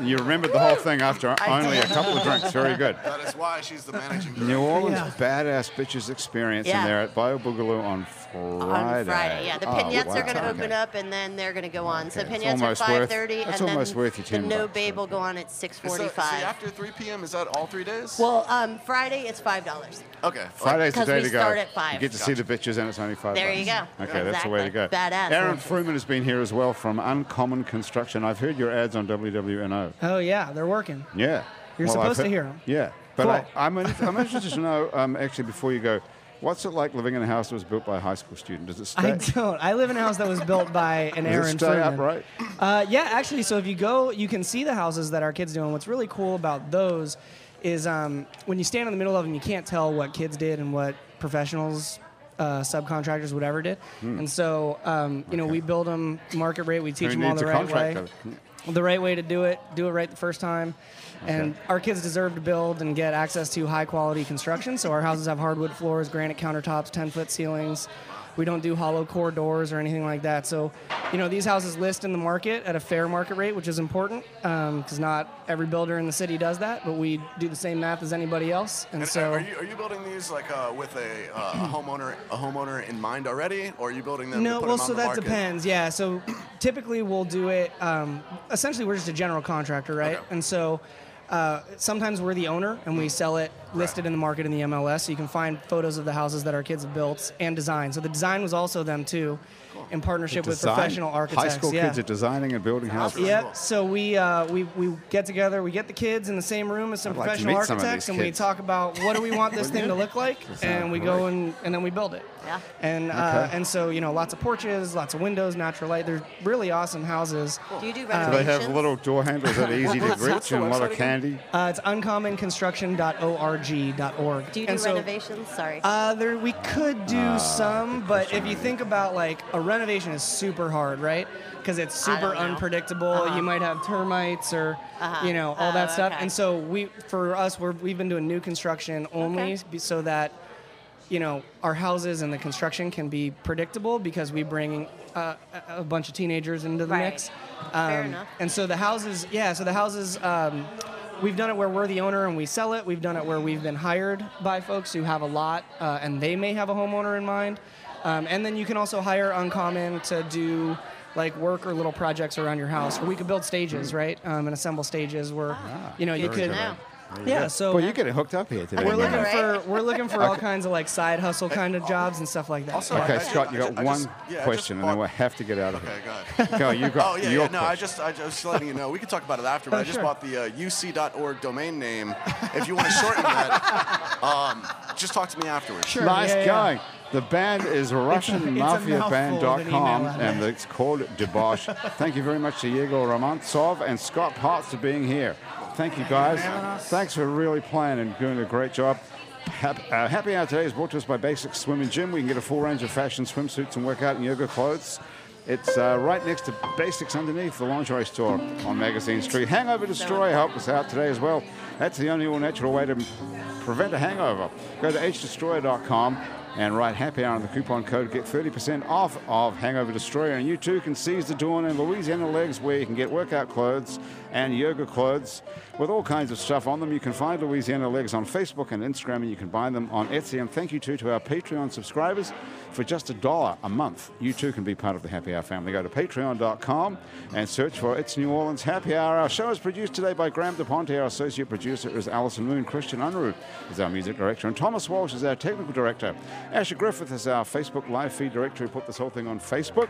Speaker 1: you remembered the whole
Speaker 3: [laughs]
Speaker 1: thing after
Speaker 3: I
Speaker 1: only
Speaker 3: did.
Speaker 1: a couple of drinks. Very
Speaker 3: [laughs]
Speaker 1: good.
Speaker 5: That is why she's the managing
Speaker 1: [laughs]
Speaker 5: director.
Speaker 1: New Orleans Badass Bitches Experience,
Speaker 3: Yeah.
Speaker 1: and they're at Bayou Boogaloo on Friday.
Speaker 3: on Friday. Yeah, the
Speaker 1: Oh,
Speaker 3: pinatas
Speaker 1: wow.
Speaker 3: are going to
Speaker 1: Okay.
Speaker 3: open up and then they're going to go on. So
Speaker 1: Okay. It's
Speaker 3: pinatas are
Speaker 1: almost worth-
Speaker 3: 5:30, and
Speaker 1: that's
Speaker 3: then
Speaker 1: almost worth your
Speaker 3: the
Speaker 1: 10
Speaker 3: no
Speaker 1: bucks,
Speaker 3: babe
Speaker 1: right?
Speaker 3: will go on at
Speaker 5: Is that-
Speaker 3: 6:45.
Speaker 5: is it after 3 p.m. Is that all three days?
Speaker 3: well, um, Friday it's five dollars.
Speaker 5: okay.
Speaker 1: Friday's the
Speaker 3: 'Cause
Speaker 1: day
Speaker 3: we
Speaker 1: to go.
Speaker 3: start at five.
Speaker 1: You get to see the bitches, and it's only five.
Speaker 3: There you
Speaker 1: bucks.
Speaker 3: go.
Speaker 1: Okay, that's the way to go.
Speaker 3: Exactly. Badass
Speaker 1: Aaron
Speaker 3: bitches.
Speaker 1: Freeman has been here as well from Uncommon Construction. I've heard your ads on WWNO.
Speaker 2: Oh yeah, they're working.
Speaker 1: Yeah.
Speaker 2: You're
Speaker 1: I've
Speaker 2: supposed to
Speaker 1: heard-
Speaker 2: hear 'em.
Speaker 1: Yeah, but
Speaker 2: Cool.
Speaker 1: I, I'm, in, I'm interested to know um, actually before you go, what's it like living in a house that was built by a high school student? Does it stay?
Speaker 2: I don't. I live in a house that was built by an
Speaker 1: Does
Speaker 2: Aaron
Speaker 1: it stay
Speaker 2: Freeman.
Speaker 1: upright?
Speaker 2: Uh, yeah, actually, so if you go, you can see the houses that our kids do, and what's really cool about those is um, when you stand in the middle of them, you can't tell what kids did and what professionals, uh, subcontractors, whatever did. And so, um, you know, we build them market rate. We teach
Speaker 1: Who
Speaker 2: them all
Speaker 1: needs
Speaker 2: the
Speaker 1: a
Speaker 2: right way,
Speaker 1: contractor?
Speaker 2: the right way to do it. Do it right the first time. And our kids deserve to build and get access to high quality construction. So our houses have hardwood floors, granite countertops, ten foot ceilings. We don't do hollow core doors or anything like that. So, you know, these houses list in the market at a fair market rate, which is important because not every builder in the city does that. But we do the same math as anybody else, and,
Speaker 5: And
Speaker 2: so
Speaker 5: are, you, are you building these like uh, with a, uh, a homeowner a homeowner in mind already, or are you building them? to
Speaker 2: no,
Speaker 5: put
Speaker 2: well,
Speaker 5: them on
Speaker 2: so
Speaker 5: the
Speaker 2: that
Speaker 5: market?
Speaker 2: depends. Yeah, so typically we'll do it. Um, essentially, we're just a general contractor, right?
Speaker 5: Okay.
Speaker 2: And so uh, sometimes we're the owner and we sell it listed in the market in the MLS. So you can find photos of the houses that our kids have built and designed. So the design was also them too, in partnership with
Speaker 1: Design.
Speaker 2: professional architects.
Speaker 1: High school
Speaker 2: yeah.
Speaker 1: kids are designing and building houses.
Speaker 5: Really cool.
Speaker 2: Yep. So we, uh, we we get together. We get the kids in the same room as some
Speaker 1: I'd like to
Speaker 2: professional
Speaker 1: meet some of
Speaker 2: architects,
Speaker 1: these
Speaker 2: and we
Speaker 1: kids.
Speaker 2: talk about what do we want
Speaker 1: [laughs]
Speaker 2: this thing to look like, and we go
Speaker 1: great.
Speaker 2: and and then we build it.
Speaker 3: Yeah.
Speaker 2: And uh,
Speaker 1: Okay.
Speaker 2: and so you know, lots of porches, lots of windows, natural light. They're really awesome houses.
Speaker 3: Do you do
Speaker 1: Do
Speaker 3: renovations?
Speaker 1: they have little door handles that are easy to
Speaker 5: What's- what's
Speaker 1: reach
Speaker 5: the
Speaker 1: and a lot of
Speaker 5: website again?
Speaker 1: candy?
Speaker 2: Uh, it's uncommonconstruction.org.org.
Speaker 3: do you do
Speaker 2: and so,
Speaker 3: renovations? Sorry.
Speaker 2: Uh, there, we could do some, but if you think about like a renovation is super hard, right? Because it's
Speaker 3: I
Speaker 2: super
Speaker 3: don't know. Uh-huh.
Speaker 2: unpredictable. You might have termites or you know all that
Speaker 3: Oh,
Speaker 2: stuff.
Speaker 3: okay.
Speaker 2: And so we, for us, we're, we've been doing new construction only
Speaker 3: Okay.
Speaker 2: be- so that you know our houses and the construction can be predictable because we bring uh, a, a bunch of teenagers into the
Speaker 3: Right.
Speaker 2: mix.
Speaker 3: Fair
Speaker 2: Um,
Speaker 3: enough.
Speaker 2: And so the houses, yeah, so the houses, um, we've done it where we're the owner and we sell it. We've done it where we've been hired by folks who have a lot uh, and they may have a homeowner in mind. Um, and then you can also hire Uncommon to do like work or little projects around your house. Or we could build stages, right? Um, and assemble stages where,
Speaker 5: Ah.
Speaker 2: you know, you
Speaker 3: Good to
Speaker 2: could.
Speaker 3: know.
Speaker 2: Yeah,
Speaker 3: Oh,
Speaker 2: so
Speaker 1: Well, you're getting hooked up here today.
Speaker 2: we're
Speaker 1: man.
Speaker 2: looking
Speaker 3: Right.
Speaker 2: for we're looking for all kinds of like side hustle kind of jobs and stuff like that.
Speaker 5: Also,
Speaker 1: Okay,
Speaker 5: I- I
Speaker 1: Scott,
Speaker 5: ju-
Speaker 1: you
Speaker 5: I
Speaker 1: got
Speaker 5: ju- I
Speaker 1: one
Speaker 5: just- yeah, I just
Speaker 1: question, and then
Speaker 5: bought-
Speaker 1: we have to get out of
Speaker 5: Okay,
Speaker 1: here. [laughs]
Speaker 5: go ahead.
Speaker 1: Go, you got
Speaker 5: Oh yeah,
Speaker 1: your
Speaker 5: yeah no, I
Speaker 1: question.
Speaker 5: just, I just letting you know. We can talk about it after, but
Speaker 2: Oh,
Speaker 5: I just
Speaker 2: sure.
Speaker 5: bought the uh, UC.org domain name. If you want to
Speaker 2: [laughs]
Speaker 5: shorten that, um, just talk to me afterwards.
Speaker 2: Sure,
Speaker 1: Nice
Speaker 2: yeah, yeah.
Speaker 1: going. The band is RussianMafiaBand.com,
Speaker 2: mouthful of an email
Speaker 1: and it's called Debosh. Thank you very much to Yegor Romantsov and Scott Potts for being here. Thank you, guys. Thanks for really playing and doing a great job. Happy, uh, Happy Hour today is brought to us by Basic Swim and Gym. We can get a full range of fashion swimsuits and workout and yoga clothes. It's uh, right next to Basics Underneath, the lingerie store on Magazine Street. Hangover Destroy help us out today as well. That's the only all natural way to prevent a hangover. Go to hdestroyer.com and write Happy Hour on the coupon code. Get 30% off of Hangover Destroyer, and you too can seize the dawn in Louisiana Legs, where you can get workout clothes and yoga clothes with all kinds of stuff on them. You can find Louisiana Legs on Facebook and Instagram, and you can buy them on Etsy. And thank you too to our Patreon subscribers. For just a dollar a month, you too can be part of the Happy Hour family. Go to patreon.com and search for It's New Orleans Happy Hour. Our show is produced today by Graham DePonte. Our associate producer is Alison Moon. Christian Unruh is our music director. And Thomas Walsh is our technical director. Asher Griffith is our Facebook live feed director who put this whole thing on Facebook.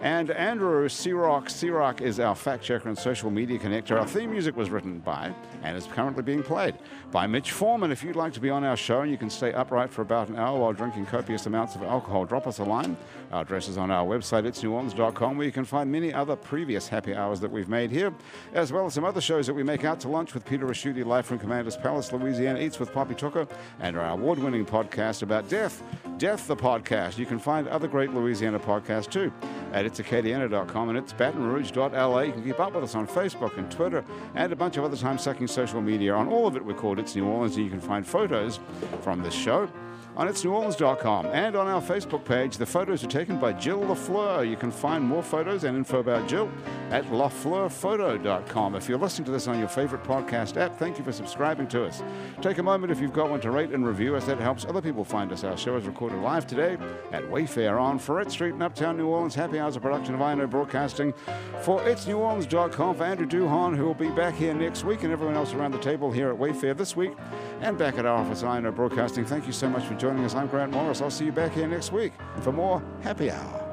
Speaker 1: And Andrew Sirock. Sirock is our fact checker and social media connector. Our theme music was written by and is currently being played by Mitch Foreman. If you'd like to be on our show and you can stay upright for about an hour while drinking copious amounts of alcohol, drop us a line. Our address is on our website, itsneworleans.com, where you can find many other previous happy hours that we've made here, as well as some other shows that we make out to lunch with Peter Raschuti live from Commander's Palace, Louisiana, Eats with Poppy Tucker, and our award winning podcast about death, Death the Podcast. You can find other great Louisiana podcasts too at itsacadiana.com and it's batonrouge.la. You can keep up with us on Facebook and Twitter and a bunch of other time sucking social media. On all of it, we're called It's New Orleans, and you can find photos from this show on itsneworleans.com and on our Facebook page. The photos are taken by Jill LaFleur. You can find more photos and info about Jill at lafleurphoto.com. If you're listening to this on your favorite podcast app, thank you for subscribing to us. Take a moment if you've got one to rate and review us. That helps other people find us. Our show is recorded live today at Wayfair on Ferret Street in Uptown New Orleans. Happy Hours, a production of INO Broadcasting. For itsneworleans.com, for Andrew Duhon, who will be back here next week, and everyone else around the table here at Wayfair this week, and back at our office, INO Broadcasting. Thank you so much for joining us. I'm Grant Morris. I'll see you back here next week for more Happy Hour.